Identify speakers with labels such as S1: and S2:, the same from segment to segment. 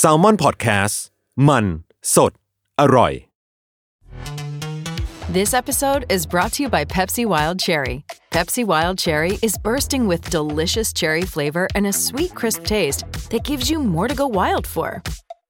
S1: s a l ม o n PODCAST มันสดอร่อย
S2: This episode is brought to you by Pepsi Wild Cherry. Pepsi Wild Cherry is bursting with delicious cherry flavor and a sweet, crisp taste that gives you more to go wild for.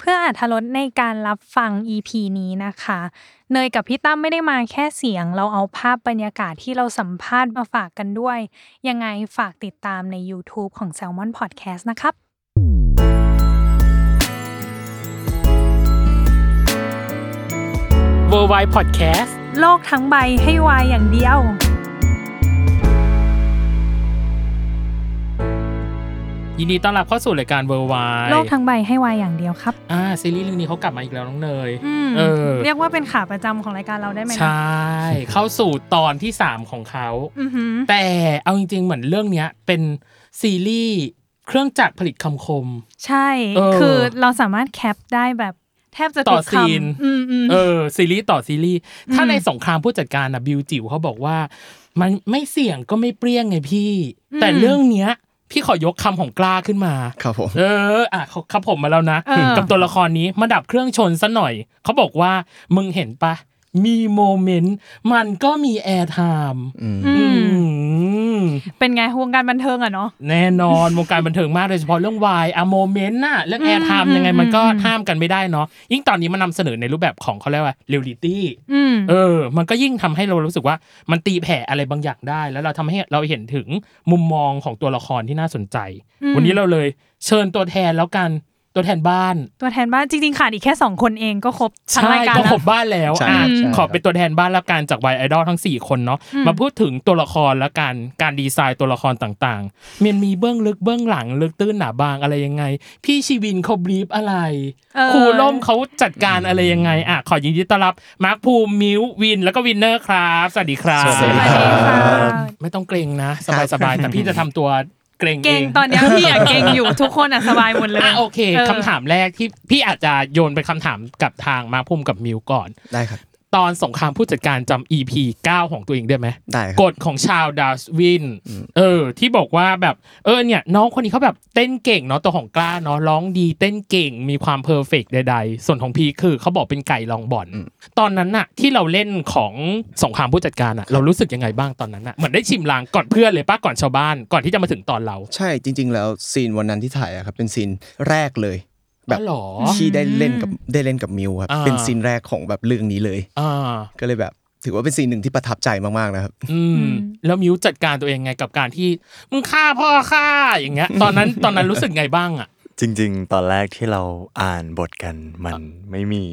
S3: เพื่ออาธรสในการรับฟัง EP นี้นะคะ เนยกับพี่ตั้มไม่ได้มาแค่เสียง เราเอาภาพบรรยากาศที่เราสัมภาษณ์มาฝากกันด้วย ยังไงฝากติดตามใน YouTube ของ Salmon Podcast นะครับ
S4: w o r l d w i d e Podcast
S3: โลกทั้งใบให้วายอย่างเดียว
S4: ยินดีต้อนรับเข้าสู่รายการ w o r l d w i d e
S3: โลกทั้งใบให้วายอย่างเดียวครับ
S4: อ่าซีรีส์เรื่องนี้เขากลับมาอีกแล้วน้องเนย
S3: อืม
S4: เออ
S3: เรียกว่าเป็นขาประจำของรายการเราได้ไหมนะ
S4: ใช่ เข้าสู่ตอนที่ 3 ของเขา
S3: อือหือ
S4: แต่เอาจริง ๆ เหมือนเรื่องเนี้ย เป็นซีรีส์เครื่องจักรผลิตคำคม
S3: ใช่
S4: เออ
S3: คือเราสามารถแคปได้แบบแทบจะ
S4: ต่
S3: ทุ
S4: อก
S3: ค
S4: ซีน
S3: ำอืมอืม
S4: เออ ซีรีส์ต่อซีรีส์ ถ้า
S3: อืม
S4: ในสงครามผู้จัดการนะบิวจิ๋วเขาบอกว่า มันไม่เสี่ยงก็ไม่เปรี้ยงไงพี่
S3: อืม
S4: แต่เรื่องเนี้ย พี่ขอยกคำของกล้าขึ้นมา
S5: ครับผม
S4: เออ อ่ะเขาครับผมมาแล้วนะ
S3: เออ
S4: กับตัวละครนี้มาดับเครื่องชนซะหน่อย เขาบอกว่า มึงเห็นปะ มีโมเมนต์ มันก็มีแอร์ไทม์
S3: อืม
S4: ม
S3: เป็นไงวงการบันเทิงอะเนาะ
S4: แน่นอน วงการบันเทิงมากโดยเฉพาะเรื่องวายอะโมเมนต์น่ะ เรื่องแอร์ไทม์ยังไงมันก็ห้ามกันไม่ได้เนาะ ยิ่งตอนนี้มันนำเสนอในรูปแบบของเขาเรียกว่าเรียลลิตี้
S3: อืม
S4: เออ มันก็ยิ่งทำให้เรารู้สึกว่ามันตีแผ่อะไรบางอย่างได้ แล้วเราทำให้เราเห็นถึงมุมมองของตัวละครที่น่าสนใจ
S3: อืม
S4: วันนี้เราเลยเชิญตัวแทนแล้วกัน ตัวแทนบ้าน
S3: ตัวแทนบ้านจริงๆขาดอีกแค่สองคนเองก็ครบทั้งรายการ
S4: ก็
S3: แล้ว
S4: ครบบ้านแล้ว
S5: ใช่
S4: อ่ะ
S5: ใช่
S4: ขอเป็นตัวแทนบ้านแล้วกันจากไวไอดอลทั้ง 4 คนเนาะ มาพูดถึงตัวละครแล้วกัน การดีไซน์ตัวละครต่างๆ มันมีเบื้องลึกเบื้องหลังลึกตื้นหนาบางอะไรยังไง พี่ชีวินเขาบรีฟอะไร
S3: เออ
S4: ครูล่มเขาจัดการอะไรยังไง อ่ะ ขอยินดีต้อนรับ มาร์คภูมิ มิววิน แล้วก็วินเนอร์ครับ สวัสดีครับ
S5: สวัสดีครับ
S4: ไม่ต้องเกรงนะ สบายสบายๆแต่พี่จะทำตัวเกรง
S3: เก่งตอนเนี้ยพี่อะเก่งอยู่ทุกคนอะสบายหมดเลย
S4: อ่ะโอเค
S3: ออ
S4: คำถามแรกที่พี่อาจจะโยนเป็นคำถามกับทางมาร์คภูมิกับมิวก่อน
S5: ได้ครับ
S4: ตอนสงครามผู้จัดการจำ EP 9 ของตัวเองได้ไหม
S5: ได้ค
S4: ก
S5: รับ
S4: ฎของชาวดาสวิน เออ ที่บอกว่าแบบ เออ เนี่ย น้องคนนี้เขาแบบเต้นเก่งเนาะ ตัวของกล้าเนาะ ร้องดี เต้นเก่ง มีความเพอร์เฟกต์ใดๆ ส่วนของพีคือเขาบอกเป็นไก่ลองบอล ตอนนั้นน่ะ ที่เราเล่นของสงครามผู้จัดการอะเรารู้สึกยังไงบ้างตอนนั้นน่ะ เหมือนได้ชิมลางก่อนเพื่อนเลยป้าก่อนชาวบ้าน ก่อนที่จะมาถึงตอนเรา
S5: ใช่จริง ๆ แล้วซีนวันนั้นที่ถ่ายอะครับเป็นซีนแรกเลย แบบ
S4: อ๋อเหรอ
S5: ที่ได้เล่นกับได้เล่นกับมิวครับ
S4: อ่า
S5: เป็นซีนแรกของแบบเรื่องนี้เลย
S4: อ่า
S5: ก็เลยแบบ ถือว่าเป็นซีนหนึ่งที่ประทับใจมากๆนะครับ
S4: อืม แล้วมิวจัดการตัวเองไงกับการที่มึงฆ่าพ่อฆ่าอย่างเงี้ย ตอนนั้น ตอนนั้นรู้สึกไงบ้างอะ
S6: จริงๆ ตอนแรกที่เราอ่านบทกันมันไม่มี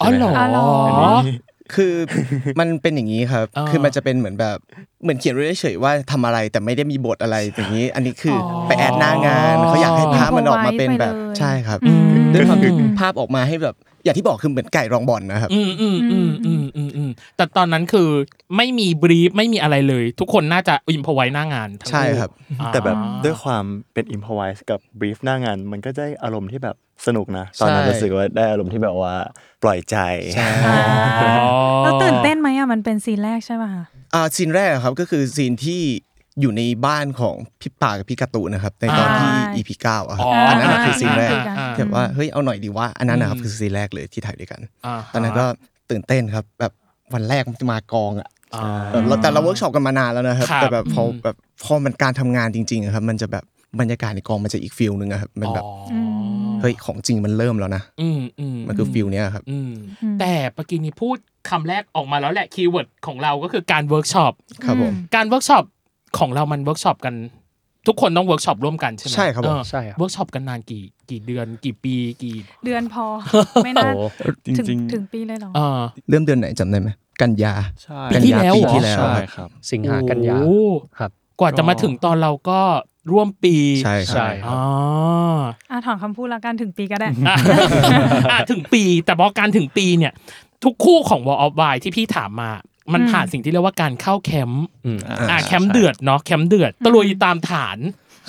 S4: อ๋อ
S6: ใช่ไม
S4: เหรอ
S6: คบนนี้
S5: คือ มันเป็นอย่างนี้ครับ
S4: อ่า
S5: คือมันจะเป็นเหมือนแบบเหมือนเขียนไว้เฉยๆว่าทำอะไรแต่ไม่ได้มีบทอะไรอย่างนี้ อันนี้คืออไปแอดหน้างานเขาอยากให้ภาพมันออกมาเป็นแบบ
S3: โปรไว้ไปเลย
S5: ใช่ครับ
S3: อืม
S5: ด้วยความที่ภาพออกมาให้แบบอย่างที่บอกคือเหมือนไก่รองบอลนะครับ
S4: อืมอืมอืมอืมอืมอืมแต่ตอนนั้นคือไม่มีบรีฟไม่มีอะไรเลย ทุกคนน่าจะอินพอไว้หน้างานทั้ง
S5: ใช่ครับ
S4: อ่า
S6: แต่แบบด้วยความเป็นอิมพอไวส์กับบรีฟหน้างาน มันก็ได้อารมณ์ที่แบบสนุกนะ ตอนนั้น
S5: ใช่
S6: รู้สึกว่าได้อารมณ์ที่แบบว่าปล่อยใจ
S5: ใช่
S4: อ๋อ
S3: เราตื่นเต้นไหมอะมันเป็นซีนแรกใช่ป่ะคะ
S5: อ่าซีนแรกอะครับก็คือซีนที่อยู่ในบ้านของพี่ป่ากับพี่การะตูนนะครับ ในตอนที่
S3: อ่า
S5: EP 9อะครับ
S4: อ๋อ
S5: อัน
S4: น
S5: นั้นอะ
S3: า
S5: คือซีนแรก
S3: อ่า
S5: ที่แบบว่าเฮ้ยเอาหน่อยดีว่าอันนั้นนะครับคือซีนแรกเลยที่ถ่ายด้วยกัน ตอนนั้นก็ตื่นเต้นครับแบบวันแรกมันจะมากองอะแบบเราแต่เราเวิร์กช็อปกันมานานแล้วนะครับ
S4: ครับ
S5: แต่แบบพออ
S4: ม
S5: แบบพอมันการทำงานจริงๆอะครับมันจะแบบบรรยากาศในกองมันจะอีกฟิลนึงอะครับมันแบบเฮ้ยของจริงมันเริ่มแล้วนะ
S4: อืมอืม
S5: มันคือฟิลเนี้ยครับ
S4: อืมแต่ปกี้นี้พูดคำแรกออกมาแล้วแหละคีย์เวิร์ดของเราก็คือการเวิร์กช็อป
S5: ครับผม
S4: การเวิร์กช็อปของเรามันเวิร์กช็อปกัน ทุกคนต้องเวิร์กช็อปร่วมกันใช่ไหม
S5: ใช่ครับผม
S4: เออเวิร์กช็อปกันนานกี่กี่เดือนกี่ปีกี่
S3: เดือนพอ ไม่น่า
S6: จริง
S3: ถึง
S6: จริง
S3: ถึงปีเลยเหรอ
S4: เออ
S5: เริ่มเดือนไหนจำได้ไหมกันยา
S6: ใช่
S4: ปีที่แล้ว
S5: กันยาปีที่แล้วค
S6: ใช่
S5: รับ
S6: ครับ
S7: สิงหากันยา
S4: โอ้โห
S7: ครับ
S4: กว่าจะมาถึงตอนเราก็ร่วมปี
S5: ใช่ครับ
S7: ใช่ครั
S4: อ๋
S7: บ
S4: อ
S3: อ่ะถอนคำพูดแล้วกันถึงปีก็ได้
S4: อ่ะอ่ะ ถึงปีแต่พอการถึงปีเนี่ย ทุกคู่ของ Wall of w i ที่พี่ถามมา มันผ่านสิ่งที่เรียกว่าการเข้าแคมป์
S7: อืม
S4: อ่ะแคมป์เดือดเนาะแคมป์เดือดตะลุยตามฐาน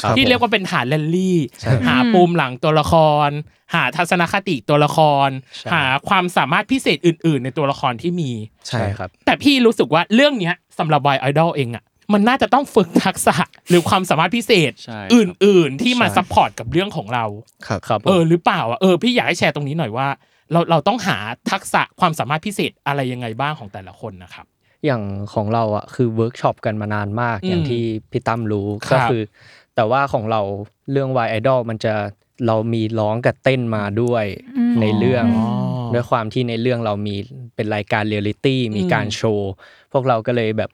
S5: ครับ
S4: ที่
S5: ผม
S4: เรียกว่าเป็นหาแรลลี่
S5: ใช่
S4: หาปูมหลังตัวละคร หาทัศนคติตัวละคร
S5: ใช่
S4: หาความสามารถพิเศษอื่น ๆ ในตัวละครที่มี
S5: ใช่ครับ
S4: แต่พี่รู้สึกว่าเรื่องเนี้ยสำหรับวายไอดอลเองอะมันน่าจะต้องฝึกทักษะหรือความสามารถพิเศษ
S7: ใช่
S4: อื่น ๆ ที่มา
S5: ใช่
S4: ซัพพอร์ตกับเรื่องของเรา
S5: ครับ
S7: ครับผม
S4: เออหรือเปล่าอ่ะเออพี่อยากให้แชร์ตรงนี้หน่อยว่า เราเราต้องหาทักษะความสามารถพิเศษอะไรยังไงบ้างของแต่ละคนนะครับ
S7: อย่างของเราอ่ะคือเวิร์กช็อปกันมานานมาก
S4: อืม
S7: อย่างที่พี่ตั้มรู้
S4: ครับ
S7: ก็คือ แต่ว่าของเราเรื่องวายไอดอลมันจะเรามีร้องกับเต้นมาด้วย
S3: อืม
S7: ในเรื่อง
S3: อ๋อ
S7: ด้วยความที่ในเรื่องเรามีเป็นรายการเรียลลิตี้มีการโชว์ พวกเราก็เลยแบบ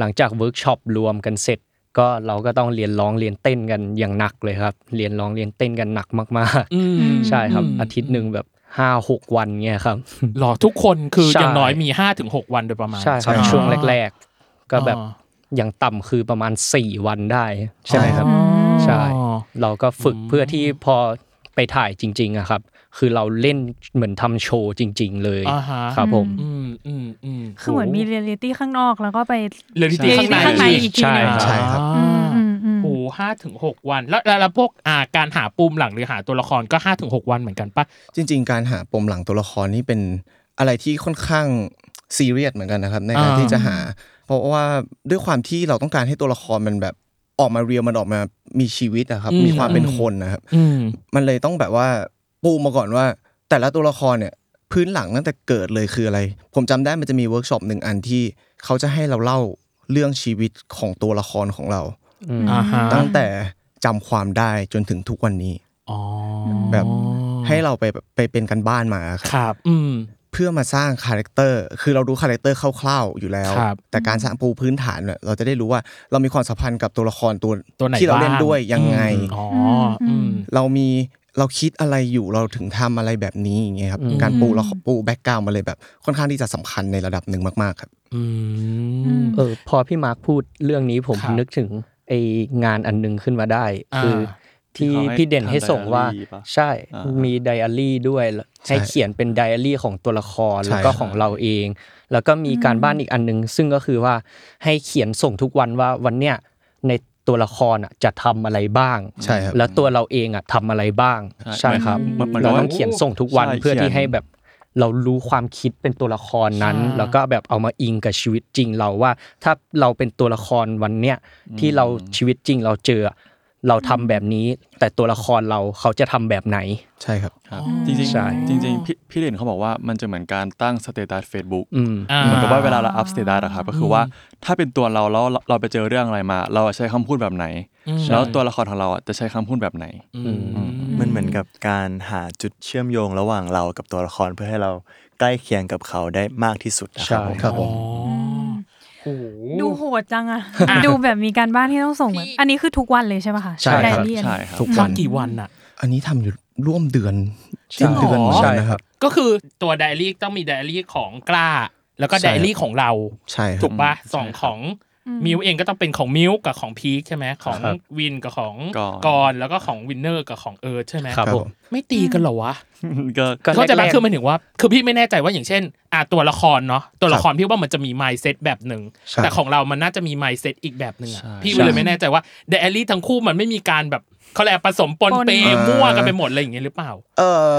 S7: หลังจากเวิร์กช็อปรวมกันเสร็จ ก็เราก็ต้องเรียนร้องเรียนเต้นกันอย่างหนักเลยครับ เรียนร้องเรียนเต้นกันหนักมาก
S4: อืม
S7: ๆ ใช่ครับ
S4: อืม
S7: อาทิตย์หนึ่งแบบห้าหกวันเงี้ยครับ
S4: หรอทุกคนคือ
S7: ใช่
S4: อย่างน้อยมี5้าถึงหวันโดยประมาณ
S7: ใช่ครับ
S4: อ๋อ
S7: ช่วงแรก ๆ ก็แบบ
S4: อ๋อ
S7: อย่างต่ำคือประมาณ 4 วันได้ ใช่ไหมครับ
S4: อ๋อ
S7: ใช่ เราก็ฝึกเพื่อที่พอไปถ่ายจริงๆอะครับ คือเราเล่นเหมือนทำโชว์จริง ๆ เลย
S4: อ่าฮะ
S7: ครับผม
S4: อืมอืมอืม
S3: คือเหมือนมีเรียลลิตี้ข้างนอกแล้วก็ไป
S4: เรียลลิตี้
S3: ใช่
S4: ข้างใน
S3: ข้างในอีกทีหนึ่ง
S5: ใช่ครับ
S4: อ่า
S3: อืมอืมอืม
S4: โอ้ห้าถึงหกวัน แล้วแล้วแล้วพวกอาการหาปูมหลังหรือหาตัวละครก็ห้าถึงหกวันเหมือนกันปะ
S5: จริงๆ การหาปมหลังตัวละครนี่เป็นอะไรที่ค่อนข้างซีเรียสเหมือนกันนะครับ ในการ
S4: อ่า
S5: ที่จะหา เพราะว่าด้วยความที่เราต้องการให้ตัวละครมันแบบออกมาเรียลมันออกมามีชีวิตอะครับ
S4: อืม
S5: มีความเป็นคนนะครับ
S4: อืม
S5: มันเลยต้องแบบว่าปูมาก่อนว่า แต่ละตัวละครเนี่ยพื้นหลังตั้งแต่เกิดเลยคืออะไร ผมจำได้มันจะมีเวิร์กช็อปหนึ่งอันที่เขาจะให้เราเล่าเรื่องชีวิตของตัวละครของเรา
S4: อ่าฮะ
S5: ตั้งแต่จำความได้จนถึงทุกวันนี้
S4: อ๋อ
S5: แบบ ให้เราไปแบบไปเป็นกันบ้านมาครับ
S4: ครับ อืม
S5: เพื่อมาสร้างคาแรคเตอร์ คือเรารู้คาแรคเตอร์คร่าวๆอยู่แล้ว
S4: ครับ
S5: แต่การสร้างปูพื้นฐานเนี่ยเราจะได้รู้ว่าเรามีความสัมพันธ์กับตัวละครตัว
S4: ตัวไหน
S5: ที่เราเล่น
S4: บ้
S5: ด้วยยังไง
S4: อืมอ๋อออืม
S5: เรามีเราคิดอะไรอยู่เราถึงทำอะไรแบบนี้อย่างเงี้ยครับ การปูละปูแบ็กกราวมาเลยแบบค่อนข้างที่จะสำคัญในระดับหนึ่งมากๆครับ
S4: อื
S3: อื
S4: ม
S3: ม
S7: เออพอพี่มาร์คพูดเรื่องนี้ผม
S4: ครับ
S7: นึกถึงไองานอันนึงขึ้นมาได้
S4: อ่า
S7: คือที่
S6: ที่เขาให้
S7: พี่เด่นให้ส่งว่า
S6: ทำไดอารี่ปะ
S7: ใช่
S6: อ่ามี
S7: มีไดอารี่ด้วยแล้วให้เขียนเป็นไดอารี่ของตัวละคร
S5: ใช่
S7: แล้วก็
S5: ครับ
S7: ของเราเอง แล้วก็มีการบ้านอีกอันนึง ซึ่งก็คือว่าให้เขียนส่งทุกวันว่าวันเนี้ยในตัวละครอ่ะจะทำอะไรบ้าง
S5: ใช่ครับ
S7: แล้วตัวเราเองอ่ะทำอะไรบ้าง ใช่ครับ
S6: หมือนหมืน
S7: เรา
S6: กับว่
S7: ต้องเขียนส่งทุกวัน
S6: ช่
S7: เพื่อที่ให้แบบเรารู้ความคิดเป็นตัวละครนั้น
S4: ใช่
S7: แล้วก็แบบเอามาอิงกับชีวิตจริงเราว่า ถ้าเราเป็นตัวละครวันเนี้ยที่เราชีวิตจริงเราเจอ เราทำแบบนี้ แต่ตัวละครเราเขาจะทำแบบไหน
S5: ใช่ครับ
S6: ครับจริง
S7: ใช่
S6: ๆจริงๆพี่พี่เด่นเขาบอกว่ามันจะเหมือนการตั้งสเตตัส Facebook
S7: อืม
S4: อ่า
S6: เหมือนกับว่าเวลาเราอัพสเตตัสอะครับก็คือว่าถ้าเป็นตัวเราแล้วเราเราไปเจอเรื่องอะไรมา เราใช้คำพูดแบบไหน
S4: อืม
S6: แล้วตัวละครของเราอะจะใช้คำพูดแบบไหน
S4: อืม
S6: มันเหมือนกับการหาจุดเชื่อมโยงระหว่างเรากับตัวละครเพื่อให้เราใกล้เคียงกับเขาได้มากที่สุดนะครั
S7: ใช่
S6: ผม
S5: ครับผม
S4: อ๋อโอ้โห
S3: ดูโหดจังอะ
S4: อ่ะ
S3: ดูแบบมีการบ้านที่ต้องส่งเหมือน
S4: พี่
S3: อันนี้คือทุกวันเลยใช่ปะคะ
S5: ใช่
S3: ได
S5: ค
S3: อา
S5: รับ
S3: รี่อัน
S6: ใช่
S3: นี้
S6: ครับ
S5: ทุกวัน
S4: กี่วันอะ
S5: อันนี้ทำอยู่ร่วมเดือน
S7: ใช่
S5: สิ้นเดือนเหมือนกัน
S7: ใช่
S5: นะ
S7: ค
S5: ค
S7: รั
S5: รับ บ
S4: ก็คือตัวไดอารี่ต้องมีไดอารี่ของกล้า แล้วก็
S5: ใช่
S4: ไดอารี่ของเรา
S5: ใช่ค
S4: ถู
S5: รั
S4: ก
S5: บ
S4: ปะสองของมิวเองก็ต้องเป็นของมิวกับของพีคใช่ไหมของ
S7: ครับ
S4: วินกับของ
S6: กอน
S4: กอน แล้วก็ของวินเนอร์กับของเอิร์ธใช่ไหม
S7: ครับผม
S4: ไม่ตีกันเหรอวะ
S6: ก็
S7: ก็
S4: เข้าใจ
S7: แร
S4: ปะ
S7: กๆ
S4: คือหมันถึงว่า คือพี่ไม่แน่ใจว่าอย่างเช่นอ่ะตัวละครเนาะตัวละครพี่ว่ามันจะมีไมซ์เซตแบบหนึ่ง
S5: ใช่
S4: แต่ของเรามันน่าจะมีไมซ์เซตอีกแบบหนึ่งอะพี่เลยไม่แน่ใจว่าไดอารี่ทั้งคู่มันไม่มีการแบบเขาเรียกอะไรผสมปนเปมั่วกันไปหมดอะไรอย่างเงี้ยหรือเปล่า
S5: เออ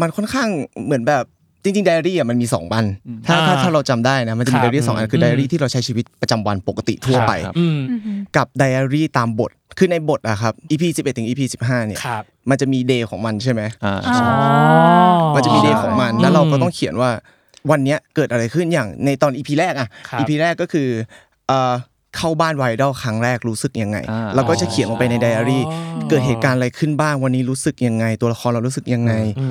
S5: มันค่อนข้างเหมือนแบบจริงๆไดอารี่อ่ะมันมีสองวันถ้า
S4: อ่า
S5: ถ้าถ้าเราจำได้นะมันจะ
S4: ครั
S5: มี
S4: บ
S5: ไดอารี่สองอันคือ
S4: ม
S5: ไดอารี่ที่เราใช้ชีวิตประจำวันปกติทั่วไป
S6: ครับ
S4: อืม
S3: อืมอืม
S5: กับไดอารี่ตามบทคือในบทอะครับ EP 11ถึง EP 15เนี่ย
S4: ครับ
S5: มันจะมีเดย์ของมันใช่ไหม
S6: อ่า
S3: อ่า
S6: ใช่
S5: มันจะมีเดย์ของมันแล้วเราก็
S4: อืม
S5: ต้องเขียนว่าวันเนี้ยเกิดอะไรขึ้นอย่างในตอน EP แรกอะ
S4: ครับ
S5: EP แรกก็คือเอ่อเข้าบ้านไวรัลครั้งแรกรู้สึกยังไง
S6: อ่า
S5: เราก็จะเขียนลงไปในไดอารี่เกิดเหตุการณ์อะไรขึ้นบ้างวันนี้รู้สึกยังไง ตัวละครเรารู้สึกยังไง
S4: อื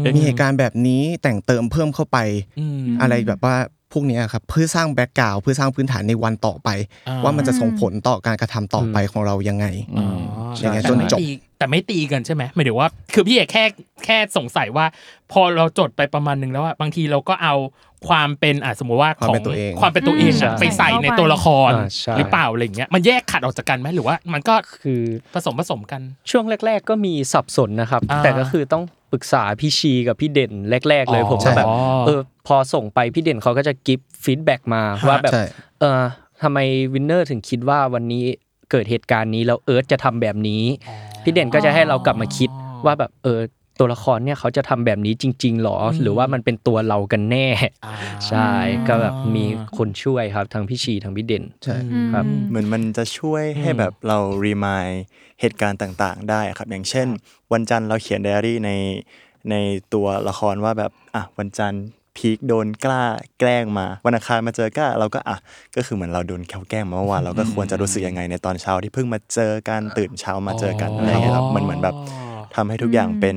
S4: ม
S5: มีเหตุการณ์แบบนี้แต่งเติมเพิ่มเข้าไป
S4: อืม
S5: อะไรแบบว่าพวกเนี้ยครับเพื่อสร้างแบ็กกราวเพื่อสร้างพื้นฐานในวันต่อไป
S4: อ่า
S5: ว่ามันจะส่งผลต่อการกระทำต่อไปของเรายังไง
S6: อืม
S5: ใช่ไง
S4: แต่
S5: จน
S4: ไม่
S5: จบ
S4: ตีแต่ไม่ตีกันใช่ไหมหมายถึงว่า คือพี่เอกแค่แค่สงสัยว่า พอเราจดไปประมาณนึงแล้วอะบางทีเราก็เอาความเป็นอ่ะสมมติว่า
S5: ความเป็นตัวเอง
S4: ความเป็นตัวเองอะ
S7: อืม
S4: ไปใส่ในตัวละคร
S7: อ่าใช่
S4: หรือเปล่าอะไรอย่างเงี้ยมันแยกขัดออกจากกันไหมหรือว่า มันก็
S7: คือ
S4: ผสมผสมกัน
S7: ช่วงแรก ๆ ก็มีสับสนนะครับ
S4: อ่า
S7: แต่ก็คือต้องปรึกษาพี่ชีกับพี่เด่นแรก ๆ เลย
S4: อ๋อ
S7: ผมก็แบบ
S4: ใช่
S7: เออพอส่งไปพี่เด่นเขาก็จะกิฟต์ฟีดแบ็กมา
S4: ฮะ
S7: ว่าแบบ
S5: ใช่
S7: เออทำไมวินเนอร์ถึงคิดว่าวันนี้ เกิดเหตุการณ์นี้แล้วเอิร์ธจะทำแบบนี้ พี่เด่นก็จะให้เรากลับมาคิดว่าแบบเออตัวละครเนี่ยเขาจะทำแบบนี้จริง ๆหรอ
S4: อืม
S7: หรือว่ามันเป็นตัวเรากันแน่
S4: อ่า
S7: ใช่ก็แบบมีคนช่วยครับทั้งพี่ชีทั้งพี่เด่น
S5: ใช่
S7: ครับ
S6: เหมือนมันจะช่วยให้
S4: อืม
S6: แบบเรารีมายเหตุการณ์ต่างๆ ได้ครับ อย่างเช่น วันจันทร์เราเขียนไดอารี่ในในตัวละครว่าแบบอ่ะวันจันทร์พีคโดนกล้าแกล้งมา วันอังคารมาเจอกล้าเราก็อ่ะก็คือเหมือนเราโดนเขาแกล้งมาเมื่อวานเราก็ควรจะรู้สึกยังไงในตอนเช้าที่เพิ่งมาเจอกันตื่นเช้ามาเจอกันอะไรอย่างเงี้ยครับมันเหมือนแบบทำให้ทุกอย่างเป็น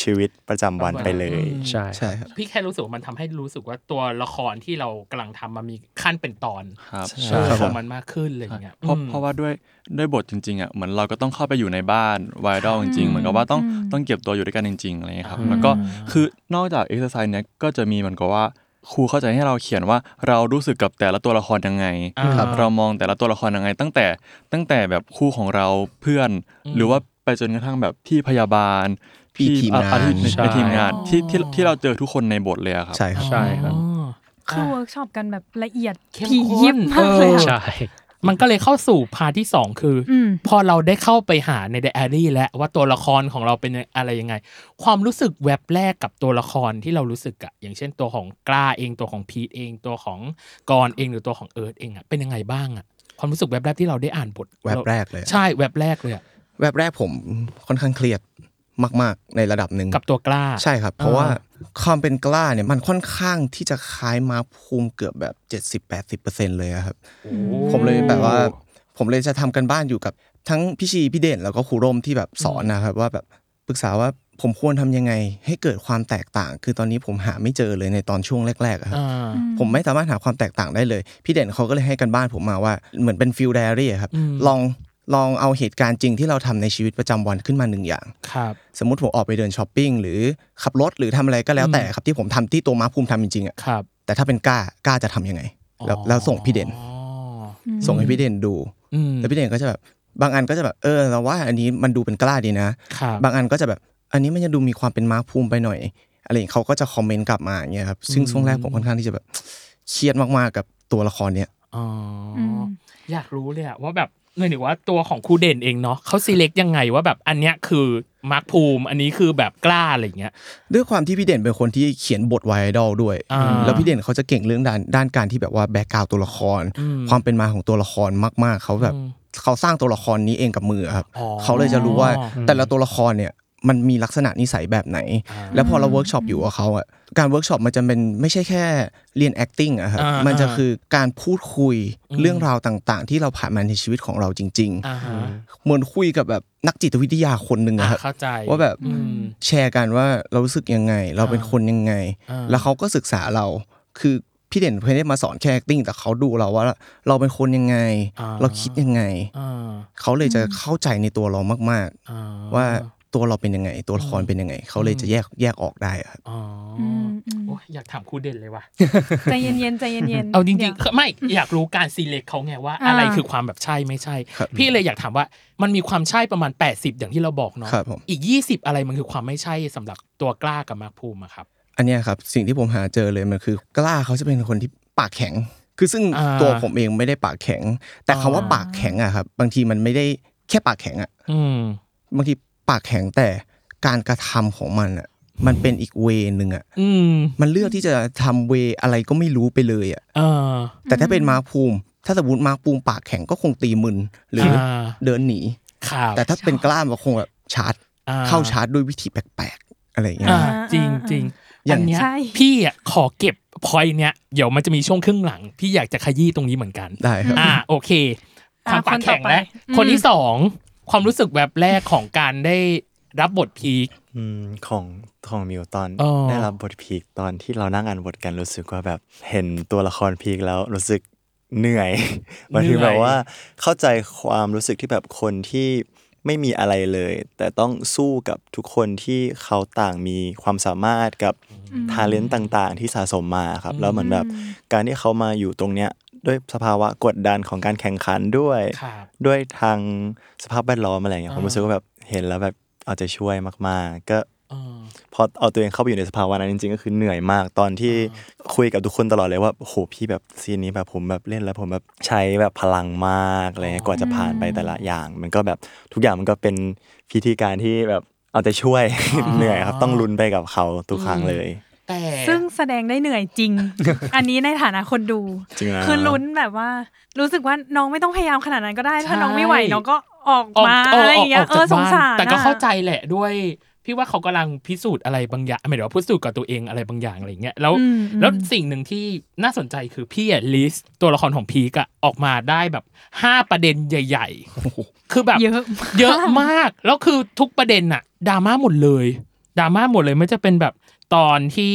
S6: ชีวิตประจำวันไปเลย
S7: ใช่
S5: ใช่ครับ
S4: พี่แค่รู้สึกว่ามันทำให้รู้สึกว่าตัวละครที่เรากำลังทำมันมีขั้นเป็นตอน
S8: ครับ
S6: ใช่
S4: เออ
S5: ครับ
S4: ของมันมากขึ้นอะไรอย่างเงี้ย
S8: เพราะ
S4: อืม
S8: เพราะว่าด้วยด้วยบทจริงๆอ่ะเหมือนเราก็ต้องเข้าไปอยู่ในบ้านไวรัลจริงๆเหมือนกับว่าต้อง
S3: อืม
S8: ต้องเก็บตัวอยู่ด้วยกันจริงๆอะไรอย่างเงี้ยครับ
S4: อืม
S8: แล้วก็คือนอกจากเอ็กซ์ไซส์เนี้ยก็จะมีเหมือนกับว่าครูเข้าใจให้เราเขียนว่าเรารู้สึกกับแต่ละตัวละครยังไง
S4: อ่า
S8: เรามองแต่ละตัวละครยังไง ตั้งแต่ตั้งแต่แบบคู่ของเราเพื่อน
S4: อืม
S8: หรือว่าไปจนกระทั่งแบบพี่พยาบาล
S5: พี่ทีมงาน
S8: อ่ะอ่ะที่
S5: ใช่
S8: ในทีมงานที่ที่ที่เราเจอทุกคนในบทเลยอะครับ
S5: ใช่ครับ
S7: ใช่ครับ
S4: อ๋อ
S3: คือเวิร์กช็อปกันแบบละเอียด
S4: เข้ม
S3: ถี่ยิบ
S4: ข้
S3: มา
S4: น
S3: กเลย
S4: เออ
S3: ค่ะ
S7: ใช่
S4: มันก็เลยเข้าสู่พาร์ทที่สองคืออ
S3: ม
S4: พอเราได้เข้าไปหาในไดอารี่แล้วว่าตัวละครของเราเป็นอะไรยังไง ความรู้สึกแวบแรกกับตัวละครที่เรารู้สึกอะอย่างเช่นตัวของกล้าเองตัวของพีทเองตัวของกรเองหรือตัวของเอิร์ธเองอะเป็นยังไงบ้างอะความรู้สึกแวบแรกที่เราได้อ่านบท
S5: แวบแรกเลย
S4: ใช่แวบแรกเลยอะ
S5: แวบแรกผมค่อนข้างเครียดมาก ๆ ในระดับหนึ่ง
S4: กับตัวกล้า
S5: ใช่ครับ เพราะว่าความเป็นกล้าเนี่ยมันค่อนข้างที่จะคล้ายมาภูมิเกือบแบบ 70-80%เลยอะครับ ผมเลยแบบว่า ผมเลยจะทำกันบ้านอยู่กับทั้งพี่ชีพี่เด่นแล้วก็ครูร่มที่แบบสอนนะครับ ว่าแบบปรึกษาว่าผมควรทำยังไงให้เกิดความแตกต่าง คือตอนนี้ผมหาไม่เจอเลยในตอนช่วงแรกๆอะครับ
S4: อ่า
S5: ผมไม่สามารถหาความแตกต่างได้เลย พี่เด่นเขาก็เลยให้กันบ้านผมมาว่าเหมือนเป็นฟิลไดอารี่อะครับ
S4: อืม
S5: ลองลองเอาเหตุการณ์จริงที่เราทำในชีวิตประจำวันขึ้นมาหนึ่งอย่าง
S4: ครับ
S5: สมมติผมออกไปเดินช้อปปิ้งหรือขับรถหรือทำอะไรก็แล้วแต่ครับที่ผมทำที่ตัวมาภูมิทำจริงๆอะ
S4: ครับ
S5: แต่ถ้าเป็นกล้ากล้าจะทำยังไงแล้วแล้วส่งพี่เด่น
S4: อ๋อ
S5: ส่งให้พี่เด่นดู
S4: อืม
S5: แล้วพี่เด่นก็จะแบบบางอันก็จะแบบเออเราว่าอันนี้มันดูเป็นกล้าดีนะ
S4: ครับ
S5: บางอันก็จะแบบอันนี้มันจะดูมีความเป็นม้าภูมิไปหน่อยอะไรอย่างเงี้ยเขาก็จะคอมเมนต์กลับมาอย่างเงี้ยครับซึ่งช่วงแรกผมค่อนข้างที่จะแบบ เครียดมากๆกับตัวละครเนี้ย
S4: อ๋ออ
S3: ม
S4: อยากรู้เลยอะว่าแบบหมายถึงว่าตัวของครูเด่นเองเนาะเขา select ยังไงว่าแบบอันเนี้ยคือมาร์คภูมิ อันนี้คือแบบกล้าอะไรอย่างเงี้ย
S5: ด้วยความที่พี่เด่นเป็นคนที่เขียนบทไวดอลด้วย
S4: อ่า
S5: แล้วพี่เด่นเขาจะเก่งเรื่องด้านด้านการที่แบบว่าแบ็กกราวตัวละคร
S4: อืม
S5: ความเป็นมาของตัวละครมาก ๆเขาแบบ
S4: อืม
S5: เขาสร้างตัวละครนี้เองกับมือครับ
S4: อ๋อ
S5: เขาเลยจะรู้ว่า
S4: อืม
S5: แต่ละตัวละครเนี่ยมันมีลักษณะนิสัยแบบไหน แล้วพอเราเวิร์กช็อปอยู่กับเขาอ่ะการเวิร์กช็อปมันจะเป็นไม่ใช่แค่เรียน acting อะครับ
S4: อ่ามั
S5: มันจะคือการพูดคุย
S4: อืม
S5: เรื่องราวต่าง ๆ ที่เราผ่านมาในชีวิตของเราจริง
S4: อ่าฮะ
S5: ๆ เหมือนคุยกับแบบนักจิตวิทยาคนหนึ่ง
S4: อ่ะ
S5: อะครับ
S4: เข้าใจ
S5: ว่าแบบ
S4: อืม
S5: แชร์กันว่าเรารู้สึกยังไง เราเป็นคนยังไง
S4: อ่า
S5: แล้วเขาก็ศึกษาเรา คือพี่เด่นเพื่อนได้มาสอนแค่ acting แต่เขาดูเราว่าเราเป็นคนยังไง เราคิดยังไง
S4: อ่า
S5: เขาเลยจะเข้าใจในตัวเรามาก
S4: อ่า
S5: ๆ ว่าตัวเราเป็นยังไง ตัวละครเป็นยังไง เขาเลยจะแยกแยกออกได้อะครับ
S4: อ๋ออ
S3: มอืม
S4: โอยอยากถามครูเด่นเลย ว่ะ
S3: ใจเย็นๆใจเย็นๆ
S4: เอาจริง
S3: ดี๋ยว
S4: ๆไม่อยากรู้การ select เขาไงว่า อะไร
S3: อ่า
S4: คือความแบบใช่ไม่ใช่
S5: ครับ
S4: พี่เลยอยากถามว่ามันมีความใช่ประมาณ 80 อย่างที่เราบอกเนาะ
S5: ครับผม
S4: อีก 20 อะไรมันคือความไม่ใช่สำหรับตัวกล้ากับมาร์คภูมิอะครับ
S5: อันเนี้ยครับ สิ่งที่ผมหาเจอเลยมันคือกล้าเขาจะเป็นคนที่ปากแข็ง คือซึ่ง
S4: อ่า
S5: ตัวผมเองไม่ได้ปากแข็ง แต่คำว่า
S4: อ่า
S5: ปากแข็งอะครับ บางทีมันไม่ได้แค่ปากแข็งอะ
S4: อืม
S5: บางทีปากแข็งแต่การกระทำของมันอ่ะมันเป็นอีกเวหนึ่งอ่ะ
S4: อืม
S5: มันเลือกที่จะทำเวอะไรก็ไม่รู้ไปเลยอ่ะ
S4: เออ
S5: แต่ถ้าเป็นมาร์คภูมิ ถ้าสมมติมาร์คภูมิปากแข็งก็คงตีมึนหรืออา เดินหนี
S4: ครับ
S5: แต่ถ้าเป็นกล้ามก็คงแบบชาร์จ
S4: อ่
S5: เข้าชาร์จด้วยวิธีแปลกๆอะไรอย่างเงี้ย
S4: อ่าจริงจริง
S5: อ
S4: อั
S5: ย่าง
S4: นเนี้ย
S3: ใช่
S4: พี่อ่ะขอเก็บพอยเนี้ยเดี๋ยวมันจะมีช่วงครึ่งหลัง พี่อยากจะขยี้ตรงนี้เหมือนกัน
S5: ได้ครับ
S4: อ่าโอเค
S3: อ่า
S4: ความปากแข็ง
S3: คนต่อไป
S4: แล้ว
S3: อืม
S4: คนที่สองความรู้สึกแบบแรกของการได้รับบทพีค
S6: อืมของของมิวตอน
S4: อ๋อ
S6: ได้รับบทพีคตอนที่เรานั่งอ่านบทกันรู้สึกว่าแบบเห็นตัวละครพีคแล้วรู้สึกเหนื่อย หมายถึงแบบว่าเข้าใจความรู้สึกที่แบบคนที่ไม่มีอะไรเลย แต่ต้องสู้กับทุกคนที่เขาต่างมีความสามารถกับทาเลนต์ต่างๆ ที่สะสมมาครับแล้วเหมือนแบบการที่เขามาอยู่ตรงเนี้ยด้วยสภาวะกดดันของการแข่งขันด้วย
S4: ครับ
S6: ด้วยทางสภาพแวดล้อมอะไรอย่างเงี้ยผมรู้สึกว่าแบบเห็นแล้วแบบเอาใจช่วยมาก ๆ ก็
S4: เออ
S6: พอเอาตัวเองเข้าไปอยู่ในสภาวะนั้นจริงๆ ก็คือเหนื่อยมากตอนที่คุยกับทุกคนตลอดเลยว่าโหพี่แบบซีนนี้แบบผมแบบเล่นแล้วผมแบบใช้แบบพลังมากอะไรเงี้ยกว่าจะผ่านไปแต่ละอย่าง มันก็แบบทุกอย่างมันก็เป็นพิธีการที่แบบเอาใจช่วย เหนื่อยครับต้องลุ้นไปกับเขาทุกครั้งเลย
S4: แต่
S3: ซึ่งแสดงได้เหนื่อย จริง อันนี้ในฐานะคนดู
S6: จริงนะ
S3: คือลุ้นแบบว่า รู้สึกว่าน้องไม่ต้องพยายามขนาดนั้นก็ได้ ถ้าน้องไม่ไหวน้องก็ออก
S4: ออก
S3: มา
S4: ออก
S3: อะไร
S4: อ
S3: อ
S4: อก
S3: ย่างเงี้ย
S4: ออก
S3: เอ
S4: จา
S3: อกสง
S4: บ้าน
S3: สาร
S4: แต่ก็
S3: อะ
S4: เข้าใจแหละด้วย พี่ว่าเขากำลังพิสูจน์อะไรบางอย่างหมายถึงว่าพิสูจน์กับตัวเองอะไรบางอย่างอะไรอย่างเงี้ยแล้ว
S3: อืม
S4: แล้วสิ่งหนึ่งที่น่าสนใจคือพี่อะลิสต์ตัวละครของพีกอะออกมาได้แบบห้าประเด็นใหญ่ ๆ คือแบบ
S3: เยอะ
S4: เยอะมาก แล้วคือทุกประเด็นอะดราม่าหมดเลยดราม่าหมดเลยไม่จะเป็นแบบตอนที่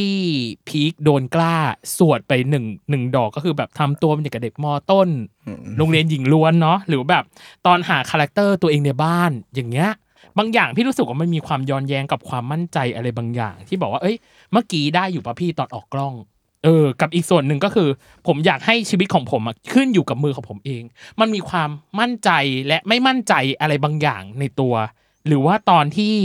S4: พีกโดนกล้าสวดไปหนึ่งหนึ่งดอกก็คือแบบทำตัวเป็นอย่างกับเด็กมอต้น โรงเรียนหญิงล้วนเนาะหรือแบบตอนหาคาแรคเตอร์ตัวเองในบ้านอย่างเงี้ย บางอย่างพี่รู้สึกว่ามันมีความย้อนแย้งกับความมั่นใจอะไรบางอย่าง ที่บอกว่าเอ้ยเมื่อกี้ได้อยู่ป่ะพี่ตอนออกกล้อง เออ กับอีกส่วนหนึ่งก็คือ ผมอยากให้ชีวิตของผมอะขึ้นอยู่กับมือของผมเอง มันมีความมั่นใจและไม่มั่นใจอะไรบางอย่างในตัว หรือว่าตอนที่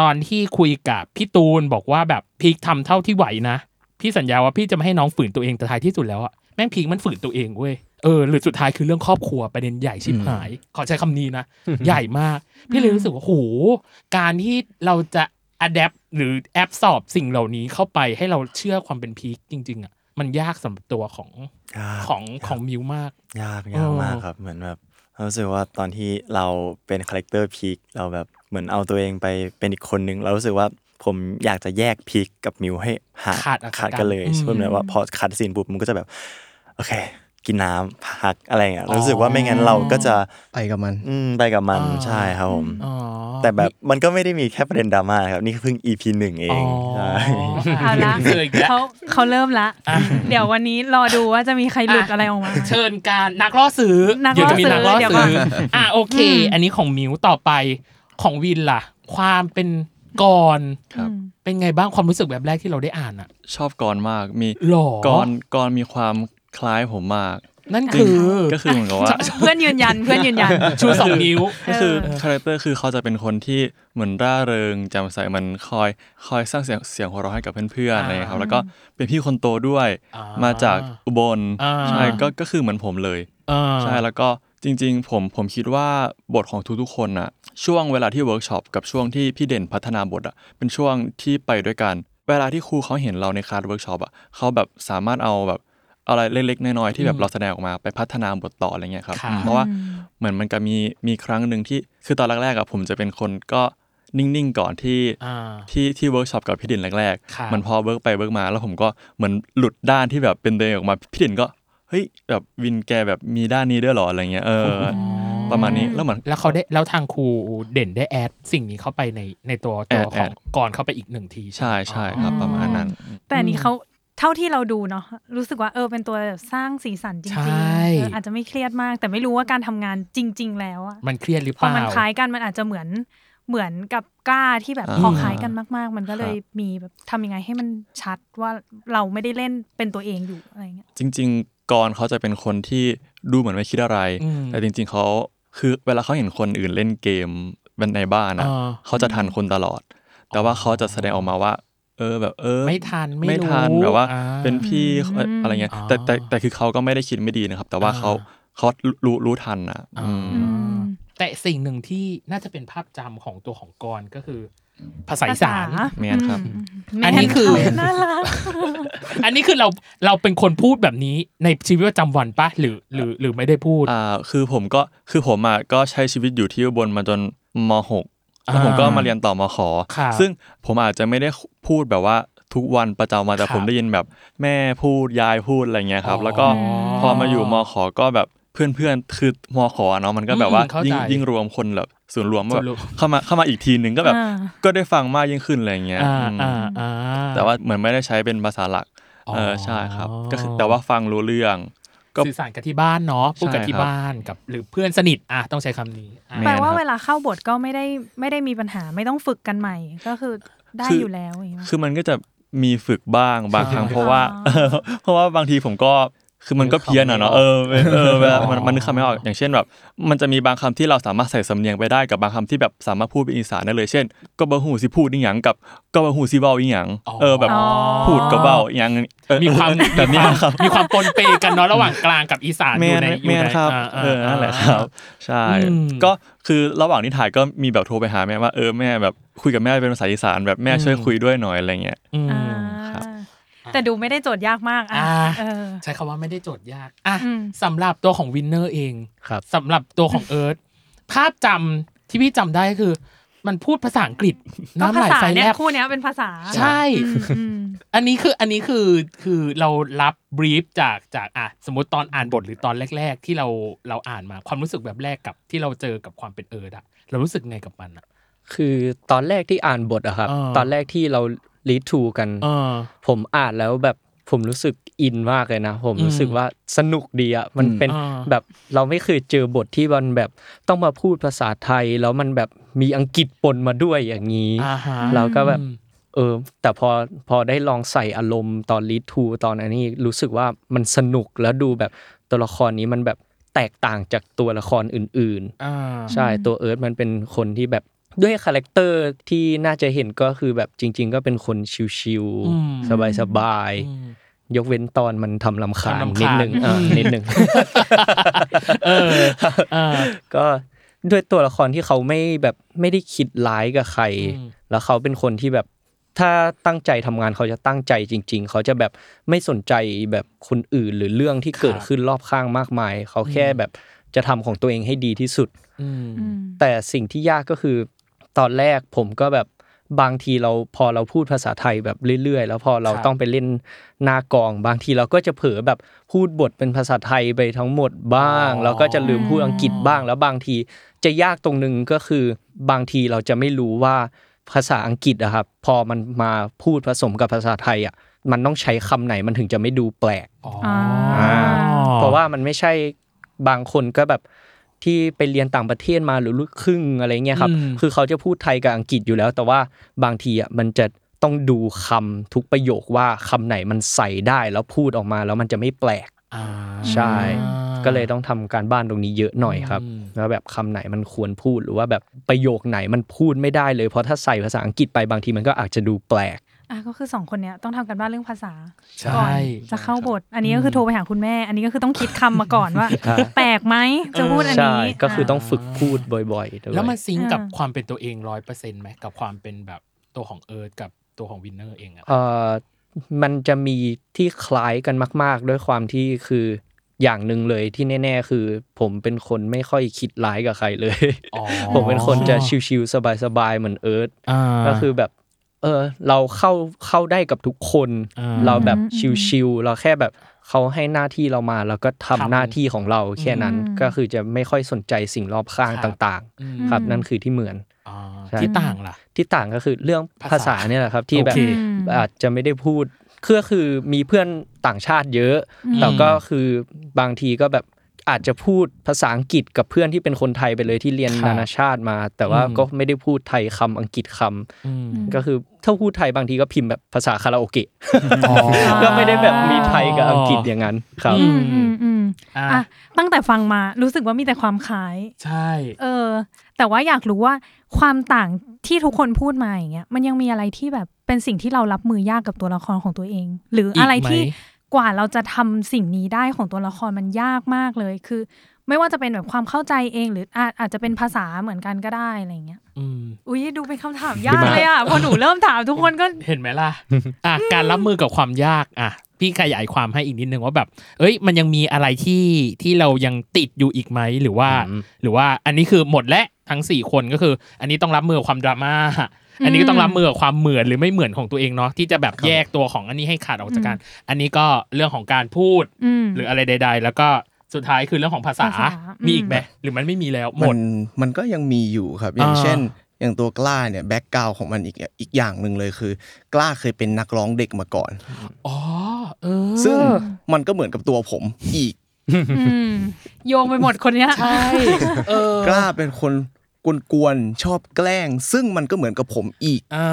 S4: ตอนที่คุยกับพี่ตูนบอกว่าแบบพีคทำเท่าที่ไหวนะ พี่สัญญาว่าพี่จะไม่ให้น้องฝืนตัวเองแต่ท้ายที่สุดแล้วอะแม่งพีคมันฝืนตัวเองเว้ยเออหรือสุดท้ายคือเรื่องครอบครัวประเด็นใหญ่ชิบหาย ขอใช้คำนี้นะ ใหญ่มาก พี่เลยรู้สึกว่าโหการที่เราจะอัดแอปหรือแอปสอบสิ่งเหล่านี้เข้าไปให้เราเชื่อความเป็นพีคจริง ๆอะมันยากสำหรับตัวของ
S6: ยาก
S4: ของของมิวมาก
S6: ยาก
S4: เอย
S6: าก
S4: อ
S6: มากครับ เหมือนแบบเรารู้สึกว่าตอนที่เราเป็นคาแรคเตอร์พีคเราแบบเหมือนเอาตัวเองไปเป็นอีกคนนึง เรารู้สึกว่าผมอยากจะแยกพีคกับมิวให้หา
S4: ขาดอากาศ
S6: ขาดกันเลย
S4: อืม
S6: เช่นแบบว่าพอคัดซีนปุ๊บมันก็จะแบบ โอเค กินน้ำพักอะไรอย่างเงี้ยเรารู้สึกว่าไม่งั้นเราก็จะ
S5: ไปกับมัน
S6: อืมไปกับมัน
S4: อ่า
S6: ใช่ครับผม
S4: อ๋อ
S6: แต่แบบมันก็ไม่ได้มีแค่ประเด็นดราม่าครับนี่เพิ่ง EP หนึ่งเองใช่
S3: เอาละ
S4: จออีกแล้ว
S3: เขาเขาเริ่มละ
S4: อ่ะ
S3: เดี๋ยววันนี้รอดูว่าจะมีใครหลุดอะไรออกมา
S4: เชิญการนักล่อซื้อ
S3: นัก
S4: เดี๋ยวจะมีนักล่อ
S3: ล่อซื้อเดี๋ยวก่อ
S4: ซื้
S3: น
S4: ออ่ะโอเค อันนี้ของมิวต่อไปของวินล่ะ ความเป็นกร
S8: ครับ
S3: อืม
S4: เป็นไงบ้างความรู้สึกแบบแรกที่เราได้อ่านอะ
S8: ชอบกรมากมี
S4: หรอก
S8: รกรมีความคล้ายผมมาก
S4: นั่นคือ
S8: ก็คือเหมือนกับว่า
S3: เพื่อนยืนยันเพื่อนยืนยัน
S4: ชูสองนิ้ว
S8: ก็คือ
S3: เออ
S8: คาแรคเตอร์คือเขาจะเป็นคนที่เหมือนร่าเริงแจำใสเหมือนคอยคอยสร้างเสียงเสียงหัวเราะให้กับเพื่อนๆ
S4: อ่า
S8: อะไรอย่างเงี้ยครับ แล้วก็เป็นพี่คนโตด้วย
S4: อ่า
S8: มาจากอุบล
S4: อ่า
S8: ใช่ก็ก็คือเหมือนผมเลย
S4: เออ
S8: ใช่แล้วก็จริง ๆ ผมผมคิดว่าบทของทุกๆคนอะช่วงเวลาที่เวิร์กช็อปกับช่วงที่พี่เด่นพัฒนาบทอะเป็นช่วงที่ไปด้วยกัน เวลาที่ครูเขาเห็นเราในคลาสเวิร์กช็อปอะเขาแบบสามารถเอาแบบอะไรเล็กๆน้อยๆที่แบบเราแสดงออกมาไปพัฒนาบทต่ออะไรเงี้ยครับ
S4: ค่ะ
S8: เพราะว่า เหมือนมันก็มีมีครั้งหนึ่งที่คือตอนแรกๆอะผมจะเป็นคนก็นิ่งๆก่อนที่
S4: อ่า
S8: ที่ที่เวิร์กช็อปกับพี่ดินแรก
S4: ครับ
S8: ๆมันพอเวิร์กไปเวิร์กมา แล้วผมก็เหมือนหลุดด้านที่แบบเป็นตัวเองออกมาพี่ดินก็เฮ้ยแบบวินแกแบบมีด้านนี้ด้วยเหรออะไรเงี้ยเอออประมาณนี้แล้วเหมือน
S4: แล้วเขาได้แล้วทางครูเด่นได้แอดสิ่งนี้เข้าไปในในตัว
S8: แอ
S4: ตัว
S8: ด
S4: ข
S8: แอ
S4: อง
S8: ด
S4: ก่อนเข้าไปอีกหนึ่งที
S8: ใช่ใช่
S4: ไหม
S8: ครับประมาณนั้น
S3: แต่อันนี้เขาเท่าที่เราดูเนาะรู้สึกว่าเออเป็นตัวแบบสร้างสีสันจริงๆ
S4: ใช่
S3: เอออาจจะไม่เครียดมาก แต่ไม่รู้ว่าการทำงานจริง ๆ แล้วอะ
S4: มันเครียดหรือ
S3: พ
S4: เป
S3: อ
S4: ล่า
S3: มันคล้ายกันมันอาจจะเหมือนเหมือนกับกล้าที่แบบ
S8: อ่า
S3: พอคล้ายกันมาก ๆ มันก็เลยมีแบบทำยังไงให้มันชัดว่าเราไม่ได้เล่นเป็นตัวเองอยู่อะไรเงี้ย
S8: จริง ๆ ก่อนเขาจะเป็นคนที่ดูเหมือนไม่คิดอะไร
S4: อืม
S8: แต่จริง ๆเขาคือเวลาเขาเห็นคนอื่นเล่นเกมในบ้านอะ
S4: อ่า
S8: เขาจะทันคนตลอด แต่ว่าเขาจะแสดงออกมาว่า เออแบบเออ
S4: ไม่ทันไม่
S8: ไม่ทัน
S4: รู้
S8: แบบว่า
S4: อ่
S8: เป็นพี่เอ่ออะไรเงี้ย
S4: อ่า
S8: แต่แต่แต่คือเขาก็ไม่ได้คิดไม่ดีนะครับ แต่ว่า
S4: อ่า
S8: เขาเขารู้รู้ทันอ่ะ
S4: อ่า
S8: อืม
S3: อืม
S4: แต่สิ่งหนึ่งที่น่าจะเป็นภาพจำของตัวของกรก็คือ ภาษาอีสาน
S8: แมนครับ
S4: อันนี้คือ
S3: แมนน่ารัก
S4: อันนี้คือเราเราเป็นคนพูดแบบนี้ในชีวิตประจำวันปะหรือหรือหรือไม่ได้พูด
S8: อ่าคือผมก็คือผมอ่ะก็ใช้ชีวิตอยู่ที่อุบลมาจนมหกแล้วผมก็มาเรียนต่อมขอ
S4: ครับ
S8: ซึ่งผมอาจจะไม่ได้พูดแบบว่าทุกวันประจำวันแต่ผมได้ยินแบบแม่พูดยายพูดอะไรเงี้ยครับ แล้วก็พอมาอยู่มขอก็แบบเพื่อนๆคือมขอเนาะมันก็แบบว่า
S4: อืมเข้าใจ
S8: ยิ่งยิ่งรวมคนแบบส่วนย์รวมว่า
S4: ส่วนร
S8: แบ
S4: วม
S8: บเข้ามาเข้ามาอีกทีหนึ่งก็แบบ
S3: อ่า
S8: ก็ได้ฟังมากยิ่งขึ้นอะไรเงี้ย
S4: อ่า
S8: อืม
S4: อ่าอ่า
S8: แต่ว่าเหมือนไม่ได้ใช้เป็นภาษาหลัก
S4: อ๋อ
S8: เออใช่ครับ ก็คือแต่ว่าฟังรู้เรื่อง ก็
S4: สื่อสารกับที่บ้านเนาะพูดกับที่บ้านกับ หรือเพื่อนสนิทอ่ะต้องใช้คำนี้อ่ะ
S3: แปลว่า
S8: แมนครับ
S3: เวลาเข้าบทก็ไม่ได้ไม่ได้มีปัญหาไม่ต้องฝึกกันใหม่ ก็คือได้อยู่แล้วอย่างเงี้ย
S8: คือมันก็จะมีฝึกบ้างบางครั้ง เพราะว่า
S3: อ๋อ
S8: เพราะว่าบางทีผมก็ คือมันก็เพี้ยนอ่ะเนาะเออเออเออเวลามันมันนึกคำไม่ออกอย่างเช่นแบบ มันจะมีบางคำที่เราสามารถใส่สำเนียงไปได้กับบางคำที่แบบสามารถพูดเป็นอีสานได้เลยเช่น ก็บ่หูสิพูดอีหยังกับก็บ่หูสิเว้าอีหยังเออแบบ
S3: อ๋อ
S8: พูดกับเว้าอีหยังเออ
S4: มีความ
S8: แบบ
S4: มี
S8: นี้
S4: ความ
S8: นะครับ
S4: มีความปนเปกันเนาะระหว่างกลางกับอีสาน
S8: แม
S4: อยู่
S8: น
S4: ใน
S8: แมนครับ
S4: าา
S8: เออนั่นแหละครับ ใช่
S4: อืม
S8: ก็คือระหว่างที่ถ่ายก็มีแบบโทรไปหาแม่ว่าเออแม่แบบคุยกับแม่เป็นภาษาอีสานแบบแม่ช่วยคุยด้วยหน่อยอะไรเงี้ย
S4: อื
S3: อ่าม แต่ดูไม่ได้โจทย์ยากมากอ่ะ
S4: อ่า
S3: เออ
S4: ใช้คำว่าไม่ได้โจทย์ยากอ่ะ
S3: อืม
S4: สำหรับตัวของวินเนอร์เอง
S7: ครับ
S4: สำหรับตัวของเอิร์ธภาพจำที่พี่จำได้คือ มันพูดภาษาอังกฤษ
S3: ก็ภา
S4: น้ำไหล
S3: ษา
S4: ไฟ แล
S3: เนี่ย
S4: บ
S3: คู่เนี้ยเป็นภาษา
S4: ใช่
S3: อืมอืม
S4: อันนี้คืออันนี้คือคือเรารับบรีฟจากจากอ่ะสมมติตอนอ่านบทหรือตอนแรก ๆ ที่เราเราอ่านมาความรู้สึกแบบแรกกับที่เราเจอกับความเป็นเอิร์ดอะเรารู้สึกไงกับมันอะ
S7: คือตอนแรกที่อ่านบทอะครับ
S4: อ่า
S7: ตอนแรกที่เรารีทูกัน
S4: เออ
S7: ผมอ่านแล้วแบบผมรู้สึกอินมากเลยนะ ผม
S4: อืม
S7: รู้สึกว่าสนุกดีอะมันเป็น
S4: อ่า
S7: แบบเราไม่เคยเจอบทที่มันแบบต้องมาพูดภาษาไทย แล้วมันแบบมีอังกฤษปนมาด้วยอย่างนี้
S4: อ่าฮะ
S7: เราก็แบบ
S4: อืม
S7: เออ แต่พอพอได้ลองใส่อารมณ์ตอนรีทูตอนอันนี้รู้สึกว่ามันสนุกแล้วดูแบบตัวละครนี้มันแบบแตกต่างจากตัวละครอื่น ๆ
S4: อ่า
S7: ใช่
S3: อืม
S7: ตัวเอิร์ธมันเป็นคนที่แบบด้วยคาแรคเตอร์ที่น่าจะเห็นก็คือแบบจริง ๆ ก็เป็นคนชิว
S4: อืม
S7: ๆสบาย
S4: อืม
S7: ๆยกเว้นตอนมันทำลำคาญ
S4: ทำรำคาญ
S7: นิดนึงเออ
S4: ม
S7: นิดนึง
S4: เออเออ
S7: ก็ด้วยตัวละครที่เขาไม่แบบไม่ได้คิดร้ายกับใคร
S4: อืม
S7: แล้วเขาเป็นคนที่แบบถ้าตั้งใจทำงานเขาจะตั้งใจจริง ๆ เขาจะแบบไม่สนใจแบบคนอื่นหรือเรื่องที่เกิดขึ้นรอบข้างมากมาย เขาแค่แบบจะทำของตัวเองให้ดีที่สุด
S4: อืม
S3: อืม
S7: แต่สิ่งที่ยากก็คือ ตอนแรกผมก็แบบบางทีเราพอเราพูดภาษาไทยแบบเรื่อยๆ แล้วพอเรา
S4: ครับ
S7: ต้องไปเล่นหน้ากอง บางทีเราก็จะเผลอแบบพูดบทเป็นภาษาไทยไปทั้งหมดบ้าง แล้วก็จะลืมพูดอังกฤษบ้าง แล้วบางทีจะยากตรงนึงก็คือบางทีเราจะไม่รู้ว่าภาษาอังกฤษอะครับพอมันมาพูดผสมกับภาษาไทยอะมันต้องใช้คำไหนมันถึงจะไม่ดูแปลก
S4: อ๋อ
S7: อ่า เพราะว่ามันไม่ใช่บางคนก็แบบที่ไปเรียนต่างประเทศมาหรือลูกครึ่งอะไรเงี้ยครับ
S4: อืม
S7: คือเขาจะพูดไทยกับอังกฤษอยู่แล้ว แต่ว่าบางทีอ่ะมันจะต้องดูคำทุกประโยคว่าคำไหนมันใส่ได้แล้วพูดออกมาแล้วมันจะไม่แปลก
S4: อ่า
S7: ใช่ ก็เลยต้องทำการบ้านตรงนี้เยอะหน่อยครับ
S4: อืม
S7: ว่าแบบคำไหนมันควรพูดหรือว่าแบบประโยคไหนมันพูดไม่ได้เลยเพราะถ้าใส่ภาษาอังกฤษไปบางทีมันก็อาจจะดูแปลก
S3: อ่ะก็คือสองคนเนี้ยต้องทำกันบ้านเรื่องภาษา
S4: ใช่
S3: ก่อนจะเข้าบท อันนี้ก็คือโทรไปหาคุณแม่ อันนี้ก็คือต้องคิดคำมาก่อนว่า
S7: ครับ
S3: แปลกไหมจะพูดอัน
S7: ใช่
S3: นี้
S7: ก็คือต้อง
S3: ะ
S7: ฝึกพูดบ่อยๆด้วย
S4: แล้วมันซิงก์กับ
S3: อ่า
S4: ความเป็นตัวเองร้อยเปอร์เซ็นต์ไหมกับความเป็นแบบตัวของเอิร์ธกับตัวของวินเนอร์เองอะ
S7: เอ่อมันจะมีที่คล้ายกันมาก ๆ ด้วยความที่คืออย่างหนึ่งเลยที่แน่ๆ คือ ผมเป็นคนไม่ค่อยคิดร้ายกับใครเลย
S4: อ๋อ
S7: ผมเป็นคนจะชิวๆสบายๆ เหมือนเอิร์ธ
S4: อ่า
S7: ก็คือแบบเออเราเข้าเข้าได้กับทุกคน
S4: อ่า
S7: เราแบบ
S3: อืม
S7: ชิวๆเราแค่แบบเขาให้หน้าที่เรามาเราก็ทำ
S4: ทำ
S7: หน้าที่ของเราแค่นั้น
S3: อืม
S7: ก็คือจะไม่ค่อยสนใจสิ่งรอบข้าง
S4: ครับ
S7: ต่าง
S4: อืม
S7: ๆ ครับนั่นคือที่เหมือน
S4: อ่า
S7: ใช่
S4: ที่ต่างล่ะ
S7: ที่ต่างก็คือเรื่อง
S4: ภา
S7: ภา
S4: ษา
S7: ษาเนี่ยแหละครับที่แบบ
S4: โอเค
S7: อาจจะไม่ได้พูดก็คือมีเพื่อนต่างชาติเยอะแต่ก็คือบางทีก็แบบอาจจะพูดภาษาอังกฤษกับเพื่อนที่เป็นคนไทยไปเลยที่เรียน
S4: ครับ
S7: นานาชาติมา แต่ว่า
S4: อืม
S7: ก็ไม่ได้พูดไทยคำอังกฤษคำ
S4: อืม
S7: ก็คือถ้าพูดไทยบางทีก็พิมพ์แบบภาษาคาราโอเกะ
S4: อ๋อ
S7: ก็ไม่ได้แบบมีไทยกับอังกฤษอย่างนั้นครับ
S4: อื
S3: อืมอืมอืม
S4: อ่า
S3: อ่ะตั้งแต่ฟังมารู้สึกว่ามีแต่ความคล้าย
S4: ใช่
S3: เออ แต่ว่าอยากรู้ว่าความต่างที่ทุกคนพูดมาอย่างเงี้ยมันยังมีอะไรที่แบบเป็นสิ่งที่เรารับมือยากกับตัวละครของตัวเอง หรืออะไร
S4: อีกไหม
S3: ที่กว่าเราจะทำสิ่งนี้ได้ของตัวละครมันยากมากเลยคือ ไม่ว่าจะเป็นแบบความเข้าใจเองหรืออาอาจจะเป็นภาษาเหมือนกันก็ได้อะไรอย่างเงี้ย
S4: อืม
S3: อุ้ยดูเป็นคำถามยากเลยอ่ะ พอหนูเริ่มถามทุกคนก็
S4: เห็นไหมล่ะ อ่ะ การรับมือกับความยาก อ่ะ พี่ขยายความให้อีกนิดนึงว่าแบบ เอ้ย มันยังมีอะไรที่ที่เรายังติดอยู่อีกไหม หรือว่า
S7: อืม
S4: หรือว่า อันนี้คือหมดและทั้งสี่คนก็คือ อันนี้ต้องรับมือกับความดราม่า อันนี้ก็ต้องรับมือกับความเหมือนหรือไม่เหมือนของตัวเองเนาะที่จะแบบแยกตัวของอันนี้ให้ขาดออกจากกัน อันนี้ก็เรื่องของการพูด
S3: อืม
S4: หรืออะไรใด ๆ แล้วก็สุดท้ายคือเรื่องของภาษา
S3: ภาษามี
S4: มีอีกไหมหรือมันไม่มีแล้วหม
S5: มั
S4: ด
S5: นมันก็ยังมีอยู่ครับ อย่าง
S4: อ่า
S5: เช่น อย่างตัวกล้าเนี่ยแบ็กกราวของมันอีกอีกอย่างหนึ่งเลยคือ กล้าเคยเป็นนักร้องเด็กมาก่อน
S4: ๋อ เออ
S5: ซึ่งมันก็เหมือนกับตัวผมอีก
S3: อืมโยงไปหมดคนเนี้ย
S4: ใช่ เออก
S5: ล้าเป็นคนกวนๆชอบแกล้ง ซึ่งมันก็เหมือนกับผมอีก
S4: อ่า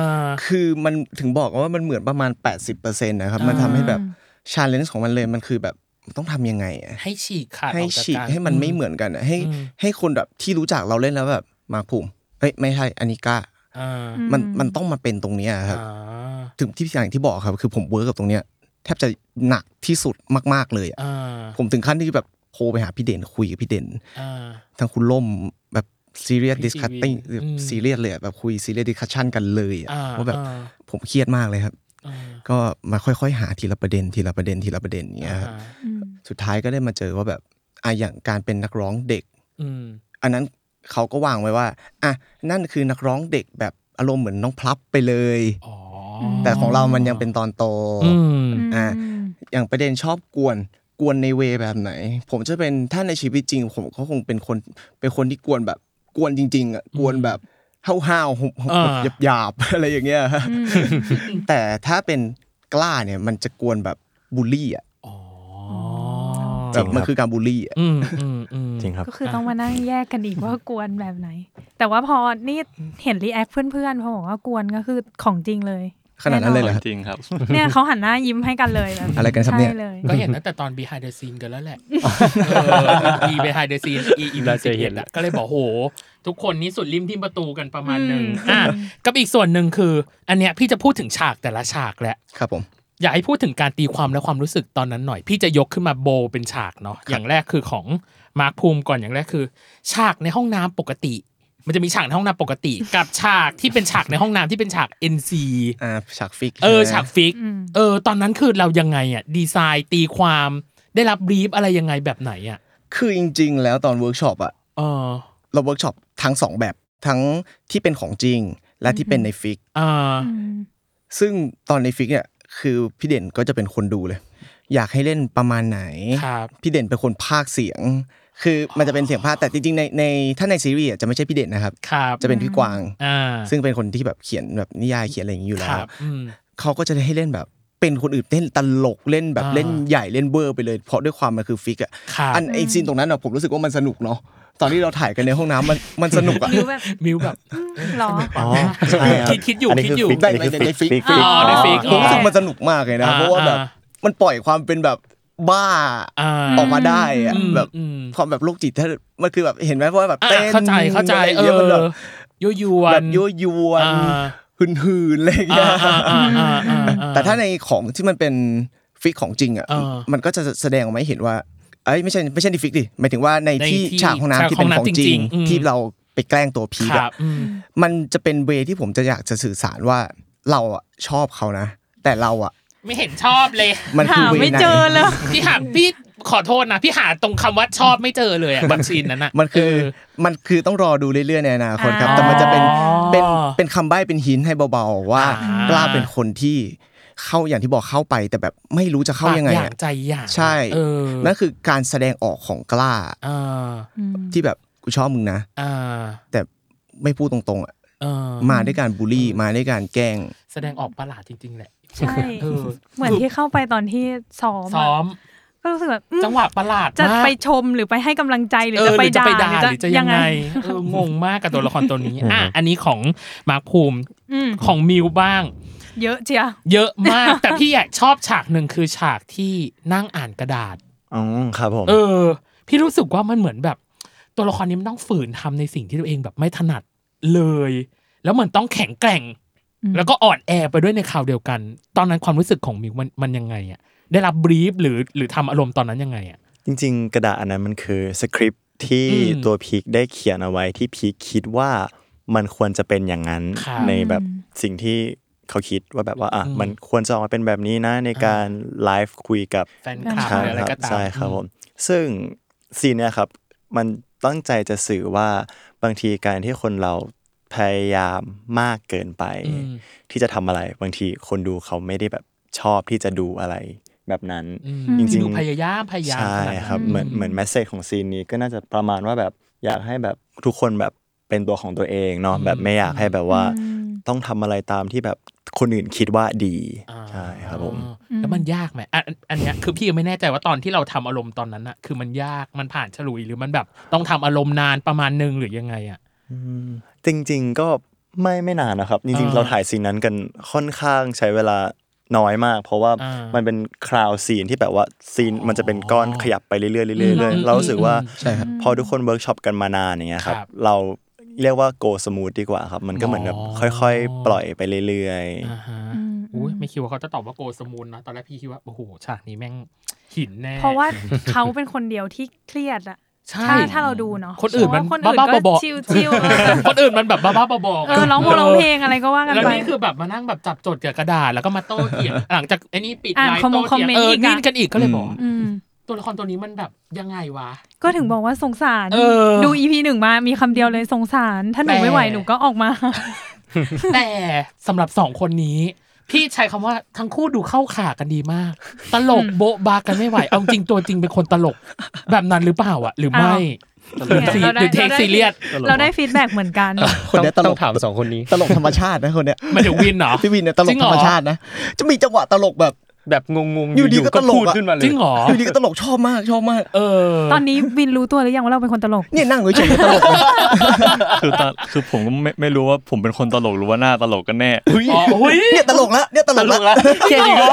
S5: คือมันถึงบอกว่ามันเหมือนประมาณ 80%นะครับ มันทำให้แบบชาเลนจ์ของมันเลยมันคือแบบ ต้องทำยังไงอะ
S4: ให้ฉีกขาด
S5: ให้
S4: ออกจาก
S5: ฉีก
S4: กัน
S5: ให้มันไม่เหมือนกันอะให้
S4: อืม
S5: ให้คนแบบที่รู้จักเราเล่นแล้วแบบมาร์คภูมิเอ้ยไม่ใช่อันนี้กล้า
S4: อ่า
S5: มันมันต้องมาเป็นตรงเนี้ยครับ
S4: อ่า
S5: ถึงที่อย่างที่บอกครับ คือผมเวิร์กกับตรงเนี้ยแทบจะหนักที่สุดมาก ๆเลยอะ
S4: อ่า
S5: ผมถึงขั้นที่แบบโทรไปหาพี่เด่นคุยกับพี่เด่น
S4: อ่า
S5: ทางคุณล่มแบบซีเรียส
S4: พี่
S5: ดิสคัตติ้ง
S4: จีวีอืม
S5: ซีเรียสเลยอะแบบคุยซีเรียสดิสคัชชันกันเลยอะ
S4: อ่า
S5: ว่าแบบ
S4: อ่า
S5: ผมเครียดมากเลยครับ
S4: อ่า
S5: ก็มาค่อยๆ หาทีละประเด็นทีละประเด็นทีละประเด็นอย่างเงี้ยครับ
S4: อ่า
S3: อืม
S5: สุดท้ายก็ได้มาเจอว่าแบบอ่ะอย่างการเป็นนักร้องเด็ก
S4: อืม
S5: อันนั้นเขาก็วางไว้ว่าอ่ะนั่นคือนักร้องเด็กแบบอารมณ์เหมือนน้องพลับไปเลย
S4: อ๋อ
S5: แต่ของเรามันยังเป็นตอนโต
S4: อืม
S5: อ่ะ
S3: ม
S5: อย่างประเด็นชอบกวนกวนในเวแบบไหน ผมจะเป็นถ้าในชีวิตจริง ผมก็คงเป็นคนเป็นคนที่กวนแบบกวนจริงๆอ่ะกวนแบบห้าวๆหุบ
S4: อ่า
S5: แบบหยาบๆ อะไรอย่างเงี้ยแต่ถ้าเป็นกล้าเนี่ยมันจะกวนแบบบูลลี่อ่ะ
S4: อ๋อ
S6: จ
S5: แบ
S6: ริ
S5: บ
S6: ง
S5: มัน
S6: ครับ
S5: คือการบูลลี่อ่ะ
S4: อืมอืมอืม
S6: จริงครับ
S3: ก็คือต้องมานั่งแยกกันอีกว่ากวนแบบไหน แต่ว่าพอนี่เห็นรีแอคเพื่อนๆพอบอกว่ากวนก็คือของจริงเลย
S5: ขนาดนั้นเลยเหรอ
S8: จริงครับ
S3: เนี่ยเขาหันหน้ายิ้มให้กันเลยแบบ
S5: อะไรกันครับเนี่ย
S3: ใช่เลย
S4: ก็เห็นตั้งแต่ตอน behind the scene กันแล้วแหละอี behind the scene อีอี
S7: เรา
S4: สิ
S7: จะ
S4: บ
S7: เห็
S4: เอ็ด
S7: น
S4: อะก็เลยบอกโห ทุกคนนี้สุดริมที่ประตูกันประมาณหนึ่ง
S3: อืม
S4: อ่ะกับอีกส่วนหนึ่งคือ อันเนี้ยพี่จะพูดถึงฉากแต่ละฉากแหละ
S5: ครับผม
S4: อยากให้พูดถึงการตีความและความรู้สึกตอนนั้นหน่อย พี่จะยกขึ้นมาโบว์เป็นฉากเนาะอย่างแรกคือของมาร์คภูมิก่อนอย่างแรกคือ ฉากในห้องน้ำปกติ มันจะมีฉากในห้องน้ำปก ติ กับฉากที่เป็นฉากในห้องน้ำที่เป็นฉาก NC
S5: อ่าฉากฟิก
S4: เออ
S5: ใไหม
S4: ฉากฟิก
S3: อืม
S4: เออ ตอนนั้นคือเรายังไงอ่ะ ดีไซน์ตีความได้รับบรีฟอะไรยังไงแบบไหนอ่ะ
S5: คือจริง ๆ แล้วตอนเวิร์กช็อปอ่ะ
S4: เออ
S5: เราเวิร์กช็อปทั้งสองแบบทั้งที่เป็นของจริงและที่เป็นในฟิก
S4: อ่า
S3: อืม
S5: ซึ่งตอนในฟิกเนี่ยคือพี่เด่นก็จะเป็นคนดูเลย อยากให้เล่นประมาณไหน
S4: ครับ
S5: พี่เด่นเป็นคนภาคเสียง คือมันจะเป็นเสียงภาคแต่จริงๆในในถ้าในซีรีส์อ่ะจะไม่ใช่พี่เด่นนะครับ
S4: ครับ
S5: จะเป็นพี่กวาง
S4: อ่า
S5: ซึ่งเป็นคนที่แบบเขียนแบบนิยายเขียนอะไรอย่างนี้อยู่แล้
S4: คว รับอืม
S5: เขาก็จะได้ให้เล่นแบบ เป็นคนอื่นเล่นตลกเล่นแบบ
S4: อ่า
S5: เล่นใหญ่เล่นเวอร์ไปเลย เพราะด้วยความมันคือฟิกอ่ะ
S4: ครับ
S5: อันไอซีนตรงนั้นอ่ะผมรู้สึกว่ามันสนุกเนาะตอนที่เราถ่ายกันในห้องน้ำมันมันสนุกอ่ะ
S3: นิ้วแบบ
S4: มิวแบบ
S3: หรอ
S6: อ๋อใช่รับ
S4: คิดคิดอยู่
S6: นนี้
S4: คิดอยู่
S6: ฟิกนนี้
S5: ได้ได้
S6: ฟิก
S5: ได้ฟิก
S4: อ๋อในฟิก
S5: ผ
S4: อ๋อ
S5: มรู้สึกมันสนุกมากเลยนะ
S4: อ่า
S5: เพราะว่าแบบ
S4: อ่า
S5: มันปล่อยความเป็นแบบบ้า
S4: อ่า
S5: ออกมาได้อะ
S4: อืม
S5: แบบ
S4: อืม
S5: ความแบบโรคจิตถ้ามันคือแบบเห็นไหมว่าแบบ
S4: อ่า
S5: เต้น
S4: เข้าใจเข้าใจ
S5: อะไรอย่
S4: เอง
S5: งี้ยมัน
S4: อ
S5: แบบ
S4: ยั่วยวน
S5: แบบยั่วยวน
S4: อ่า
S5: หืนหืนๆอะไรอย่างเงี้
S4: อ่าย อ่าอ่าอ่าอ่า
S5: แต่ถ้าในของที่มันเป็นฟิกของจริงอ่ะ
S4: เออ
S5: มันก็จะแสดงออกมาให้เห็นว่าเอ้ยไม่ใช่ไม่ใช่ในฟิกดิหมายถึงว่าใน
S4: ใน
S5: ที่
S4: ที่
S5: ฉากห้องน้ำที่เป็นของจริง
S4: อืม
S5: ที่เราไปแกล้งตัวพี
S4: ค
S5: ก
S4: รั
S5: อะ
S4: บอืม
S5: มันจะเป็นเวที่ผมจะอยากจะสื่อสารว่าเราอะชอบเขานะ แต่เราอะ
S4: ไม่เห็นชอบเลย
S5: มันคือเว
S3: ไม่
S5: ไหน
S3: เจอเลย
S4: พี่หาพี่ขอโทษนะพี่หาตรงคำว่าชอบไม่เจอเลยอะบัญชีนนั้นอะ
S5: มันคือ
S4: เ
S5: มันคือต้องรอดูเรื่อยๆในอนาคตครับ
S3: อ่า
S5: แต่มันจะเป็น
S4: อ๋อ
S5: เป็นเป็นคำใบ้เป็นหินให้เบาๆว่า
S4: อ่าก
S5: ล้าเป็นคนที่เข้าอย่างที่บอกเข้าไป แต่แบบไม่รู้จะเข้ายังไง
S4: ปากอย่าง
S5: อะ
S4: ใจอย่าง
S5: ใช่
S4: เออ
S5: นั่นคือการแสดงออกของกล้า
S4: อ่า
S3: อืม
S5: ที่แบบกูชอบมึงนะ
S4: อ่า
S5: แต่ไม่พูดตรงๆอะ
S4: เออ
S5: มาด้วยการบูลลี่มาด้วยการแกล้ง
S4: แสดงออกประหลาดจริง ๆ แหละ
S3: ใช่
S4: เออ
S3: เหมือนที่เข้าไปตอนที่ซ้อม
S4: ซ้อ
S3: อะ
S4: ม
S3: ก็รู้สึกแบบอืม
S4: จังหวะประหลาด
S3: จะ
S4: มาก
S3: ไปชมหรือไปให้กำลังใจหรือ
S4: เออ
S3: จะ
S4: ห
S3: ไป
S4: รือจะ
S3: ด่า
S4: ไปด่าหรือจะยังไงเอองงมากกับตัวละครตัวนี้อ่ะอันนี้ของมาร์คภูมิ
S3: อืม
S4: ของมิวบ้าง
S3: เยอะเจีย
S4: เยอะม าก แต่พี่อยากชอบฉากหนึ่งคือฉากที่นั่งอ่านกระดาษ
S6: อ๋อครับผม
S4: เออ พี่รู้สึกว่ามันเหมือนแบบ ตัวละครนี้มันต้องฝืนทำในสิ่งที่ตัวเองแบบไม่ถนัดเลย แล้วเหมือนต้องแข็งแกร่ง แล้วก็อ่อนแอไปด้วยในคราวเดียวกัน ตอนนั้นความรู้สึกของมิวมันมันยังไงอะได้รับบรีฟหรือหรือทำอารมณ์ตอนนั้นยังไงอะ
S6: จริง ๆ กระดาษอันนั้นมันคือสคริปต์ที่
S4: อืม
S6: ตัวพีคได้เขียนเอาไว้ที่พีคคิดว่ามันควรจะเป็นอย่างนั้น
S4: ครับ
S6: ในแบบสิ่งที่เขาคิดว่าแบบว่าอ่ะมันควรจะออกมาเป็นแบบนี้นะในการไลฟ์คุยกับ
S4: แฟนคลับ
S6: ใช่
S4: หรืออะไร
S6: ค
S4: ก็
S6: รับ
S4: ตาม
S6: ใช่ครับผมซึ่งซีนเนี่ยครับมันตั้งใจจะสื่อว่าบางทีการที่คนเราพยายามมากเกินไป
S4: อืม
S6: ที่จะทำอะไรบางทีคนดูเขาไม่ได้แบบชอบที่จะดูอะไรแบบนั้น
S4: อืม
S6: จริงๆ
S4: ดูพยายามพยายาม
S6: ใช่
S4: ขนาดนั้น
S6: ครับเหมือนเหมือนแมสเซจของซีนนี้ก็น่าจะประมาณว่าแบบอยากให้แบบทุกคนแบบเป็นตัวของตัวเองเนาะแบบไม่อยากให้แบบว่า ต้องทำอะไรตามที่แบบคนอื่นคิดว่าดีใช่ครับผม
S4: แล้วมันยากไหมอันอันอันเนี้ยคือพี่ยังไม่แน่ใจว่าตอนที่เราทำอารมณ์ตอนนั้นอะคือมันยากมันผ่านฉลุยหรือมันแบบต้องทำอารมณ์นานประมาณหนึงหรือยังไงอะ
S6: จริงๆก็ไม่ไม่นานนะครับ จริง
S4: อ่า
S6: ๆ เราถ่ายซีนนั้นกันค่อนข้างใช้เวลา น้อยมาก เพราะว่า
S4: อ่ามั
S6: มันเป็นคราวซีนที่แบบว่าซีนมันจะเป็นก้อนขยับไปเรื่อยๆเรื่อยๆเรื่อย
S4: อืม
S6: ๆเรารู้สึกว่า
S5: ใช่ครับ
S6: พอทุกคนเวิร์กช็อปกันมานานอย่างเงี้ยครับ
S4: ครับ
S6: เราเรียกว่าโกสมูทดีกว่าครับ มันก็เหมือนแบบค่อย ๆ ปล่อยไปเรื่อย
S4: อ่าฮะ
S3: อืม
S4: อุ้ยไม่คิดว่าเขาจะตอบว่าโกสมูลนะตอนแรกพี่คิดว่า โอ้โหฉากนี้แม่งหินแน่
S3: เพราะว่า เขาเป็นคนเดียวที่เครียดอะ
S4: ใช่
S3: ถ้าถ้าเราดูเนาะ
S4: คนอื่นมัน
S3: เพระว่คน
S4: บ้า
S3: อื่น
S4: ๆบ
S3: ก็
S4: อๆ
S3: ชิวๆเออ
S4: คนอื่นมันแบบบ้าๆบอๆ
S3: เออร้องวงร้องเพลงอะไรก็ว่ากัน
S4: แล้ว
S3: ไป
S4: นี่คือแบบมานั่งแบบจับจดกับกระดาษแล้วก็มาโต้เถียง หลังจากไอ้นี่ปิด
S3: อ่าน
S4: ไลน์
S3: คอมมง
S4: โต้เถีย
S3: คอมเมนต์
S4: งเออ
S3: อีกอะ
S4: นี่กันอีกก็เลยบอก
S3: อืม
S4: ตัวละครตัวนี้มันแบบยังไงวะ
S3: ก็ถึงบอกว่าสงสาร
S4: เออ
S3: ดูอีพีหนึ่งมามีคำเดียวเลยสงสาร ถ้าหนู
S4: แต่
S3: ไม่ไหวหนูก็ออกมา
S4: แต่สำหรับสองคนนี้ พี่ใช้คำว่าทั้งคู่ดูเข้าขากันดีมาก ตลกโบ๊ะบากันไม่ไหว เอาจริงตัวจริงเป็นคนตลกแบบนั้นหรือเปล่าอะหรือไม่
S8: ตล
S4: หรือก ซี
S3: เราได้
S4: หรือเทค
S3: เราได้
S4: ซีเรียส
S3: เราได้ฟีดแบ็กเหมือนกัน
S5: คนเนี้ยตล
S7: ต้อก งถามสองคนนี้
S5: ตลกธรรมชาตินะคนเนี้ย
S4: หมายถึงวินเหรอ
S5: พี่วินเนี่ยตล
S4: จริ
S5: ก
S4: งเหร
S5: ธร
S4: อ
S5: รมชาตินะ จะมีจังหวะตลกแบบ
S7: แบบงงๆ
S5: อยู่ดีก็ตลกอะ
S7: พูดขึ้นมาเลย
S4: จริงเหรอ
S5: อยู่ดีก็ตลกชอบมากชอบมาก
S4: เออ
S3: ตอนนี้วินรู้ตัวหรือยังว่าเราเป็นคนตลก
S5: เนี่ยนั่งเฉยๆตลกเลย
S8: คือตาคือผมก็ไม่ไม่รู้ว่าผมเป็นคนตลกหรือว่าหน้าตลกกันแน่
S5: อุ๊ย
S4: อ๋ออุ๊ย
S5: เนี่ยตลกละเนี่ยตลกละ
S4: เก่งเหรอ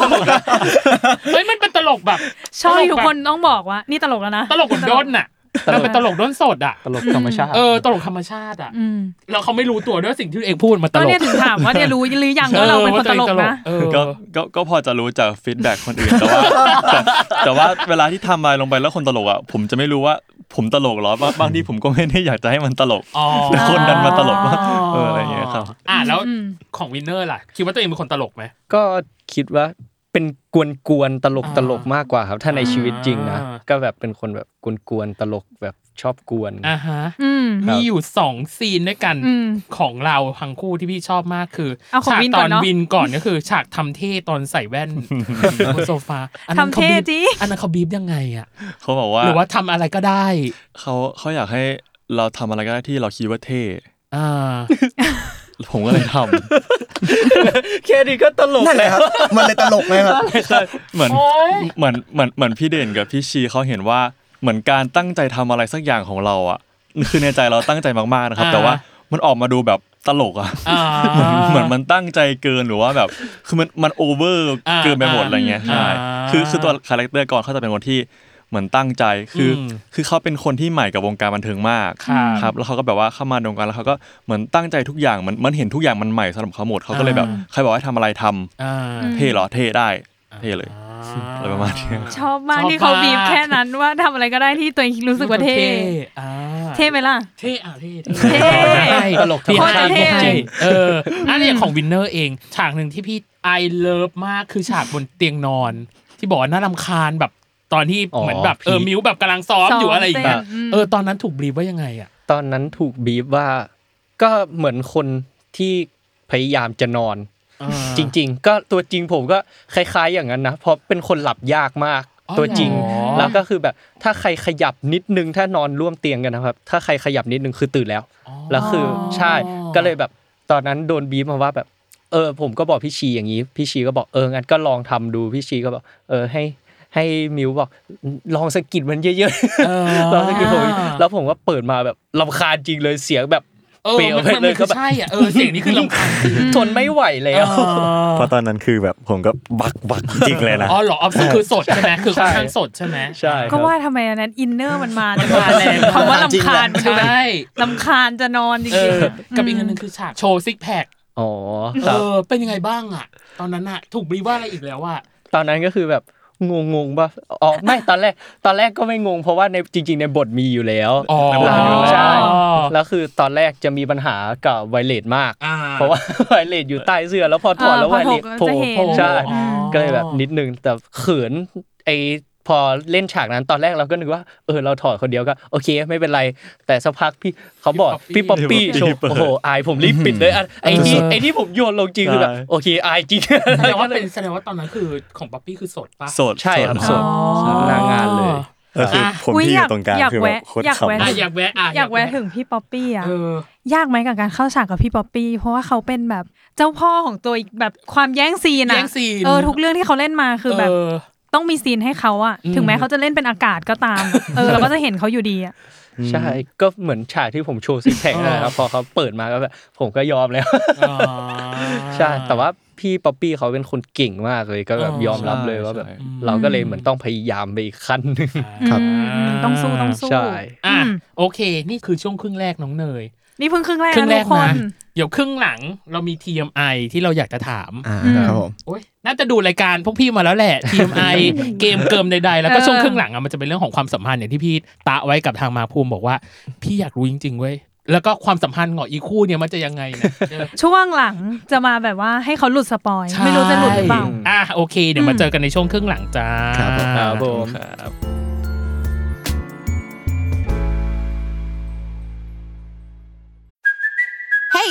S4: เฮ้ยมันเป็นตลกแบบ
S3: ชอบทุกคนต้องบอกว่า นี่ตลกแล้วนะ
S4: ตลกกว่าด้นน่ะมันเป็นตลกด้นสดอ่ะ
S7: ตลกธรรมชาติ
S4: เออ ตลกธรรมชาติอ่ะ
S3: อืม
S4: แล้วเขาไม่รู้ตัวด้วยสิ่งที่ตัวเองพูดมาต
S3: ก็
S4: ล
S3: เนี่ย
S4: ก
S3: ถึงถามว่าเนี่ยรู้หรือยังว่าเราเป็นคนตลกนะ
S4: เออ
S8: ก็ก็ก็พอจะรู้จากฟีดแบ็กคนอื่นแต่ว่าแต่แต่ว่าเวลาที่ทำอะไรลงไปแล้วคนตลกอ่ะผมจะไม่รู้ว่าผมตลกเหรอบางบางทีผมก็ไม่ได้อยากจะให้มันตลก
S4: อ๋อ
S8: แต่คนดันมาตลกว่าเอออะไรอย่างเงี้ยครับ
S4: อ่ะแล้ว
S3: อืม
S4: ของวินเนอร์ล่ะ คิดว่าตัวเองเป็นคนตลกไหม
S7: ก็คิดว่าเป็นกวนๆตลกตลก
S4: อ่าม
S7: มากกว่าครับ ถ้าในชีวิตจริงนะ
S4: อ่า
S7: ก็แบบเป็นคนแบบกวนๆตลกแบบชอบกวน
S4: อ่าฮะ
S3: อืม
S4: มีอยู่สองซีนด้วยกัน
S3: อืม
S4: ของเราทั้งคู่ที่พี่ชอบมากคือ
S3: เอาของ
S4: ฉาก
S3: วิน
S4: ต
S3: ก่
S4: อ
S3: อน
S4: น
S3: เนอะ
S4: วินก่อนก็คือ ฉากทำเท่ตอนใส่แว่น บนโซฟาอันนั้นขา
S3: ทำเท่
S4: บีบ
S3: จริง
S4: อันนั้นเขาบีบยังไงอ่ะ
S8: เขาบอกว่า
S4: หรือว่าทำอะไรก็ได้
S8: เขาเขาอยากให้เราทำอะไรก็ได้ที่เราคิดว่าเท่
S4: อ่า
S8: ผมก็เลยท
S7: แค่นี้ก็ตลก
S5: นั่นแหละครับ มันเลยตลกไงครับ
S8: ำเหมือนเหมือนเหมือนเหมือนพี่เด่นกับพี่ชีเขาเห็นว่าเหมือนการตั้งใจทำอะไรสักอย่างของเราอ่ะคือในใจเราตั้งใจมากๆนะครับ
S4: อ่า
S8: แต่ว่ามันออกมาดูแบบตลกอ่ะ
S4: อ่า
S8: เหมือนมันตั้งใจเกินหรือว่าแบบ คือมันมันโอเวอร์
S4: อ่า
S8: เกินไปหมดอะไรเงี้ย
S4: อ่า
S8: ใช่คือคือตัวคาแรคเตอร์ก่อนเขาจะเป็นคนที่เหมือนตั้งใจคืออ
S4: ม
S8: คือเขาเป็นคนที่ใหม่กับวงการบันเทิงมาก
S4: ครับ
S8: ครับแล้วเขาก็แบบว่าเข้ามาในวงการแล้วเขาก็เหมือนตั้งใจทุกอย่างมันมันเห็นทุกอย่างมันใหม่สำหรับเขาหมดเขาก็เลยแบบ
S4: อ่า
S8: ใครบอกให้ทำอะไรทำ
S4: อ่า
S8: เท่เหรอเท่ได้เท่เลย อะไรประมาณนี้
S3: ชอบมาก
S4: ชอบ
S3: ที่เขา
S4: มาก
S3: บีบแค่นั้นว่าทำอะไรก็ได้ที่ตัวเองรู้สึกว่าเท่
S4: อ่า
S3: เท่ไหมล่ะ
S4: เท่อ่ะเท่
S3: เท่
S7: ตลกธรรมชาติ
S3: โคตรเท่
S7: จริง
S4: เอออันนี้ของวินเนอร์เอง ฉากหนึ่งที่พี่ไอเลิฟมากคือฉากบนเตียงนอน ที่บอกว่าน่ารำคาญแบบตอนที่
S7: อ๋อ
S4: เหมือนแบบเออ
S7: พี่
S4: มิวแบบกำลังซ้อม
S3: ซ้อม
S4: อยู่อะไรอย่างเงี้ย
S3: เต้นอืม
S4: เออตอนนั้นถูกบรีฟว่ายังไงอ่ะ
S7: ตอนนั้นถูกบีบว่าก็เหมือนคนที่พยายามจะนอน จริง ๆ ก็ตัวจริงผมก็คล้ายๆอย่างนั้นนะเพราะเป็นคนหลับยากมาก
S4: อ๋อ
S7: ตัวจริง
S4: เหรอ
S7: แล้วก็คือแบบถ้าใครขยับนิดนึงถ้านอนร่วมเตียงกันนะครับ ถ้าใครขยับนิดนึงคือตื่นแล้ว แล้วคือใช่ก็เลยแบบตอนนั้นโดนบีบมาว่าแบบ เออ ผมก็บอกพี่ชีอย่างนี้ พี่ชีก็บอกเอองั้นก็ลองทำดูพี่ชีก็บอกเออให้ให้มิวบอกลองสะกิดมันเยอะ
S4: เออ
S7: ๆ ลองสะกิดผมแล้วผมก็เปิดมาแบบลำคาญจริงเลยเสียงแบบ
S4: เออ
S7: เปรี้ยว
S4: มันมัน
S7: เลยก็
S4: คือ
S7: แบบ
S4: ใช่อ่ะเออเสียงนี้ คือรำคาญจริง
S7: ทนไม่ไหวแล้ว
S6: ๆเพราะตอนนั้นคือแบบผมก็บัก บักจริงเลยนะ
S4: อ๋อเหรออ๋อคือสดใช่ไหมคือค่อนข้างสดใช่ไหม
S7: ใช่ครับ
S3: ก็ว่าทำไมอันนั้นอินเนอร์มันมาจัง
S4: มาแรงมาก
S3: คำว่าลำคาญมันดูแบบ
S4: ใช่
S3: ลำคาญจะนอนจ
S4: เอ
S3: ริงๆ
S4: อ
S3: อะ
S4: กับอีกอันหนึ่งคือฉากโชว์ซิกแพค
S7: อ๋อค
S4: เอ
S7: รับ
S4: อเป็นยังไงบ้างอะตอนนั้นอะถูกบรีว่าอะไรอีกแล้วอะ
S7: ตอนนั้นก็คือแบบงงงๆป่ะอ๋อไม่ตอนแรกตอนแรกก็ไม่งง เพราะว่าในจริง ๆ ในบทมีอยู่แล้ว
S4: อ๋อ
S7: แล้วใช่
S4: อ๋อ
S7: แล้วคือตอนแรกจะมีปัญหากับไวเลตมาก
S4: อ่า
S7: เพราะว่า ไวเลตอยู่ใต้เสื้อแล้วพอถอดแล้ว
S3: เอ
S7: ไว
S3: อพอถ
S7: เล
S3: ก
S7: ต
S3: ก็จะ
S7: โผล่
S3: เห็น
S7: โผล่ใช่
S4: อ๋อ
S7: ก็เลยแบบนิดนึงแต่เขินไอพอเล่นฉากนั้นตอนแรกเราก็นึกว่าเออเราถอดคนเดียวก็โอเคไม่เป็นไร แต่สักพักพี่เขาบอกพี่ป๊อปปี้โชว์โอ้โหอายผมรีบปิดเลย อ่ะไอที่ไอที่ผมโยนลงจริงคือแบบโอเค อายจริง
S4: แสดงว่าเป็นแสดงว่าตอนนั้นคือของป๊อปปี้คือสดปะ
S8: สด
S7: ใช่ครับ
S8: สด
S7: ส่
S3: อ๋
S7: ว
S3: อน
S7: หน้างานเลย
S6: ก็คือผม
S3: อุ๊ย
S6: ที่อยู่
S3: ยาก
S6: ตรงกลาง
S3: อยาก
S6: คือแบบ
S3: แวะ
S6: โคตร
S3: อยาก
S6: ขำ
S3: แวะ
S4: อ่ะอยากแวะอ่ะ
S3: อยากแวะถึงพี่ป๊อปปี้อ่ะ
S4: เออ
S3: ยากไหมกับการเข้าฉากกับพี่ป๊อปปี้เพราะว่าเขาเป็นแบบเจ้าพ่อของตัวอีกแบบความแย่งซีนอะ
S4: แย่งซีน
S3: เออทุกเรื่องที่เขาเล่นมาคือแบบ
S4: เออ
S3: ต้องมีซีนให้เขาอะ
S4: อืม
S3: ถึงแม้เขาจะเล่นเป็นอากาศก็ตาม เออเราก็จะเห็นเขาอยู่ดีอะ
S7: ใช่ก็เหมือนฉากที่ผมโชว์ซิกแพคนนแหละครับพอเขาเปิดมาก็แบบผมก็ยอมแล้ว
S4: อ๋อ
S7: ใช่ แต่ว่าพี่ป๊อปปี้เขาเป็นคนเก่งมากเลย ก็แบบ
S4: อ๋อ
S7: ยอมรับเลย
S8: ใช่
S7: ว่าแบบ
S8: ใช่
S7: เราก็เลยเหมือนต้องพยายามไปอีกขั้นหนึ่ง
S5: ครับ
S3: อืมต้องสู้ต้องสู้
S7: ใช่
S4: อ่ะ
S3: อืม
S4: โอเค นี่คือช่วงครึ่งแรกน้องเนย
S3: นี่เพิ่งครึ่งแรก
S4: ครึ่ง
S3: นะ
S4: แร
S3: ทุ
S4: ก
S3: กคน
S4: นะ เดี๋ยวครึ่งหลังเรามี TMI ที่เราอยากจะถาม
S5: อ่า
S3: อืม
S5: ครับผม
S4: โอ๊ยน่าจะดูรายการพวกพี่มาแล้วแหละ TMI เกมเกิมใดๆ แล้วก็ช่วงครึ่งหลังอะมันจะเป็นเรื่องของความสัมพันธ์อย่างที่พี่ตะไว้กับทางมาภูมิบอกว่า พี่อยากรู้จริงๆเว้ยแล้วก็ความสัมพันธ์ของอีคู่เนี่ยมันจะยังไงนะ
S3: ช่วงหลังจะมาแบบว่าให้เขาหลุดสปอย
S4: ใช่
S3: ไม่รู้จะหลุดหรือเปล่า
S4: อ่ะโอเค เดี๋ยวมาเจอกันในช่วงครึ่งหลังจ้า
S5: ครับผม
S7: ครับผม
S9: Hey,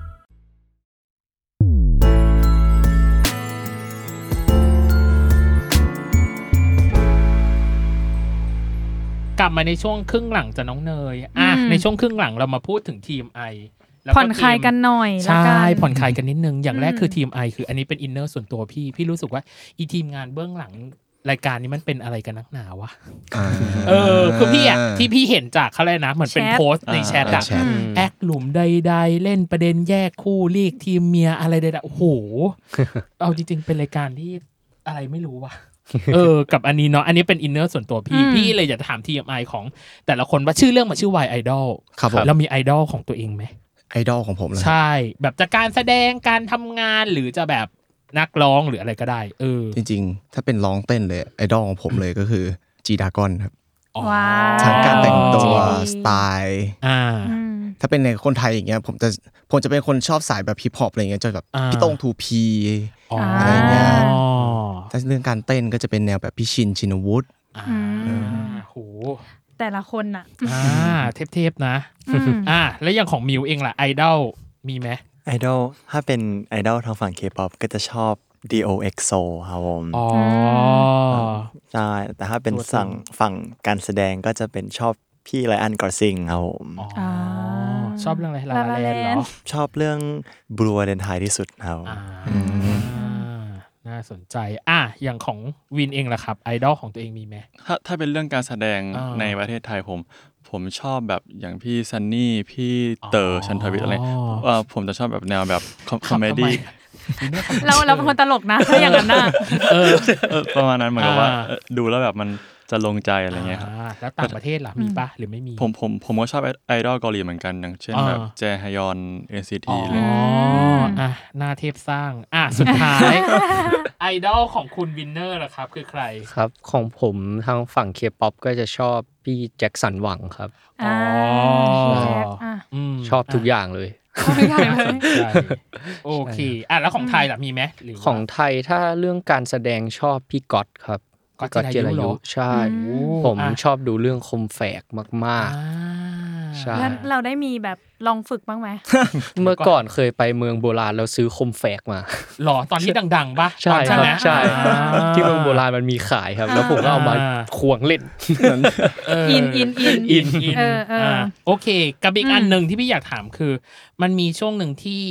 S4: กลับมาในช่วงครึ่งหลังจะน้องเนย อ่ะ
S3: อืม
S4: ในช่วงครึ่งหลังเรามาพูดถึง TMI แล้วก็
S3: ผ่อนคลายกันหน่อยละ
S4: ทีม
S3: กั
S4: ใช่
S3: น
S4: ผ่อนคลายกันนิดนึง อย่างแรก
S3: อืม
S4: คือ TMI คืออันนี้เป็นอินเนอร์ส่วนตัวพี่ พี่รู้สึกว่า อีทีมงานเบื้องหลังรายการนี้มันเป็นอะไรกันนักหนาวะ
S5: อ่า
S4: เออ คือพี่อ่ะ ที่พี่เห็นจากเขาเลยนะ เหมือนเป็นโพสต์ในแชทอ่ะ
S5: แชท
S3: อืม
S4: แอคหลุมใด ๆ เล่นประเด็นแยกคู่เรียกทีมเมียอะไรใดๆโอ้โห เอาจริง ๆ เป็นรายการที่อะไรไม่รู้ว่ะ เออ กับอันนี้เนาะ อันนี้เป็นอินเนอร์ส่วนตัวพี่
S3: อืม
S4: พี่เลยอยากจะถาม TMI ของ แต่ละคนว่าชื่อเรื่องมาชื่อ Why Idol
S5: ครับผม
S4: เรามีไอดอลของตัวเองไหม
S5: ไอดอลของผมเลย
S4: ใช่ แบบจากการแสดง การทำงาน หรือจะแบบนักร้องหรืออะไรก็ได้ เออ
S5: จริงๆ ถ้าเป็นร้องเต้นเลย ไอดอลของผมเลยก็คือจีดากอนครับ
S4: อ๋อ
S3: ว้าว
S5: ทั้งการแต่งตั
S3: อ๋
S5: ว
S3: อ
S5: สไตล์
S4: อ่า
S3: อืม
S5: ถ้าเป็นในคนไทยอย่างเงี้ยผมจะผมจะเป็นคนชอบสายแบบฮิปฮอปอะไรเงี้ยจะแบบ
S4: อ่า
S5: พี่โต้งทูพี
S4: อ๋อ
S5: อะ
S4: อะไร
S5: เงี้ย
S4: อ๋อ
S5: ถ้าเรื่องการเต้นก็จะเป็นแนวแบบพี่ชินชินวุฒิ
S4: อ่า
S3: อืม
S4: โห
S3: แต่ละคนอ่ะ
S4: อ่า เทพๆนะ
S3: อืม
S4: อ่า แล้วอย่างของมิวเองล่ะไอดอลมีไหม
S6: ไอดอลถ้าเป็นไอดอลทางฝั่งเคป๊อปก็จะชอบ DOXO ครับผม
S4: อ๋อ
S6: ใช่แต่ถ้าเป็นสั่งฝั่งการแสดงก็จะเป็นชอบพี่ไรอันกอร์ซิงครับผม
S4: อ๋อ
S3: อ่า
S4: ชอบเรื่องอะไรลา
S3: La
S4: ลา
S3: La
S4: แลน
S3: Land
S4: เหรอ
S6: ชอบเรื่องบลัวเดนไทยที่สุดครับ
S4: อ่าน่าสนใจ อ่ะอย่างของวินเองล่ะครับไอดอลของตัวเองมีไหม
S8: ถ้าถ้าเป็นเรื่องการแสดง
S4: อ่า
S8: ในประเทศไทยผม ผมชอบแบบอย่างพี่ซันนี่ พี่เต๋อชันทวิทย์อะไร
S4: อ๋อ
S8: เอ่อผมจะชอบแบบแนวแบบคอมเมดี้
S3: เราเราเป็นคนตลกนะ ถ้าอย่างนั้นน่ะ
S4: เออ
S8: เออประมาณนั้นเหมือนกับว่า
S4: อ่า
S8: เออดูแล้วแบบมันจะลงใจอะไรเงี้ยครับ
S4: อ่าแล้วต่างประเทศล่ะมีปะหรือไม่มี
S8: ผมผมผมก็ชอบไอไอดอลเกาหลีเหมือนกันอย่างเช่น
S4: อ่า
S8: แบบแจฮยอน NCT
S4: อ๋อ
S8: เลย
S4: อ่ะหน้าเทพสร้าง อ่ะสุด ท้ายไอดอลของคุณวินเนอร์ล่ะครับ คือใคร
S7: ครับ ของผมทางฝั่งเคป๊อปก็จะชอบพี่แจ็คสันหวังครับ
S4: อ๋อ
S3: อ
S4: อ่ะ
S3: ะ
S4: ม
S7: ชอบทุกอย่างเลย
S3: เอาไม่ได้
S4: น่า
S3: เลย
S4: สนใจโอเค อ่ะแล้วของไทยล่ะมีไหมหรือว่า
S7: ของไทยถ้าเรื่องการแสดงชอบพี่ก๊อตครับ
S4: ก๊อต
S7: พี่
S4: จิรายุเหรอ
S7: ใช่
S4: โอ้
S7: ผม
S4: อ่ะ
S7: ชอบดูเรื่องคมแฝกมาก
S4: อ่า
S7: ใช่
S3: แล้วเราได้มีแบบลองฝึกบ้างไหม
S7: ๆ เมื่อก่อนเคยไปเมืองโบราณแล้วซื้อคมแฝกมา
S4: หรอตอนที่ดังๆปะต
S7: ใช่
S4: อน
S7: ครับ
S4: ไหม
S7: ใช่
S4: อ่า
S7: ที่เมืองโบราณมันมีขายครับ แล้วผมก็เอามา
S4: อ่า
S7: ควงเล่น
S4: เ
S3: อินอินอิน
S4: อินอิน
S3: เออเอออ่
S4: าโอเค กับอีก
S3: อืม
S4: อันหนึ่งที่พี่อยากถามคือ มันมีช่วงหนึ่งที่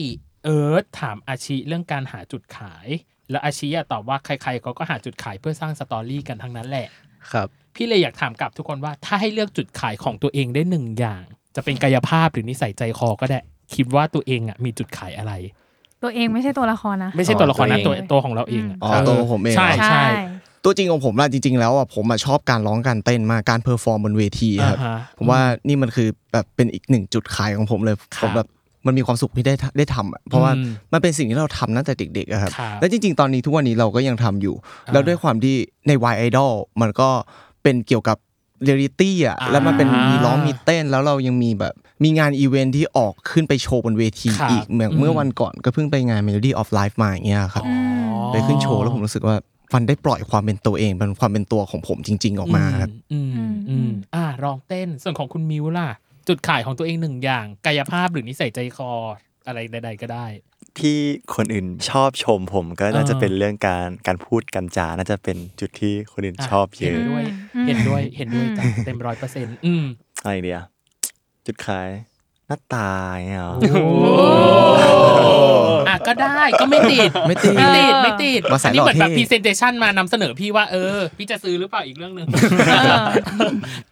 S4: เอิร์ธถามอาชีเรื่องการหาจุดขาย แล้วอาชีอะตอบว่าใครๆเขาก็หาจุดขายเพื่อสร้างสตอรี่กันทั้งนั้นแหละ
S7: ครับ
S4: พี่เลยอยากถามกลับทุกคนว่าถ้าให้เลือกจุดขายของตัวเองได้หนึ่งอย่าง จะเป็นกายภาพหรือนิสัยใจคอก็ได้ คิดว่าตัวเองอ่ะมีจุดขายอะไร
S3: ตัวเองไม่ใช่ตัวละครนะ
S4: ไม่ใช่ตัวละครนะตัวตัวของเราเองะ
S5: อ๋อตัวของผมเอง
S4: ใช่
S5: เหรอ
S4: ใช่
S5: ตัวจริงของผมล่ะจริง ๆ แล้วอ่ะผมอ่ะชอบการร้องการเต้นมากการเพอร์ฟอร์มบนเวที
S4: อ่า
S5: ครับ
S4: ฮะ
S5: ผมว่านี่มันคือแบบเป็นอีกหนึ่งจุดขายของผมเลย
S4: ครั
S5: ผ
S4: บ
S5: มแบบมันมีความสุขที่ได้ทำได้ทำอะเพราะว่า
S4: อืม
S5: มันเป็นสิ่งที่เราทำตั้งแต่เด็กๆอะครับ
S4: ครับ
S5: และจริง ๆ ตอนนี้ทุกวันนี้เราก็ยังทำอยู่
S4: า
S5: แล้วด้วยความที่ในวายไอดอลมันก็เป็นเกี่ยวกับเรียลิตี้อ่ะ
S4: อ่า
S5: แล้วมันเป็นมีร้องมีเต้นแล้วเรายังมีแบบมีงานอีเวนท์ที่ออกขึ้นไปโชว์บนเวที
S4: ครับ
S5: อีกเหมือนเมื่ออ
S4: ม
S5: วันก่อนก็เพิ่งไปงาน Melody of Life มาอย่างเงี้ยครับ
S4: อ๋อ
S5: ไปขึ้นโชว์แล้วผมรู้สึกว่ามันได้ปล่อยความเป็นตัวเองเป็นความเป็นตัวของผมจริง ๆ ออกมาครับ
S4: อืมอืม
S3: อืม
S4: อืมอ่ารองเต้นส่วนของคุณมิวล่ะ จุดขายของตัวเองหนึ่งอย่าง กายภาพหรือนิสัยใจคออะไรใด ๆ ก็ได้
S6: ที่คนอื่นชอบชมผมก็น่าจะ
S4: อ่า
S6: เป็นเรื่องการการพูดกันจาน่าจะเป็นจุดที่คนอื่นชอบเย
S4: เห็น
S6: อะ
S4: ด้วย
S3: อืม
S4: เห็นด้วยเห็นด้วยจ้ะเต็มร้อยเปอร์เซ็นต์อืม
S6: อะไรเดียจุดขายหน้าตาอย่างเนี่ยหรอ
S4: อ่ะก็ได้ก็ไม่ติด
S5: ไม่ติด
S4: ไม่ติดไม่ติด
S5: มาสาย
S4: อันนี้เหมือน
S5: หล่
S4: แบ
S5: อบ
S4: พ
S5: เท่
S4: รีเซนเ t ชันมานำเสนอพี่ว่าเออ พี่จะซื้อหรือเปล่าอีกเรื่องหนึ่ง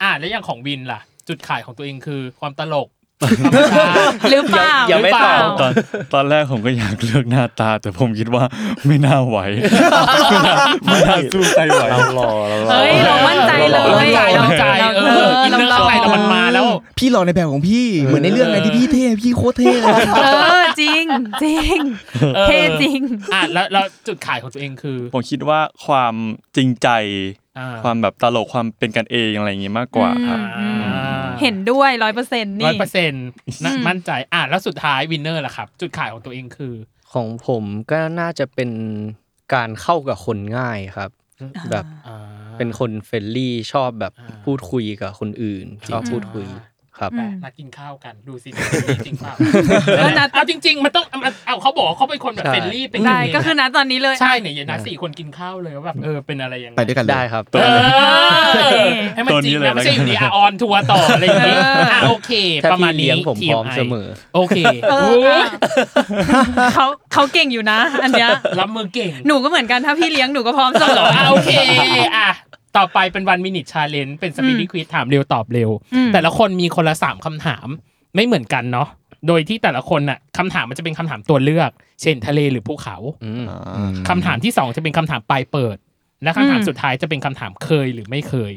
S4: อ่ะแล้วอย่างของวินล่ะ จุดขายของตัวเองคือความตลกธรรมชาติ
S3: หรือเปล่า
S7: อย่าไม่ตอบ
S3: หรือ
S8: ต
S3: เปล่า
S8: อนตอนแรกผมก็อยากเลือกหน้าตา แต่ผมคิดว่า ไม่น่า ไหว ไม่น่าไม่น่าสู้ใครไหว
S6: เราหล่อเราหล่อ
S3: เฮ้ยเรามั่นใจเลย
S4: เราใจเราใจเอออินเนอร์ข้างในเรามันมาแล้ว
S5: พี่หล่อในแบบของพี่ เหมือนในเรื่องไงที่พี่เท่พี่โคตรเท่เลย
S3: เออจริงจริง
S4: เออ
S3: เท่จริง
S4: อ่ะแล้วแล้วจุดขายของตัวเองคือ
S8: ผมคิดว่าความจริงใจ
S4: อ่า
S8: ความแบบตลกความเป็นกันเองอะไรอย่างงี้มากกว่าครับ
S3: อืม เห็นด้วยร้อยเปอร์เซ็นต์
S4: ร้อ
S3: นี่
S4: ยเปอร์เซ็นต์นะมั่นใจอ่ะแล้วสุดท้ายวินเนอร์ล่ะครับ จุดขายของตัวเองคือ
S7: ของผมก็น่าจะเป็นการเข้ากับคนง่ายครับ แบบ
S4: อ่า
S7: เป็นคนเฟรนลี่ชอบแบบพูดคุยกับคนอื่นชอบพูดคุยครับ
S3: อืม
S4: นัดกินข้าวกันดูสิจริงเปล่า
S3: แล้วนัด
S4: เอาจริง ๆ มันต้องเอาเอาเขาบอกว่าเขาเป็นคนแบบ
S7: ใช่
S4: เฟรนลี่เป็น
S3: ได้
S4: ย่างนี้
S3: ก็คือนะตอนนี้เลย
S4: ใช่เนี่ยอย่างนัดสี่คนกินข้าวเลยว่าแบบเออเป็นอะไรยังง
S5: ไปด้วยกันเลย
S7: ได้ครับ
S4: เออให้มัน
S8: ตัว
S4: จ
S8: นี้
S4: ริง
S8: เลย
S4: นะ
S8: แล้วกัน
S4: ไม่ใช่อยู่ดีอะออนทัวร์ต่ออะไรอย่างงี้อ่ะโอเค
S7: ถ้า
S4: ประมาณ
S7: พี่
S4: นี้
S7: เลี้ยงผมพร้อม
S4: TMI
S7: เสมอ
S4: โอเค
S3: เออ
S4: โอ้ย
S3: เขาเขาเก่งอยู่นะ อันเนี้ย
S4: รับมือเก่ง
S3: หนูก็เหมือนกันถ้าพี่เลี้ยงหนูก็พร้อมเสม
S4: เหร
S3: ออ
S4: ออ่ะโอเคอ่ะต่อไปเป็นวันมินิชาเลนเป็นสปีดควิถามเร็วตอบเร็ว
S3: อืม
S4: แต่ละคนมีคนละสามคำถามไม่เหมือนกันเนาะโดยที่แต่ละคนน่ะคำถามมันจะเป็นคำถามตัวเลือก เช่นทะเลหรือภูเขา
S7: อืม
S4: คำถามที่สองจะเป็นคำถามปลายเปิด และคำถาม
S3: อืม
S4: สุดท้ายจะเป็นคำถามเคยหรือไม่เคย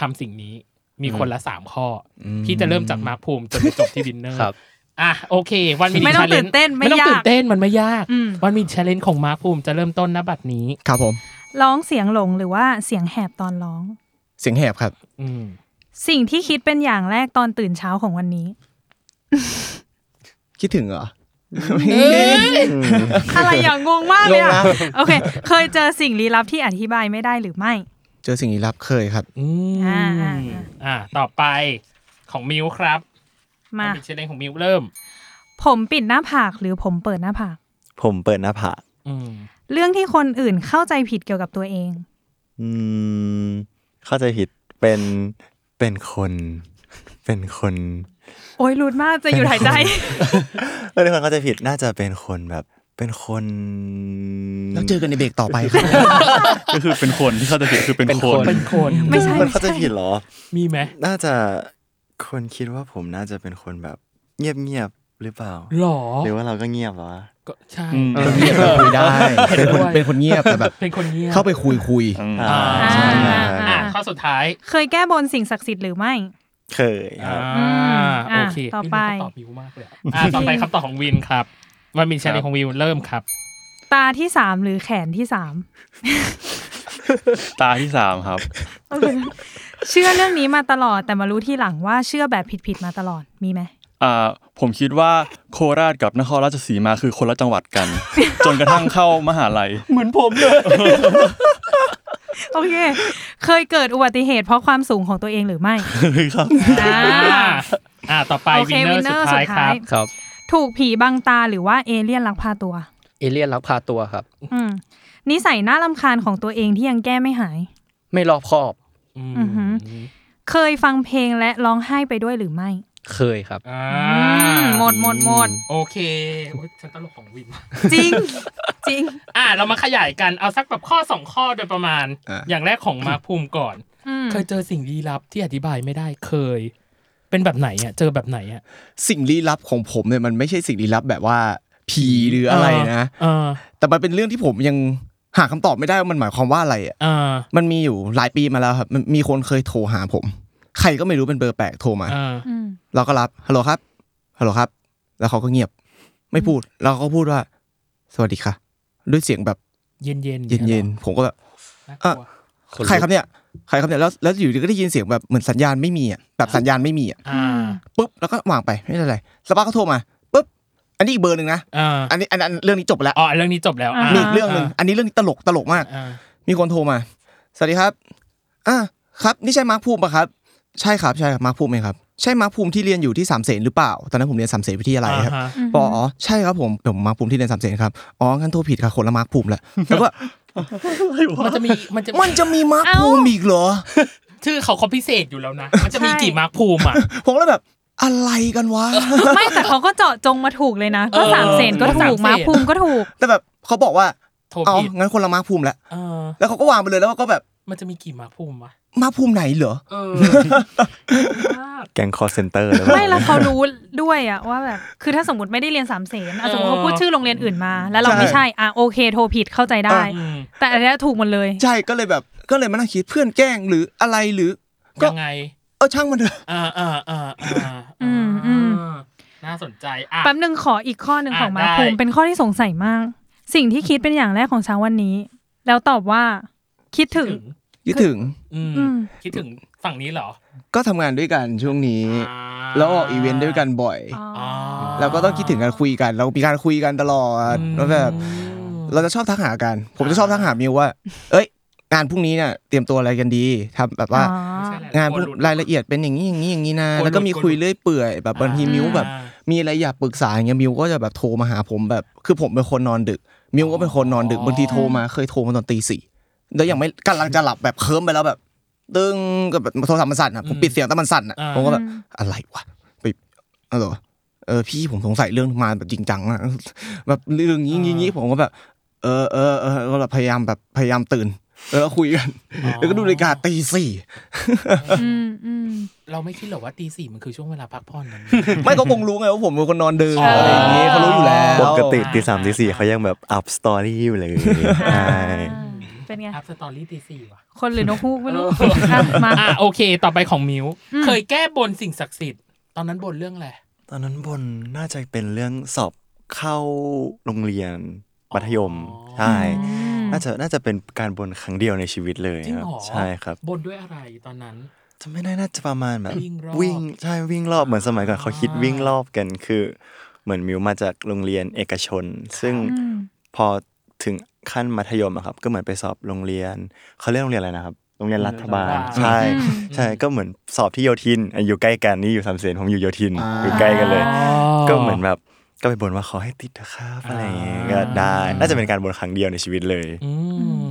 S4: ทำสิ่งนี้มีคนละสามข้ออ
S5: ม
S4: พี่จะเริ่มจากมาร์คภูมิจนไปจบที่วินเนอร์
S7: ครับ
S4: อ่ะโอเค วันมินิ
S3: ไม่ต้อง
S4: ชาเล
S3: ตื่
S4: น
S3: นเต้นไม่
S4: ไม่ต้อง
S3: ยา
S4: ตื่
S3: ก
S4: นเต้นมันไม่ยาก
S3: อืม
S4: วันมินิชาเลนของมาร์คภูมิจะเริ่มต้นณบัดนี้
S5: ครับผม
S3: ร้องเสียงหลงหรือว่าเสียงแหบตอนร้อง
S5: เสียงแหบครับ
S4: อืม
S3: สิ่งที่คิดเป็นอย่างแรกตอนตื่นเช้าของวันนี้
S5: คิดถึงเหรอ
S3: อะไรอย่างงงมากเลย
S5: งง
S3: อะ
S5: นะ
S3: โอเค เคยเจอสิ่งลี้ลับที่อธิบายไม่ได้หรือไม่
S5: เจอสิ่งลี้ลับเคยครับ
S4: อืม
S3: อ่าอ่า
S4: อ่ะต่อไปของมิวครับ
S3: มา
S4: วันมินิชาเลนของมิวเริ่ม
S3: ผมปิดหน้าผากหรือผมเปิดหน้าผาก
S6: ผมเปิดหน้าผาก
S4: อืม
S3: เรื่องที่คนอื่นเข้าใจผิดเกี่ยวกับตัวเอง
S6: อืมเข้าใจผิดเป็นเป็นคน เป็นคน
S3: โอ้ยรูดมากจะอยู่หายใจ
S6: เออทุกคนเข้าใจผิดน่าจะเป็นคนแบบ เป็นคน
S5: แล้วเจอกันในเบรกต่อไปครับ
S8: ก็คือเป็นคนที่เขาจะผิดคือเป็น
S7: เป็น
S8: ค
S7: คน น
S4: เป็นคน
S3: ไม่ใช่
S6: มัน
S3: ไม่
S6: เข้าใจ
S3: ใช่
S6: ผิดเหรอ
S4: มีไหม
S6: น่าจะคนคิดว่าผมน่าจะเป็นคนแบบ เงียบเงียบๆหรือเปล่า
S4: หรอ
S6: หรือว่าเราก็เงียบเหรอวะ
S4: ก็ใช่
S5: เป็นคนเงียบแต่คุยได้ เป็นคนเป็นคนเงียบแต่แบบ
S4: เป็นคนเงียบ
S5: เข้าไปคุยคุย
S6: อ่า
S4: อ่า
S6: ใช่
S3: อ่า
S4: อ่ะข้อสุดท้าย
S3: เคยแก้บนสิ่งศักดิ์สิทธิ์หรือไม่
S6: เคยครับ
S4: อ่า
S3: อืม
S4: โอเค
S3: อ่ะต่อไป
S4: นี่มันคำตอบวิวมากเลยอะอ่ะต่อไปคำตอบของวินครับว่ามินชาเลนของวิวเริ่มครับ
S3: ตาที่สามหรือแขนที่สาม
S8: ตาที่สามครับ
S3: โอเค เชื่อเรื่องนี้มาตลอดแต่มารู้ที่หลังว่าเชื่อแบบผิดๆมาตลอดมีไหม
S8: อ่าผมคิดว่าโคราชกับนครราชสีมาคือคนละจังหวัด กัน จนกระทั่งเข้ามหาลัย
S4: เหมือนผมเลย
S3: โอเค เคยเกิดอุบัติเหตุเพราะความสูงของตัวเองห รือไม่
S8: ครับ
S3: อ่า
S4: อ่าต่อไป
S3: โอเค
S4: วินเนอร์สุ
S3: winner
S4: ดท้ายครับ
S3: สุดท้าย
S7: ครับ
S3: ถูกผีบังตาหรือว่าเอเลี่ยนลักพาตัว
S7: เอเลี่ยนลักพาตัวครับ
S3: อืมนิสัยน่าลำคาญของตัวเองที่ยังแก้ไม่หาย
S7: ไม่รอบคอบ
S3: อือหือ เคยฟังเพลงและร้องไห้ไปด้วยหรือไม่
S7: เคยครับ
S4: อ่า
S3: อืมหมดหมดหมด
S4: โอเคโอ๊ยฉันตลกของวิน
S3: จริง จริง
S4: อ่าเรามาขยายกันเอาสักแบบข้อสองข้อโดยประมาณ
S5: อ่ะ
S4: อย่างแรกของมาร์คภูมิก่อน
S3: อืม
S4: เคยเจอสิ่งลี้ลับที่อธิบายไม่ได้เคย เป็นแบบไหนอ่ะเจอแบบไหนอ่ะ
S5: ๆ สิ่งลี้ลับของผมเนี่ยมันไม่ใช่สิ่งลี้ลับแบบว่าผีหรืออะไรนะ
S4: เออ
S5: แต่มันเป็นเรื่องที่ผมยังหาคำตอบไม่ได้ว่ามันหมายความว่าอะไรอ่ะ
S4: เออ
S5: มันมีอยู่หลายปีมาแล้วครับมันมีคนเคยโทรหาผม ใครก็ไม่รู้เป็นเบอร์แปลกโทรมา
S4: เออ
S3: อืม
S5: เราก็รับฮัลโหลครับฮัลโหลครับ แล้วเขาก็เงียบ ไม่พูดแล้วเขาก็พูดว่า สวัสดีค่ะ ด้วยเสียงแบบ
S4: เย็นเย็น
S5: เย็นๆผมก็แบบ
S4: ากลัว
S7: คนลุก
S5: ใครครับเนี่ยใครครับเนี่ยแล้วแล้วอยู่ดีก็ได้ยินเสียงแบบเหมือนสัญญาณไม่มีอ่ะแบบสัญญาณไม่มีอ่ะ
S4: อ่า
S5: ปุ๊บแล้วก็วางไปไม่เป็นไรสักพักเขาโทรมาปุ๊บอันนี้อีกเบอร์หนึ่งนะ
S4: อ่า
S5: อันนี้อันอันเรื่องนี้จบไปแล้ว
S4: อ๋อเรื่องนี้จบแล้วะ
S5: มีอีกเรื่องหนึ่งอันนี้เรื่องนี้ตลกตลกมาก
S4: อ่า
S5: มีคนโทรมา สวัสดีครับ อ่าครับ นี่ใช่มาร์คภูมิปะครับ ใช่ครับ ใช่ครับมาร์คภูมิเองครับ ใช่มาร์คภูมิที่เรียนอยู่ที่สามเสนหรือเปล่า ตอนนั้นผมเรียนสามเสนวิทยาลัยครับ
S4: อ่าฮะ
S5: ปออ๋อใช่ครับผมผมมาร์คภูมิที่เรียนสามเสนครับอ๋องั้นโทรผิดค่ะคนละมาร์คภู มิแหละแล้วก็
S4: มันจะมีมันจะ
S5: มันจะมีมาร์คภูมิอีกเหรอ
S4: ชื่อเขาเขาพิเศษอยู่แล้วนะ มันจะมีกี่มาร์คภูมิอ่ะ
S5: ผมเลยแบบอะไรกัน วะ
S3: ไม่แต่เขาก็เจาะจงมาถูกเลยนะ ก็สามเสนก็
S4: เออ
S3: ถูก
S4: สามเสน
S3: มาภูมิก็ถูก
S5: แต่แบบเขาบอกว่า
S4: โทร
S5: เอา
S4: ผิด
S5: งั้นคนละมาร์คภูมิแหละ
S4: เออ
S5: แล้วเขาก็วางไปเลยแล้วก็แบบ
S4: มันจะมีกี่มาร์คภูมิวะ
S5: มาร์คภูมิไหนเหรอ
S4: เออ
S6: แกงคอเซนเตอร์
S3: ไม่แล้วเขารู้ด้วยอะว่าแบบคือถ้าสมมติไม่ได้เรียนสามเสนอะสมมติเขาพูดชื่อโรงเรียนอื่นมา แล้วเราไม่
S5: ใช่
S3: ใช่อ่ะโอเคโทรผิดเข้าใจได้
S4: อืม
S3: แต่อันเนี้ยถูกหมดเลย
S5: ใช่ก็เลยแบบก็เลยมานั่งคิดเพื่อนแกล้งหรืออะไรหรือ ก็
S4: ยังไง
S5: เออช่างมันเถอะ
S4: อ่าอ่าอ่าอ่า
S3: อืมอืม
S4: น่าสนใจอ่ะ
S3: แป๊บหนึ่งขออีกข้อหนึ่ง
S4: อ่ะ
S3: ของมา
S4: ได้
S3: ภูมิเป็นข้อที่สงสัยมาก สิ่งที่คิดเป็นอย่างแรกของเช้าวันนี้ แล้วตอบว่า คิดถึง
S5: คิดถึง
S4: อืม
S3: อืม
S4: คิดถึงฝั่งนี้เหรอ
S5: ก็ทำงานด้วยกันช่วงนี้
S4: อ่า
S5: แล้วออกอีเวนต์ด้วยกันบ่อย
S3: อ๋อ
S4: อ๋อ
S5: เราก็ต้องคิดถึงการคุยกัน เรามีการคุยกันตลอด
S4: อืม
S5: แล้วแบบเราจะชอบทักหากัน ผมจะชอบทักหามิวว่า เอ้ย งานพรุ่งนี้เนี่ยเตรียมตัวอะไรกันดีทำแบบว่า
S3: อ๋อ
S4: ไม่ใช่แหละ
S5: งาน
S4: ก
S5: พว
S4: ลั
S5: ก
S4: วหด
S5: รายละเอียดเป็นอย่างนี้อย่างนี้อย่างนี้นะ
S4: กลัวหลุด
S5: แล้วก็มี
S4: กลัวหลุด
S5: คุยเรื่อยเปื่อยแบบบางทีมิวแบบ
S4: อ่า
S5: มีอะไรอยากปรึกษาอย่างเงี้ยมิวก็จะแบบโทรมาหาผมแบบ คือผมเป็นคนนอนดึก มิวก็เป็นคนนอนดึก
S4: อ๋อ
S5: บางทีโทรมาเคยโทรมาตอนตีสี่แล้วยังไม่กำลังจะหลับแบบเคิร์มไปแล้วแบบตึ้งกับแบบโทรศัพท์มันสั่นอ่ะผมปิดเสียงแต่มันสั่นอ่ะผมก็แบบอะไรวะไปอะไรวะเออพี่ผมสงสัยเรื่องมาแบบจริงจังนะ แบบเรื่องนี้อย่างนี้ผมก็แบบ เออเออเออก็แบบพยายามแบบพยายามตื่นแล้วก็คุยกันแล้วก็ดูนาฬิกาตีสี่
S3: อืมอืม
S4: เราไม่คิดหรอกว่าตีสี่มันคือช่วงเวลาพักผ่อน นั้น
S5: ไม่เขาคงรู้ไงว่าผมเป็นคนนอนดึก
S4: อ๋ออ
S5: อะไรอย่างงี้เขารู้อยู่แล้ว
S6: ปกติตีสามตีสี่เขายังแบบอัพสตอรี่อยู่เลยใช่
S3: เป็นไง
S4: อัพสตอรี่ตีสี่ว่ะ
S3: คนหรือนกฮูกไม่รู้อ่ะมา
S4: อ่ะโอเค ต่อไปของมิว
S3: อืม
S4: เคยแก้บนสิ่งศักดิ์สิทธิ์ตอนนั้นบนเรื่องอะไร
S6: ตอนนั้นบนน่าจะเป็นเรื่องสอบเข้าโรงเรียนมัธยม
S4: อ๋อ
S6: ใช่
S3: อืม
S6: น่าจะน่าจะเป็นการบนครั้งเดียวในชีวิตเลย
S4: จริง
S6: ครับ
S4: เหรอ
S6: ใช่ครับ
S4: บนด้วยอะไรตอนนั้น
S6: จะไม่ได้น่าจะประมาณแบบ
S4: วิ่งรอบ
S6: วิ่งใช่วิ่งรอบเหมือนสมัยก่อนเขาคิด
S4: อ่า
S6: วิ่งรอบกันคือ เหมือนมิวมาจากโรงเรียนเอกชน ซึ่ง
S3: อืม
S6: พอถึงขั้นมัธยมอะครับ ก็เหมือนไปสอบโรงเรียนเขาเรียกโรงเรียนอะไรนะครับ โรงเรียนรัฐบาลใช่ ใช่ก็เหมือนสอบที่โยธินอ่ะอยู่ใกล้กันนี่อยู่สามเสนผมอยู่โยธิน อยู่ใกล้กันเลย ก็เหมือนแบบก็ไปบ่นว่าขอให้ติดนะครับอะไรอย่างเงี้ยก็ได้ น่าจะเป็นการบ่นครั้งเดียวในชีวิตเลย
S4: อื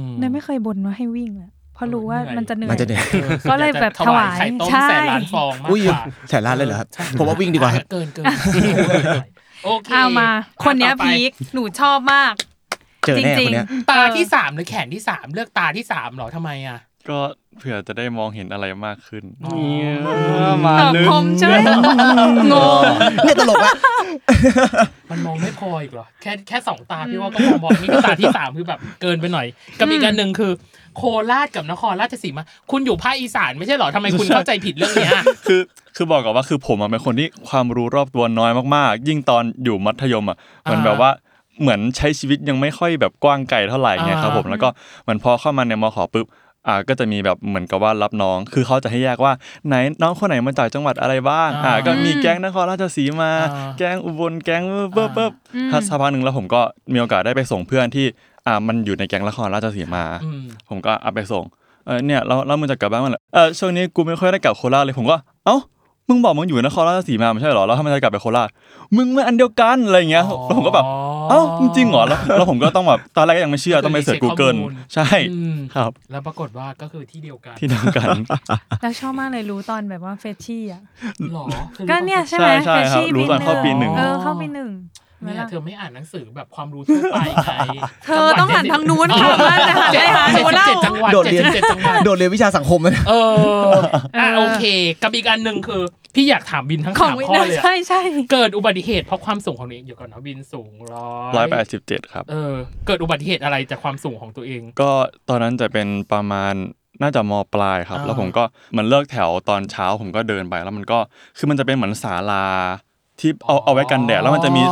S4: ม
S3: เนยไม่เคยบ่นว่าให้วิ่งอะเพราะรู้ว่า
S4: เหนื่อย
S3: มันจะเหนื่อย
S5: มันจะเหนื่อย
S3: ก็เลยแบบถวาย
S4: ไข่ต้ม
S3: ใช่
S4: แสนล้านฟองมาก
S5: อุ้ย
S4: กว่า
S5: แสนล้านเลยเหรอครับ
S4: ใช่
S5: ผมว่าวิ่งดีกว่าครับ
S4: เกินเกินโอเค
S3: เอามา คนเนี้ย
S4: ต่อไป
S3: พีคหนูชอบมาก
S5: เจอ
S3: จ
S5: แน่
S3: ริ
S5: ค
S3: ง
S5: นเนี้ย
S3: ๆ
S4: ตาที่สามหรือแขนที่สามเลือกตาที่สามเหรอทำไมอ่ะ
S8: ก็เผื่อจะได้มองเห็นอะไรมากขึ้น
S3: ตอบคมใช่ไหมงง
S5: เนี่ยตลกละ
S4: มันมองไม่พออีกเหรอ แค่แค่สองตาพี่ว่าก็มองบอกนี่ก็ตาที่สามคือแบบเกินไปหน่อยกับอีกอันหนึ่งคือ โคราชกับนครราชสีมา คุณอยู่ภาคอีสานไม่ใช่เหรอทำไมคุณเข้าใจผิดเรื่องเนี้ย
S8: คือคือบอกก่อนว่าคือผมอะเป็นคนที่ความรู้รอบตัวน้อยมากๆ ยิ่งตอนอยู่มัธยมอ่ะเหมือนแบบว่าเหมือนใช้ชีวิตยังไม่ค่อยแบบกว้างไกลเท่าไหร่เงี้ยครับผมแล้วก็เหมือนพอเข้ามาในมขปุ๊บอ่าก็จะมีแบบเหมือนกับว่ารับน้อง คือเขาจะให้แยกว่าไหนน้องคนไหนมาจากจังหวัดอะไรบ้างอ่า
S4: อ่า
S8: ก็มีแก๊งนครราชสีมา
S4: อ่า
S8: แก๊งอุบลแก๊งเบิบเบิบ
S3: อืม
S8: ถ้าสักพักหนึ่งแล้วผมก็มีโอกาสได้ไปส่งเพื่อนที่อ่ามันอยู่ในแก๊งนครราชสีมา
S4: อืม
S8: ผมก็เอาไปส่ง เออเนี่ยเราเรามึงจะกลับบ้านเมื่อไหร่เออช่วงนี้กูไม่ค่อยได้กลับโคราชเลยผมก็เอ้ามึงบอกมึงอยู่นครราชสีมาไม่ใช่เหรอแล้วทำไมจะกลับไปโคราชมึงไม่อันเดียวกันอะไรอย่างเงี้ยแล้วผมก็แบบเอ้าจริงเหรอแล้วแล้วผมก็ต้องแบบตอนแรกก็ยังไม่เชื่อต้องไปเสิร์ช
S4: ก็คือ recheck
S8: Google
S4: ข้อมูล
S8: ใช่
S4: อืม
S8: ครับ
S4: แล้วปรากฏว่าก็คือที่เดียวกัน
S8: ที่เดียวกัน
S3: แล้วชอบมากเลยรู้ตอนแบบว่าเฟชชี่อ่ะ
S4: หรอธอรู้
S3: ก็เนี่ยใช่ไหม
S8: ใช่
S3: เฟช
S8: ใช่
S3: ชี่
S8: ครับรู้ตอนเข้าปีหนึ่ง
S3: เออเข้าปีหนึ่ง
S4: เนี่ยเธ
S3: เธอ
S4: อไม่อ่านหนังสือแบบความรู้ทั่วไปไง
S3: เธอต้องหันทางนู้น ค่ะว่าจะหันไปหาหนูเล่า
S4: เจ็ดจังหวัด
S5: โดดเรียน
S4: เจ็ดจังหวัด
S5: โดดเรียนวิชาสังคมนะ
S4: เอออ่ะ
S3: เออ
S4: โอเค กับอีกอันหนึ่งคือ พี่อยากถามวินทั้ง
S3: ของ
S4: สาม
S3: วิน
S4: ข้อเลยอะ
S3: ใช่ใช่
S4: เกิดอุบัติเหตุเพราะความสูงของตัวเองอยู่ก่อนเนาะวินสูงร้อย
S8: ร้อยแปดสิบเจ็ดครับ
S4: เออ เกิดอุบัติเหตุอะไรจากความสูงของตัวเอง
S8: ก็ตอนนั้นจะเป็นประมาณน่าจะมปลายครับ
S4: อ่า
S8: แล้วผมก็เหมันเลิกแถวตอนเช้าผมก็เดินไปแล้วมันก็คือมันจะเป็นเหมือนศาลาที่เอาเอาไว้กันแดดแล้วมันจะมี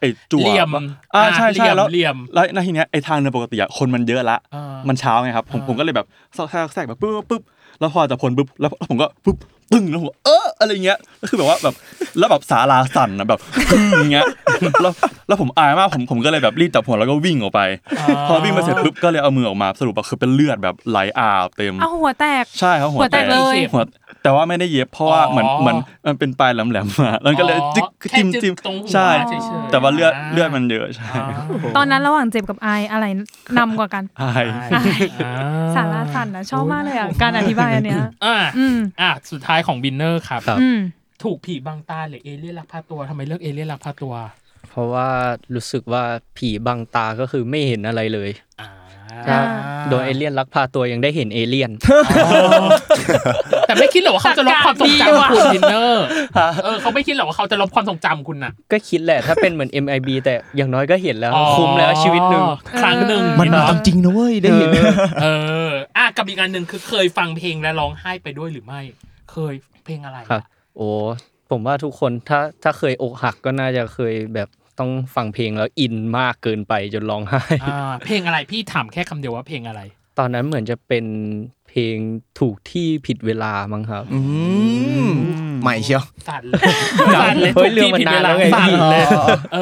S8: ไอ้จั่ว
S4: เหลี่ยม
S8: ปะอ่าใช่ใช่
S4: อ่าเหลี่ยม
S8: แล้ว
S4: เหลี่ยม
S8: แล้วในทีเนี้ยไอ้ทางเดินปกติอะคนมันเยอะละ
S4: อ่ามั
S8: มันเช้าไงครับผม
S4: อ่า
S8: ผมก็เลยแบบซอกแซกแซกแบบปุ๊บปุ๊บแล้วพอจะพ้นปุ๊บแล้วแล้วผมก็ปุ๊บ ตึงแล้วผมเอออะไรเงี้ยแล้วคือแบบว่าแบบแล้วแบบสาลาสั่นนะแบบ อย่างเงี้ย แล้วแล้วผมอายมากผมผมก็เลยแบบรีบจับหัวแล้วก็วิ่งออกไป พอวิ่งมาเสร็จปุ๊บก็เลยเอามือออกมาสรุปว่าคือเป็นเลือดแบบไหลอาบเต็ม
S3: เอาหัวแตก
S8: ใช่ครับหั
S3: หั
S8: ว
S3: วแตกเลย
S8: หัวแต่ว่าไม่ได้เย็บเพราะว่า
S4: อ๋อ
S8: เหมือนเหมือนมันเป็นปลายแหลมๆมาแล้วก็เลย
S4: อ๋อ
S8: จึ๊ก
S4: แค่
S8: จิ้ม
S4: จึ๊
S8: จิ้ม
S4: กตรงหัว
S8: ใช่
S4: เฉยๆ
S8: แต่ว่าเลือดเลือดมันเยอะใช่
S4: อ่า
S3: ตอนนั้นระหว่างเจ็บกับไอายอะไรนำกว่ากัน
S8: ใช่
S4: อ่าอ่
S3: สาระสันนะชอบมากเลยอ่ะการอธิบายอันเนี้ย
S4: อ่า
S3: อืม
S4: อ่ะสุดท้ายของวินเนอร์ครับ
S7: ครับ
S3: อืม
S4: ถูกผีบังตาหรือเอเลี่ยนลักพาตัวทำไมเลือกเอเลี่ยนลักพาตัว
S7: เพราะว่ารู้สึกว่าผีบังตาก็คือไม่เห็นอะไรเลย
S4: อ่า
S7: ถ้าโดนเอเลี่ยนลักพาตัวยังได้เห็นเอเลี่ยน
S4: แต่ไม่คิดหรอกว่าเขาจะลบความทรง
S3: จัดการดี
S4: จำ
S3: ว่ะ
S4: คุณวินเนอร์เออเขาไม่คิดหรอกว่าเขาจะลบความทรงจำคุณน่ะ
S7: ก็คิดแหละถ้าเป็นเหมือน MIB แต่อย่างน้อยก็เห็นแล้ว
S4: อ๋อ
S7: คุ้มแล้วชีวิตหนึ่ง
S4: ครั้งหนึ่ง
S5: มัน
S4: เน
S5: มี
S4: อะ
S5: จริงๆนะเว้ยได้เห็น
S4: เอออ่ะกับอีกอันหนึ่งคือเคยฟังเพลงและร้องไห้ไปด้วยหรือไม่ เคยเพลงอะไร
S7: ครับ โอ้ผมว่าทุกคนถ้าถ้าเคยอกหักก็น่าจะเคยแบบต้องฟังเพลงแล้วอินมากเกินไปจนร้องไห้
S4: อ่าเพลงอะไรพี่ถามแค่คำเดียวว่าเพลงอะไร
S7: ตอนนั้นเหมือนจะเป็นเพลงถูกที่ผิดเวลามั้งครับ
S5: ใหม่เชียว
S4: สั่นเลยสั่นเลย
S7: เฮ้
S4: ทุ
S7: ย
S4: ก
S7: เรื่
S4: ที
S7: องมัน
S4: ผิดเวลาน
S7: านแล้วไง
S4: สั่น
S7: พี่
S4: เลย
S7: อ๋อ
S4: เอ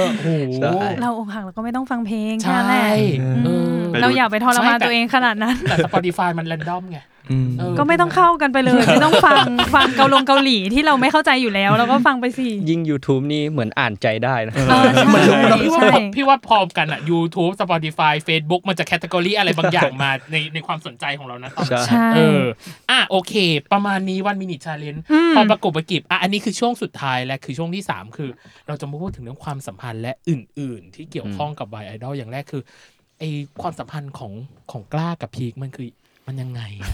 S4: อโอ้โห
S7: ใช่
S3: เราอกหักเราก็ไม่ต้องฟังเพลงแค่
S4: ใช่
S3: นั้นแหละ
S4: เอ
S3: อืม
S4: อ
S3: เราอย่าไปทรมาน
S4: ใช่
S3: ตัวเองขนาดนั้น
S4: แต่ Spotify มัน r รนดอมไงเออ
S3: ก็ไม่ต้องเข้ากันไปเลย ไม่ต้องฟัง ฟังเกาลงเกาหลีที่เราไม่เข้าใจอยู่แล้ว เราก็ฟังไปสิ
S7: ยิ่ง YouTube นี่เหมือนอ่านใจได้นะ
S3: เออใช่
S5: มันรู้เนอะ
S4: พี่ว่า
S3: ใช่
S4: พี่ว่าพร้อมกันอะ YouTube Spotify Facebook มันจะแคตตากรีอะไรบางอย่างมาในในความสนใจของเรานะตอนนี้
S3: ใช่
S4: เออ อ่ะโอเค ประมาณนี้วันมินิชาเลน
S3: อืม
S4: พอประกบประกิบอ่ะอันนี้คือช่วงสุดท้ายและคือช่วงที่ 3 คือ เราจะมาพูดถึงเรื่องความสัมพันธ์และอื่น ๆ ที่เกี่ยวข้องกับไวไอดอลอย่างแรกคือไอความสัมพันธ์ของของกล้ากับพีคมันคือมันยังไงอะ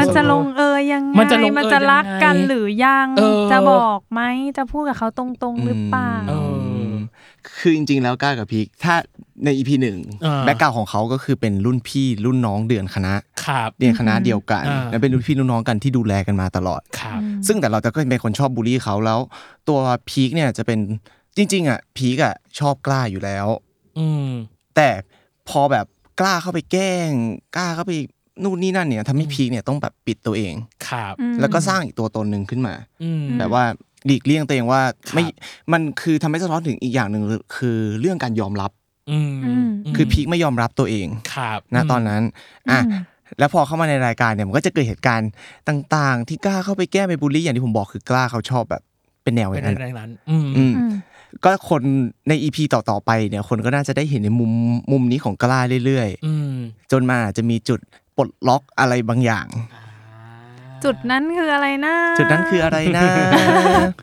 S3: มันจะลงเอยยังไง
S4: มันจะลงเอยยังไง
S3: มันจะรักกันหรือยัง
S4: เออ
S3: จะบอกไหมจะพูดกับเขาตรงๆหรือเปล่า
S4: เออ
S5: คือจริงๆแล้วก้ากับพีคถ้าในอีพีหนึ่ง
S4: อ่า
S5: แบ็กกราวของเขาก็คือเป็นรุ่นพี่รุ่นน้องเดือนคณะ
S4: ครับ
S5: เรียนคณะเดียวกัน
S4: อ่า
S5: และเป็นรุ่นพี่รุ่นน้องกันที่ดูแลกันมาตลอด
S4: ครับ
S5: ซึ่งแต่เราจะก็เป็นคนชอบบูลลี่เขาแล้ว ตัวพีคเนี่ยจะเป็นจริง ๆอ่ะพีคอ่ะชอบกล้าอยู่แล้ว
S4: อืม
S5: แต่พอแบบกล้าเข้าไปแกล้ง กล้าเข้าไปนู่นนี่นั่นเนี่ยทำให้พีคเนี่ยต้องแบบปิดตัวเอง
S4: ครับ
S3: อืม
S5: แล้วก็สร้างอีกตัวตนหนึ่งขึ้นมา
S4: อืม
S5: แบบว่าหลีกเลี่ยงตัวเองว่า
S4: ครับ
S5: ไม่ มันคือทำให้สะท้อนถึงอีกอย่างหนึ่งคือเรื่องการยอมรับ
S4: อืม
S3: อืม
S5: คือพีคไม่ยอมรับตัวเอง
S4: ครับ
S5: นะตอนนั้น อ่ะ
S3: อืม
S5: แล้วพอเข้ามาในรายการเนี่ยมันก็จะเกิดเหตุการณ์ต่างๆ ที่กล้าเข้าไปแก้ไปบูลลี่อย่างที่ผมบอกคือกล้าเขาชอบแบบเป็นแนวอ
S4: เป็น
S5: ย่างนั้น
S4: แรงนั้น อืม
S5: อืม
S3: อืม
S5: ก็คนในอีพีต่อๆไปเนี่ยคนก็น่าจะได้เห็นในมุมมุมนี้ของกล้าเรื่อย
S4: อืม
S5: ๆ จนมาอาจจะมีจุดปลดล็อกอะไรบางอย่าง
S3: จุดนั้นคืออะไรนะ
S5: จุดนั้นคืออะไรนะ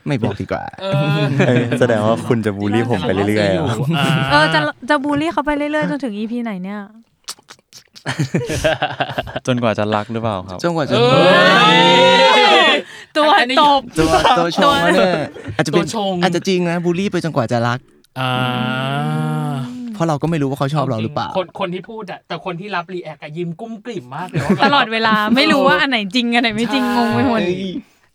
S5: ไม่บอกดีกว่า
S4: เออ
S6: เออแสดงว่าคุณจะบูลลี่ผมไปเรื่อยๆเหรอ
S3: เออจะจะบูลลี่เขาไปเรื่อยๆจนถึง EP ไหนเนี่ย
S8: จนกว่าจะรักหรือเปล่าครับ
S5: จนกว่าจะ
S3: ตัว
S4: อันนี้
S3: ตบ
S5: ตัวตัวชงมาเนี่ยอาจจะเป็น
S4: ตัวชง
S5: อาจจะจริงนะบูลลี่ไปจนกว่าจะรัก
S4: อ่า
S5: เพราะเราก็ไม่รู้ว่าเขาชอบเราหรือเปล่า
S4: คนคนที่พูดอะแต่คนที่รับรีแอคอะยิ้มกุ้มกลิ่มมากเลยว่า
S3: ตลอดเว ลาไม่รู้ว่าอันไหนจริงอันไหนไม่จริงงงไปหมด
S4: ใช่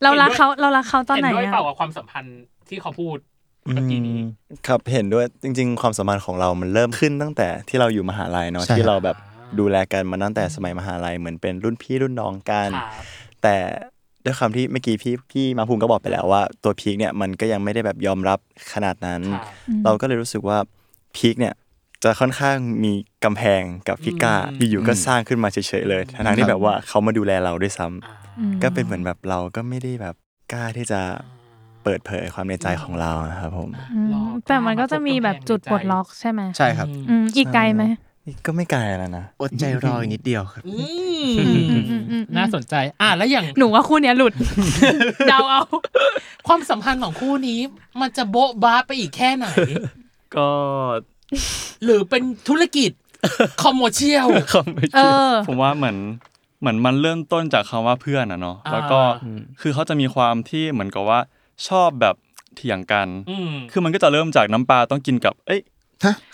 S3: เรารักเขาเรารักเขาตอนไหน
S4: เห็นด้วย
S3: อะ
S4: เปล่ากับความสัมพันธ์ที่เขาพูดเมื่อกี้นี้
S6: ครับเห็นด้วยจริง ๆ ความสัมพันธ์ของเรามันเริ่มขึ้นตั้งแต่ที่เราอยู่มหาลัยเนาะ
S5: ใช่
S6: ที่เราแบบดูแลกันมาตั้งแต่สมัยมหาลัยเหมือนเป็นรุ่นพี่รุ่นน้องกัน
S4: ครับ
S6: แต่ด้วยคำที่เมื่อกี้พี่พี่มาภูมิก็บอกไปแล้วว่า ตัวพีคเนี่ยมันก็ยังไม่ได้แบบยอมรับขนาดนั้น
S4: ครับ
S6: เราก็เลยรู้สึกว่าพีคเนี่ยจะค่อนข้างมีกำแพงกับพิก้า
S4: อืม
S6: อยู่ๆก็สร้างขึ้นมาเฉยๆเลยทั้งๆที่แบบว่าเขามาดูแลเราด้วยซ้ำ
S3: อืม
S6: ก็เป็นเหมือนแบบเราก็ไม่ได้แบบกล้าที่จะเปิดเผยความในใจของเรานะครับผม
S3: อืมแต่มันก็จะมีแบบจุดปลดล็อกใช่ไหม
S5: ใช่ครับ
S3: อืมอีกไกลไหม
S6: นี่ก็ไม่ไกลแล้วนะ
S5: อดใจรออีกนิดเดียวครับ
S4: อื
S3: อืมอื
S4: ม
S3: มอืมอืม
S4: น่าสนใจ อ่ะแล้วอย่าง
S3: หนูว่าคู่เนี้ยหลุด เดาเอา
S4: ความสัมพันธ์ของคู่นี้ มันจะโบ๊ะบ้าไปอีกแค่ไหน
S6: ก็
S4: หรือเป็นธุร กิจ คอมเมอร์เชียล
S6: คำไม่
S3: เอ
S6: เชื่อ
S3: อ
S8: ผมว่าเหมือนเหมือนมันเริ่มต้นจากคำว่าเพื่อนอะเนาะแล้วก็
S4: อ่า
S8: คือเขาจะมีความที่เหมือนกับว่าชอบแบบเถียงกัน
S4: อืม
S8: คือมันก็จะเริ่มจากน้ำปลาต้องกินกับเอ้ย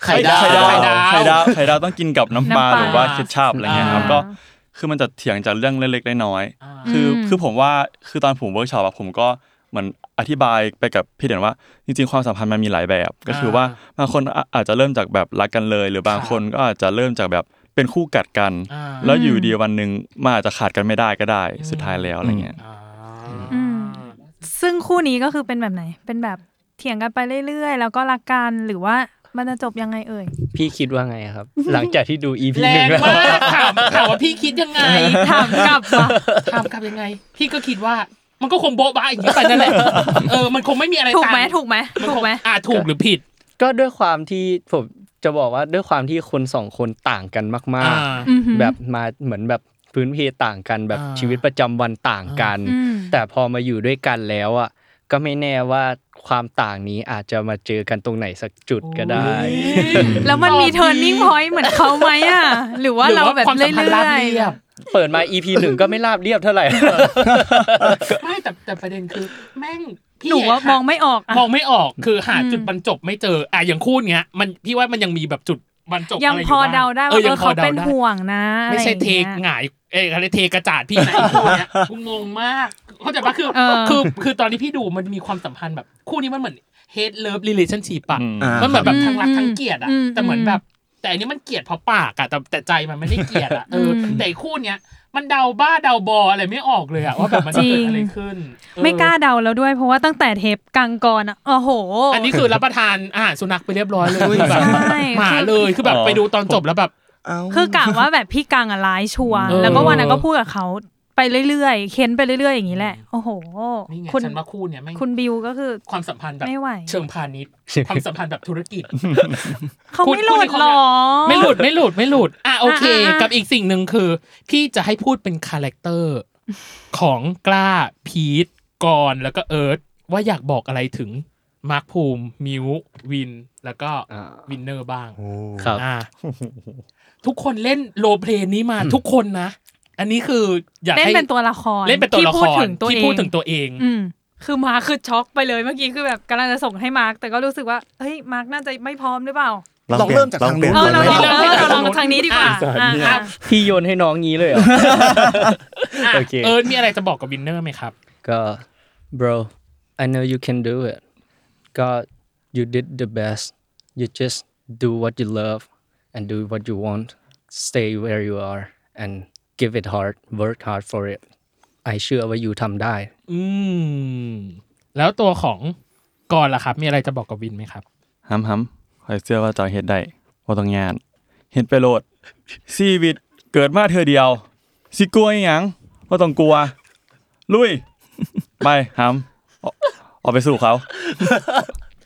S5: ไข่ดาว
S8: ไข่ดาว
S4: ไข่ดาว
S8: ไข่ดาวไข่ดาวต้องกินกับน้ำปลา
S3: น้ำปลา
S8: หรือว่าเคชัพอะไรเงี้ยครับ
S4: อ่า
S8: ก็คือมันจะเถียงจากเรื่องเล็กๆน้อย
S4: อ่า
S8: ๆคืออ
S3: ม
S8: คือผมว่าคือตอนผมเวิร์กช็อปอะผมก็เหมือนอธิบายไปกับพี่เด่นว่า จริงๆความสัมพันธ์มันมีหลายแบบ ก็คือว่าบางคนอ่ะอาจจะเริ่มจากแบบรักกันเลย หรือบางคนก็อาจจะเริ่มจากแบบเป็นคู่กัดกัน
S4: อ่า
S8: แล้วอยู่ดีวันหนึ่งมันอาจจะขาดกันไม่ได้ก็ได้ สุดท้ายแล้วอะไรเงี้ย
S4: อ่า
S3: อืมซึ่งคู่นี้ก็คือเป็นแบบไหน เป็นแบบเถียงกันไปเรื่อยๆ แล้วก็รักกันหรือว่ามันจะจบยังไงเอ่ย
S7: พี่คิดว่าไงครับ หลังจากที่ดู EP
S4: แร
S7: หนึ่ง
S4: ง
S7: แล้ว
S4: มากถามถามว่าพี่คิด ยังไง
S3: ถามกลับมา
S4: ถามกลับยังไง พี่ก็คิดว่ามันก็คงโบ๊ะบ้าอย่างนี้ไปนั่นแหละเออมันคงไม่มีอะไร
S3: ถูกไหม
S4: ต่าง
S3: ถูกไหม
S4: น
S3: ถู
S4: ค
S3: ก
S4: ง
S3: ไหม
S4: อ่ะถูกหรือผิด
S7: ก็ด้วยความที่ผมจะบอกว่าด้วยความที่คนสองคนต่างกันมา
S4: อ่า
S7: ก ๆ แบบมาเหมือนแบบพื้นเพต่างกันแบบ
S4: อ่า
S7: ชีวิตประจำวันต่างกัน
S3: อืม
S7: แต่พอมาอยู่ด้วยกันแล้วอ่ะก็ไม่แน่ว่าความต่างนี้อาจจะมาเจอกันตรงไหนสักจุดก็ได้
S3: แล้วมันมี
S4: ตอบดี
S3: turning point เหมือนเขาไหมอ่ะ หรือว่า
S4: หอ
S3: เราแบบ
S4: ความ
S3: เรื่
S4: สัมพันธ์ราบ
S3: อย
S4: เรียบ
S7: เปิดมา EP หนึ่งก็ไม่ราบเรียบเท่าไหร่
S4: ไม่แต่แต่ประเด็นคือแม่ง
S3: ๆหนูว่า
S4: เะค่ะ
S3: มองไม่ออกอะ
S4: มองไม่ออกคือหา
S3: อืม
S4: จุดบรรจบไม่เจออ่ะอย่างคู่เนี้ยมันพี่ว่ามันยังมีแบบจุดบรรจบ
S3: ยัง
S4: อะไร
S3: พอเดาได้
S4: เอ
S3: ว่า
S4: อ
S3: เอ
S4: ยั
S3: อง
S4: พอ
S3: เขา
S4: เดา
S3: เป็น
S4: ได้
S3: ห่วงนะอะ
S4: ไม่
S3: รอ
S4: ใช่
S3: ย่าง
S4: เท
S3: งี้ย
S4: หงายเอ้ยอะไรเทกระจาดพี่นะไอ้คู่เนี้ยกูงงมากเข้าใจปะคือ
S3: เออ
S4: คือคือตอนที่พี่ดูมันมีความสัมพันธ์แบบ คู่นี้มันเหมือน hate love relationship อะ
S8: อืม
S5: อ่า
S4: มันเหมือนแบบ
S3: อืม
S4: ทั้งรัก
S3: อืม
S4: ทั้งเกลียดอะ
S3: อืม
S4: แต่เหมือนแบบ แต่อันนี้มันเกลียดเพราะปากอะแต่แต่ใจมันไม่ได้เกลียดอะเอออ
S3: ม
S4: แต่ไอ้คู่เนี้ยมันเดาบ้าเดาบออะไรไม่ออกเลยอะว่าแบบมันจะเกิดอะไร
S3: จริง
S4: ขึ้นเออ
S3: ไม่กล้าเดาแล้วด้วย เพราะว่าตั้งแต่เทปกลางกรอ่ะโอ้โห
S4: อันนี้คือรับประทานอาหารสุนัขไปเรียบร้อยเลยคือแบบ
S3: ใช่
S4: หมาเลยคือแบบไปดูตอนจบแล้วแบบ
S3: คือกะว่าแบบพี่กังอะร้ายชัวร์
S4: เออ
S3: แล้วก็วันนั้นก็พูดกับเขาไปเรื่อยๆ เค้นไปเรื่อยๆอย่างนี้แหละ โอ้โห
S4: นี่ไง
S3: คุณ
S4: ฉันว่าคู่เนี่ยแม่ง
S3: คุณบิวก็คือ
S4: ความสัมพันธ์แบบ
S3: ไม่ไหว
S4: เชิงพาณิ ชย์ ความสัมพันธ์แบบธุรกิจ
S3: เขา
S4: คุณ
S3: ไม่หลุด
S4: คุณ
S3: หรอ
S4: ไม่หลุดไม่หลุดไม่หลุดอ่ะโอเค
S3: อ่ะ
S4: กับอีกสิ่งหนึ่งคือ พี่จะให้พูดเป็นคาแรคเตอร์ของกล้าพีทกรณ์แล้วก็เอิร์ธว่าอยากบอกอะไรถึงมาร์คภูมิมิววิน แล้วก็
S7: อ่า
S4: วินเนอร์บ้าง
S7: ครับ
S4: อ่าทุกคนเล่นโรลเพลย์นี้มาทุกคนนะ อันนี้คืออยาก
S3: เล่น
S4: ให้
S3: เป็นตัวละคร
S4: เล่นเป็นตัวละคร
S3: ที่พูดถึงตัว
S4: ที่
S3: เอ
S4: พูด
S3: ง
S4: ถึงตัวเอง
S3: อืมคือมาร์คคือช็อกไปเลยเมื่อกี้คือแบบกำลังจะส่งให้มาร์คแต่ก็รู้สึกว่าเฮ้ยมาร์คน่าจะไม่พร้อมหรือเปล่า
S5: ลองเริ่มจากทางนู้น
S3: เออเราลอง
S5: ไม่ได้
S3: เออเราลองทางนี้ดีกว่าอ่ะอ่ะ
S7: พี่โยนให้น้องงี้เลยเหรอ
S4: อ่ะ
S7: โอเค
S4: เอิร์นมีอะไรจะบอกกับวินเนอร์ไหมครับ
S7: ก็ bro I know you can do it ก็ you did the best you just do what you love and do what you want stay where you are and give it hard work hard for it I เชื่อว่า you ทำได้
S4: อืม แล้วตัวของกอนล่ะครับ มีอะไรจะบอกกับวินไหมครับ
S8: ฮัมฮัมคอยเชื่อว่าเจอยเฮ็ดได้บ่ต้องงาน เฮ็ดไปโหลดชีวิตเกิดมาเธอเดียว สิกลัวอิหยังบ่ต้องกลัว ลุย ไปฮัมออกออกไปสู่เขา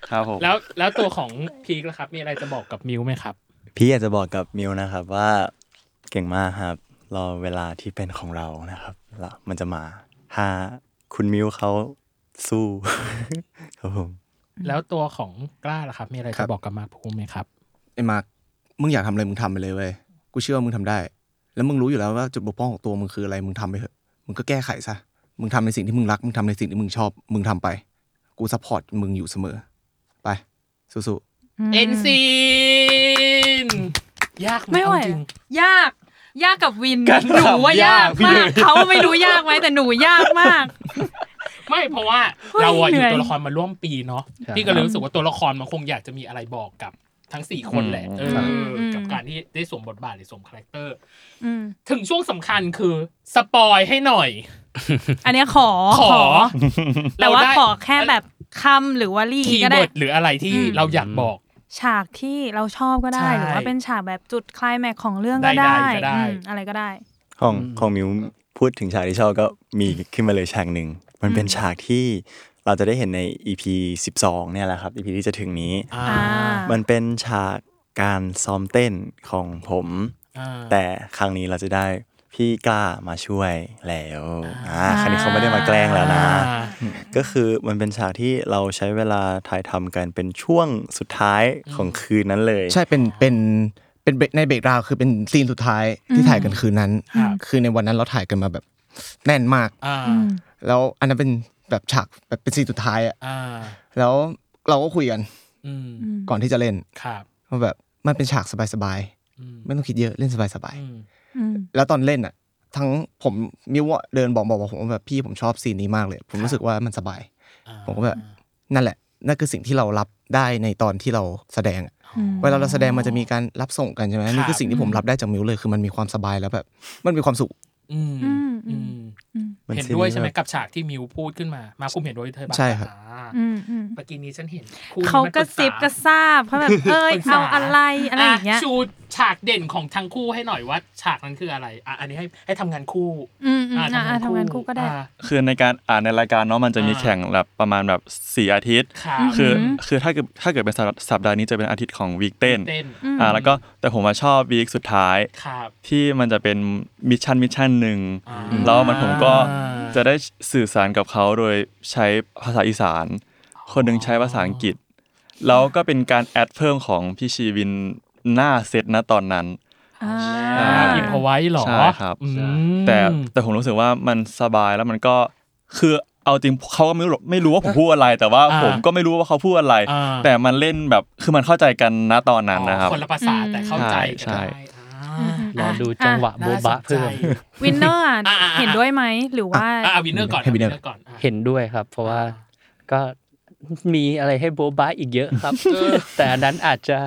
S8: ครับผม
S4: แล้วแล้วตัวของพีคล่ะครับ มีอะไรจะบอกกับมิวไหมครับ
S6: พี่อยากจะบอกกับมิวนะครับว่าเก่งมากครับ รอเวลาที่เป็นของเรานะครับแล้วมันจะมาถ้าคุณมิวเขาสู้ ครับผม
S4: แล้วตัวของกล้าล่ะครับ มีอะไร
S5: ครั
S4: จะ
S5: บ
S4: บอกกับมาร์คภูมิไหมครับ
S5: ไอ้มาร์คมึงอยากทำอะไรมึงทำไปเลยเว้ย กูเชื่อว่ามึงทำได้ แล้วมึงรู้อยู่แล้วว่าจุดบกพร่องของตัวมึงคืออะไร มึงทำไปเถอะ มึงก็แก้ไขซะ มึงทำในสิ่งที่มึงรัก มึงทำในสิ่งที่มึงชอบ มึงทำไป กูซัพพอร์ตมึงอยู่เสมอ ไป สู้
S4: เอ็นซีนยาก
S3: ไม่ไหว
S4: เอาจริง
S3: ยาก ยากกับวิน หนูว่ายากมาก เขาไม่รู้ยากไหมแต่หนูยากมาก
S4: ไม่เพราะว่าเราอะ
S3: เห
S4: อ
S3: นื่อ
S4: ยู่
S3: ย
S4: ตัวละครมาร่วมปีเนาะพี่ก็เลยรู้สึกว่าตัวละครมันคงอยากจะมีอะไรบอกกับทั้งสี่คนแหละเอออกับการที่ได้สวมบทบาทหรือสวมคาแรคเตอร์
S3: อืม
S4: ถึงช่วงสำคัญคือสปอยให้หน่อย
S3: อันเนี้ยขอ
S4: ขอ
S3: แต่ว่า
S4: เรได้
S3: ขอแค่แบบคำหรือวลี
S4: คีย์
S3: ก็
S4: เวิ
S3: ได้
S4: ร์ดหรืออะไรที่เราอยากบอก
S3: ฉากที่เราชอบก็ได้
S4: ใช่
S3: หรือว่าเป็นฉากแบบจุดคลายแม็กซ์ของเรื่องก็
S4: ได้
S3: ได้
S4: ๆก็ได้
S3: อืมอะไรก็ได้
S6: ของของมิวพูดถึงฉากที่ชอบก็มีขึ้นมาเลยฉากหนึ่ง มันเป็นฉากที่เราจะได้เห็นใน EP 12 เนี่ยแหละครับ EP ที่จะถึงนี้
S4: อ่า
S3: อ่า
S6: มันเป็นฉากการซ้อมเต้นของผม
S4: อ่า
S6: แต่ครั้งนี้เราจะได้พี่กล้ามาช่วยแล้วอ่าครั้งนี้เขาไม่ได้มาแกล้งแล้วนะ ก็คือมันเป็นฉากที่เราใช้เวลาถ่ายทำกันเป็นช่วงสุดท้ายของคืนนั้นเลย
S5: ๆ ใช่ เป็น เป็น เป็นเบรกในเบรกดาวน์คือเป็นซีนสุดท้ายที่ถ่ายกันคืนนั้น
S4: ครับ
S5: คือในวันนั้นเราถ่ายกันมาแบบ แน่นมาก
S4: อ่า
S5: แล้วอันนั้นเป็นแบบฉากแบบเป็นซีนสุดท้ายอะ
S4: อ่า
S5: แล้วเราก็คุยกัน
S4: อืม
S5: ก่อนที่จะเล่น
S4: ครับ
S5: ว่าแบบมันเป็นฉากสบาย
S4: อืม
S5: ๆ ไม่ต้องคิดเยอะเล่นสบาย
S4: อืม
S3: อืม
S5: ๆ แล้วตอนเล่นอ่ะ ทั้งผมมิวอะเดินบอกบอกบอกผมว่าแบบพี่ผมชอบซีนนี้มากเลย ผมรู้สึกว่ามันสบาย
S4: อ่า
S5: ผมก็แบบนั่นแหละ นั่นคือสิ่งที่เรารับได้ในตอนที่เราแสดงอะ
S3: อืม
S5: เวลาเราแสดงมันจะมีการรับส่งกันใช่ไหมนี่คือสิ่งที่ผมรับได้จากมิวเลยคือมันมีความสบายแล้วแบบ มันมีความสุข
S4: อืม
S3: อืมอื
S4: อื
S3: ม
S4: ม
S6: มัน
S4: เห็น
S6: ซีรีส์
S4: ด้วยใช่ไหม
S6: แบบ
S4: กับฉากที่มิวพูดขึ้นมา มาคุมเห็นด้วยเธอบ้าง
S5: ใช่ครับ
S4: อ่า
S3: อืมอืม
S4: เมื่อกี้นี้ฉันเห็นคู่นี้
S3: เขา
S4: มัน
S3: กระซิบ
S4: ป
S3: กระซาบเขาแบบเอ้ย
S4: ปรึกษ
S3: เอาอะไรอะไรอย่างเงี้ย
S4: ะชูฉากเด่นของทั้งคู่ให้หน่อยว่า ฉากนั้นคืออะไรอ่ะอันนี้ให้ให้ทำงานคู่
S3: อืมอืม
S4: อ่ะ
S3: อ่ะอ่ะทำงานคู่ก็ได้
S4: อ่ะ
S8: คือในการอ่านในรายการเนาะมันจะมี
S4: อ่า
S8: แข่งแบบประมาณแบบสี่อาทิตย์
S4: ขา
S8: คือ
S3: อือหือ
S8: คือถ้าเกิดถ้าเกิดเป็นสัปดาห์สัปดาห์นี้จะเป็นอาทิตย์ของวีคเต้น
S4: เต้น
S3: อืม
S8: อ่าแล้วก็แต่ผมมาชอบวีคสุดท้าย
S4: ครับ
S8: ที่มันจะเป็นมิชชั่นมิชชั่นหนึ่ง
S4: อ่า
S8: แล้วมันผมก็จะได้สื่อสารกับเขาโดยใช้ภาษาอีสาน คนหนึ่งใช้ภาษาอังกฤษ แล้วก็เป็นการแอดเพิ่มของพี่ชีวินหน้าเซตนะตอนนั้น
S3: อ่า
S8: อ่า
S4: อิมพอไว้เหรอ
S8: ใช่ครับ
S4: อืม
S8: แต่แต่ผมรู้สึกว่ามันสบายแล้วมันก็คือเอาจริงเขาก็ไม่รู้หรอกไม่รู้ว่าผมพูดอะไร แต่ว่า
S4: า
S8: ผมก็ไม่รู้ว่าเขาพูดอะไร
S4: อ่า
S8: แต่มันเล่นแบบคือมันเข้าใจกันนะตอนนั้นนะครับ
S4: อ๋อคนละภาษาแต่เข้าใจกัน
S8: ใช่
S4: ได้อ่า
S7: รอดูจังหวะโบ
S4: น่าสนใจ
S7: บะเพิ่ม
S3: วินเนอร์
S4: อ่ะอ่ะอ่ะ
S3: เห็นด้วยไหมหรือว่า
S4: อ่าวินเนอร์ก่อน
S5: ให้ winner
S4: เก่อนอ่ะ
S7: เห็นด้วยครับ เพราะว่า
S4: อ่
S7: ก็มีอะไรให้โบบะอีกเยอะครับ
S4: เออ
S7: แต่อันนั้นอาจจะ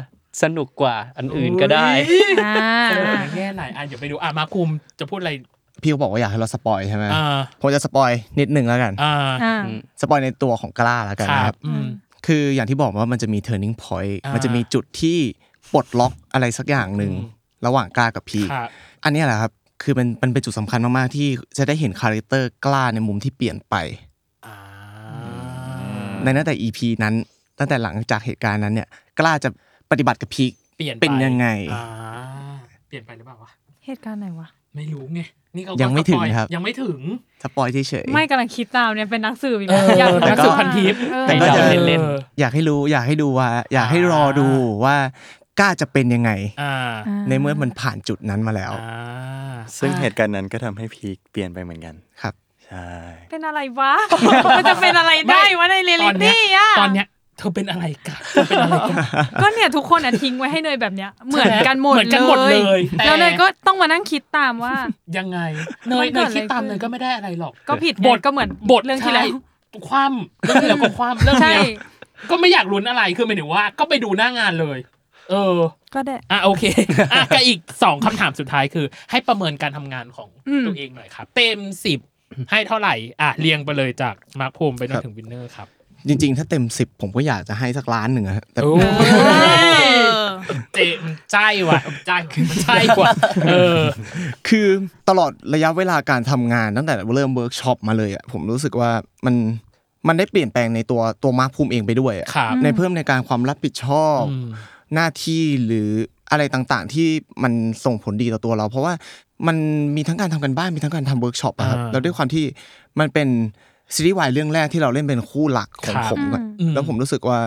S7: สนุกกว่าอันอื่นก็ได้
S3: อ่า
S4: เออแง่ไหนอ่ะเดี๋ยวไปดูอ่ะมาคุมจะพูดอะไร
S5: พี่ก็บอกว่าอยากให้เราสปอยใช่ไหม
S4: อ่า
S5: ผมจะสปอยนิดหนึ่งแล้วกัน
S4: อ่า
S3: อ่า
S5: สปอยในตัวของกล้าแล้วกัน
S4: ครั
S5: นะครับ บ
S4: อืม
S5: คืออย่างที่บอกว่ามันจะมี turning point
S4: อ่ามั
S5: มันจะมีจุดที่ปลดล็อกอะไรสักอย่างหนึ่งระหว่างกล้ากับพี
S4: ครับ
S5: อันเนี้ยแหละครับ คือมันมันเป็นจุดสำคัญมาก ๆ ที่จะได้เห็นคาแรคเตอร์กล้าในมุมที่เปลี่ยนไป
S4: อ่า
S5: ในตั้งแต่ EP นั้น ตั้งแต่หลังจากเหตุการณ์นั้นเนี่ย กล้าจะปฏิบัติกับพีค
S4: เปลี่ยนไ
S5: เป็นยังไง
S4: อ่าเปลี่ยนไปหรือเปล่าวะ
S3: เหตุการณ์ไหนวะ
S4: ไม่รู้ไงนี่เขา
S5: ยั
S4: ยัง
S5: ไม่ถึงครับ
S4: ยังไม่ถึง
S5: สปอยเฉย
S3: ไม่กำลังคิดตามเนี่ยเป็นนักสืบอีกแล้วอยากรู้
S5: แต่
S4: นัก
S5: ก็
S4: สืบ
S3: ว่า
S4: พันทิป
S3: เออ
S7: แต่ก็จะ
S4: เล่น
S5: ๆอยากให้รู้อยากให้ดูว่า อยากให้รอดูว่ากล้าจะเป็นยังไง
S4: ๆอ่า
S5: ในเมื่อมันผ่านจุดนั้นมาแล้ว
S4: อ่า
S6: ซึ่งเหตุการณ์นั้นก็ทำให้พีคเปลี่ยนไปเหมือนกัน
S5: ครับ
S6: ใช่
S3: เป็นอะไรวะ มันจะเป็นอะไรได้วะในเรียล
S4: ต
S3: ลิ
S4: อนเนี้ย
S3: ตี้อ่ะ
S4: ตอนเนี้ยเธอเป็นอะไรกันเธอเป็นอะไรกัน
S3: ก็เนี่ยทุกคนอ่ะทิ้งไว้ให้เนยแบบเนี้ยเหมือนกันหมด
S4: เหมือนกันหมดเลยแต่
S3: แล้วเนยก็ต้องมานั่งคิดตามว่า
S4: ยังไงเนย
S3: มัน
S4: เนย
S3: เกิดอะไร
S4: คิดตาม
S3: ขึ้น
S4: เนยก็ไม่ได้อะไรหรอก
S3: ก็ผิดไง
S4: บท
S3: ก็เหมือน
S4: บท
S3: เรื่องที่แล้ว
S4: ใช่คว่ำเรื่องที่แล้วก็คว่ำเรื่อง
S3: ใช่
S4: เนี้ยก็ไม่อยากลุ้นอะไรคือหมายถึงว่า ก็ไปดูหน้างานเลย เออ
S3: ก็ได้
S4: อ่ะโอเค อ่ะก็อีกสองคำถามสุดท้ายคือ ให้ประเมินการทำงานของ
S3: อืม
S4: ตัวเองหน่อยครับ เต็มสิบให้เท่าไหร่ อ่ะเรียงไปเลยจากมาร์คภูมิไปจนถึงวินเนอร์ครับ
S5: จริง ๆ ถ้าเต็ม 10 ผมก็อยากจะให้สักล้านหนึ่งอะแต่
S4: โอ้ยเจมันใจว่ะมันใจมันใจก ว่าเออ
S5: คือตลอดระยะเวลาการทำงานตั้งแต่เริ่มเวิร์กช็อปมาเลยอะผมรู้สึกว่ามันมันได้เปลี่ยนแปลงในตัวตัวมาร์คภูมิเองไปด้วยอะ
S4: ครับ
S5: ในเพิ่มในการความรับผิดชอบ
S4: อืม
S5: หน้าที่หรืออะไรต่างๆ ที่มันส่งผลดีต่อตัวเรา เพราะว่ามันมีทั้งการทำกันบ้านมีทั้งการทำเวิร์กช็อปอะครับ
S4: อ่า
S5: แล้วด้วยความที่มันเป็นซีรีส์วายเรื่องแรกที่เราเล่นเป็นคู่หลักของ
S4: ครับ
S5: ผมอะ
S4: อืม
S5: แล้วผมรู้สึกว่า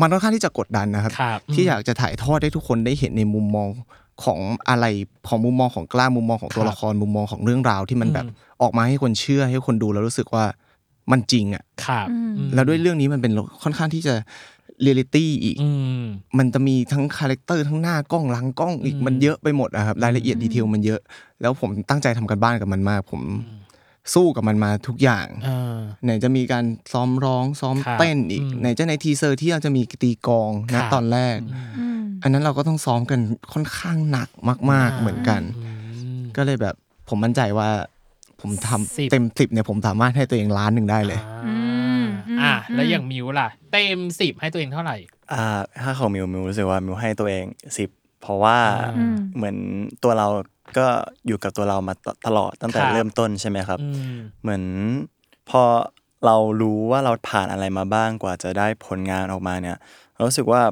S5: มันค่อนข้างที่จะกดดันนะครับ
S4: ครับ
S5: ที่อยากจะถ่ายทอดให้ทุกคนได้เห็นในมุมมองของอะไรของมุมมองของกล้ามุมมองของตัวละครมุมมองของเรื่องราวที่มันแบบออกมาให้คนเชื่อให้คนดูแล้วรู้สึกว่ามันจริงอ่ะ
S4: ครับอืม
S5: แล้วด้วยเรื่องนี้มันเป็นค่อนข้างที่จะเรียลิตี้อีก
S4: อืม
S5: มันจะมีทั้งคาแรคเตอร์ทั้งหน้ากล้องหลังกล้องอีก
S4: อืม
S5: มันเยอะไปหมดอะครับรายละเอียดดีเทลมันเยอะ แล้วผมตั้งใจทำกันบ้านกับมันมาก ผมสู้กับมันมาทุกอย่าง
S4: เออ
S5: ไหนจะมีการซ้อมร้องซ้อม
S4: ครับ
S5: เต้นอีก
S4: อืม
S5: ไหนจะในทีเซอร์ที่เราจะมีตีกลอง
S4: ครั
S5: นะ
S4: บ
S5: ตอนแรก
S3: อืม
S5: อันนั้นเราก็ต้องซ้อมกันค่อนข้างหนักมาก ๆ เหมือนกัน
S4: อืม
S5: ก็เลยแบบผมมั่นใจว่า ผมทำ
S4: สิบ
S5: เต็มสิบเนี่ยผมสามารถให้ตัวเองล้านหนึ่งได้เลย
S4: อ่า
S3: อืม
S4: อ่ะ
S3: อืม
S4: แล้วอย่างมิวล่ะ เต็มสิบให้ตัวเองเท่าไหร่
S6: อ่าถ้าของมิวมิวรู้สึกว่ามิวให้ตัวเองสิบเพราะว่า
S4: อืม
S6: เหมือนตัวเราก็อยู่กับตัวเรามาตตลอดตั้งแต่
S4: ครับ
S6: เริ่มต้นใช่ไหมครับ
S4: อืม
S6: เหมือนพอเรารู้ว่าเราผ่านอะไรมาบ้างกว่าจะได้ผลงานออกมาเนี่ยเรารู้สึกว่า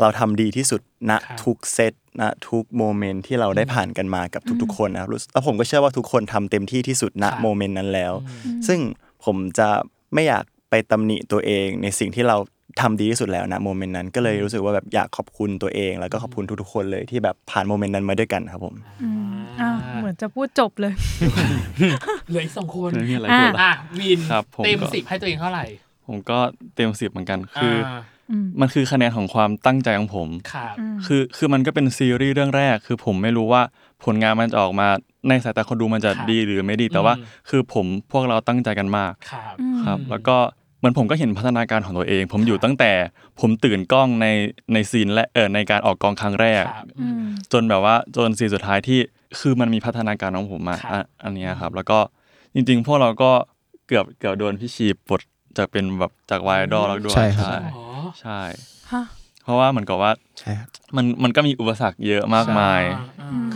S6: เราทำดีที่สุดณ
S4: ครับ
S6: ทุกเซตณทุกโมเมนต์ที่เราได้ผ่านกันมากับทุกๆคนนะครับรู้สึกแล้วผมก็เชื่อว่าทุกคนทำเต็มที่ที่สุดณโมเมนต์นั้นแล้ว ซึ่งผมจะไม่อยากไปตำหนิตัวเองในสิ่งที่เราทำดีที่สุดแล้วณโมเมนต์นั้นก็เลยรู้สึกว่าแบบอยากขอบคุณตัวเอง แล้วก็ขอบคุณทุกๆคนเลยที่แบบผ่านโมเมนต์นั้นมาด้วยกันครับผม
S3: อ่ะเหมือนจะพูดจบเลย
S4: เหลืออีกสองคน
S8: ไม่มีอะไร
S3: อ่ะ
S8: พูดละ
S4: อ่ะวิน
S8: ครับผม
S4: เต็ม
S8: ก็
S4: สิบให้ตัวเองเท่าไหร่
S8: ผมก็เต็มสิบเหมือนกัน คืออา มันคือคะแนนของความตั้งใจของผม
S4: ครับ
S8: คือคือมันก็เป็นซีรีส์เรื่องแรก คือผมไม่รู้ว่าผลงานมันจะออกมาในสายตาคนดูมันจะดีหรือไม่ดี แต่ว่าคือผมพวกเราตั้งใจกันมาก
S4: ครับ
S8: ครับแล้วก็เหมือนผมก็เห็นพัฒนาการของตัวเอง ผมอยู่ตั้งแต่ผมตื่นกล้องในในซีนและเออในการออกกองครั้งแรก
S4: ครับ
S8: จนแบบว่าจนซีนสุดท้ายที่คือมันมีพัฒนาการของผมมา
S4: ครับ
S8: อ่ะอันเนี้ยครับ แล้วก็ จริงๆ พวกเราก็เกือบเกือบโดนพี่ชีปลดจากเป็นแบบจากวายดอลแล้วด้วย
S5: ใช่ครับ
S8: ใช่ เพราะว่าเหมือนกับว่า
S6: ใช่ครับ
S8: มันมันก็มีอุปสรรคเยอะมากมาย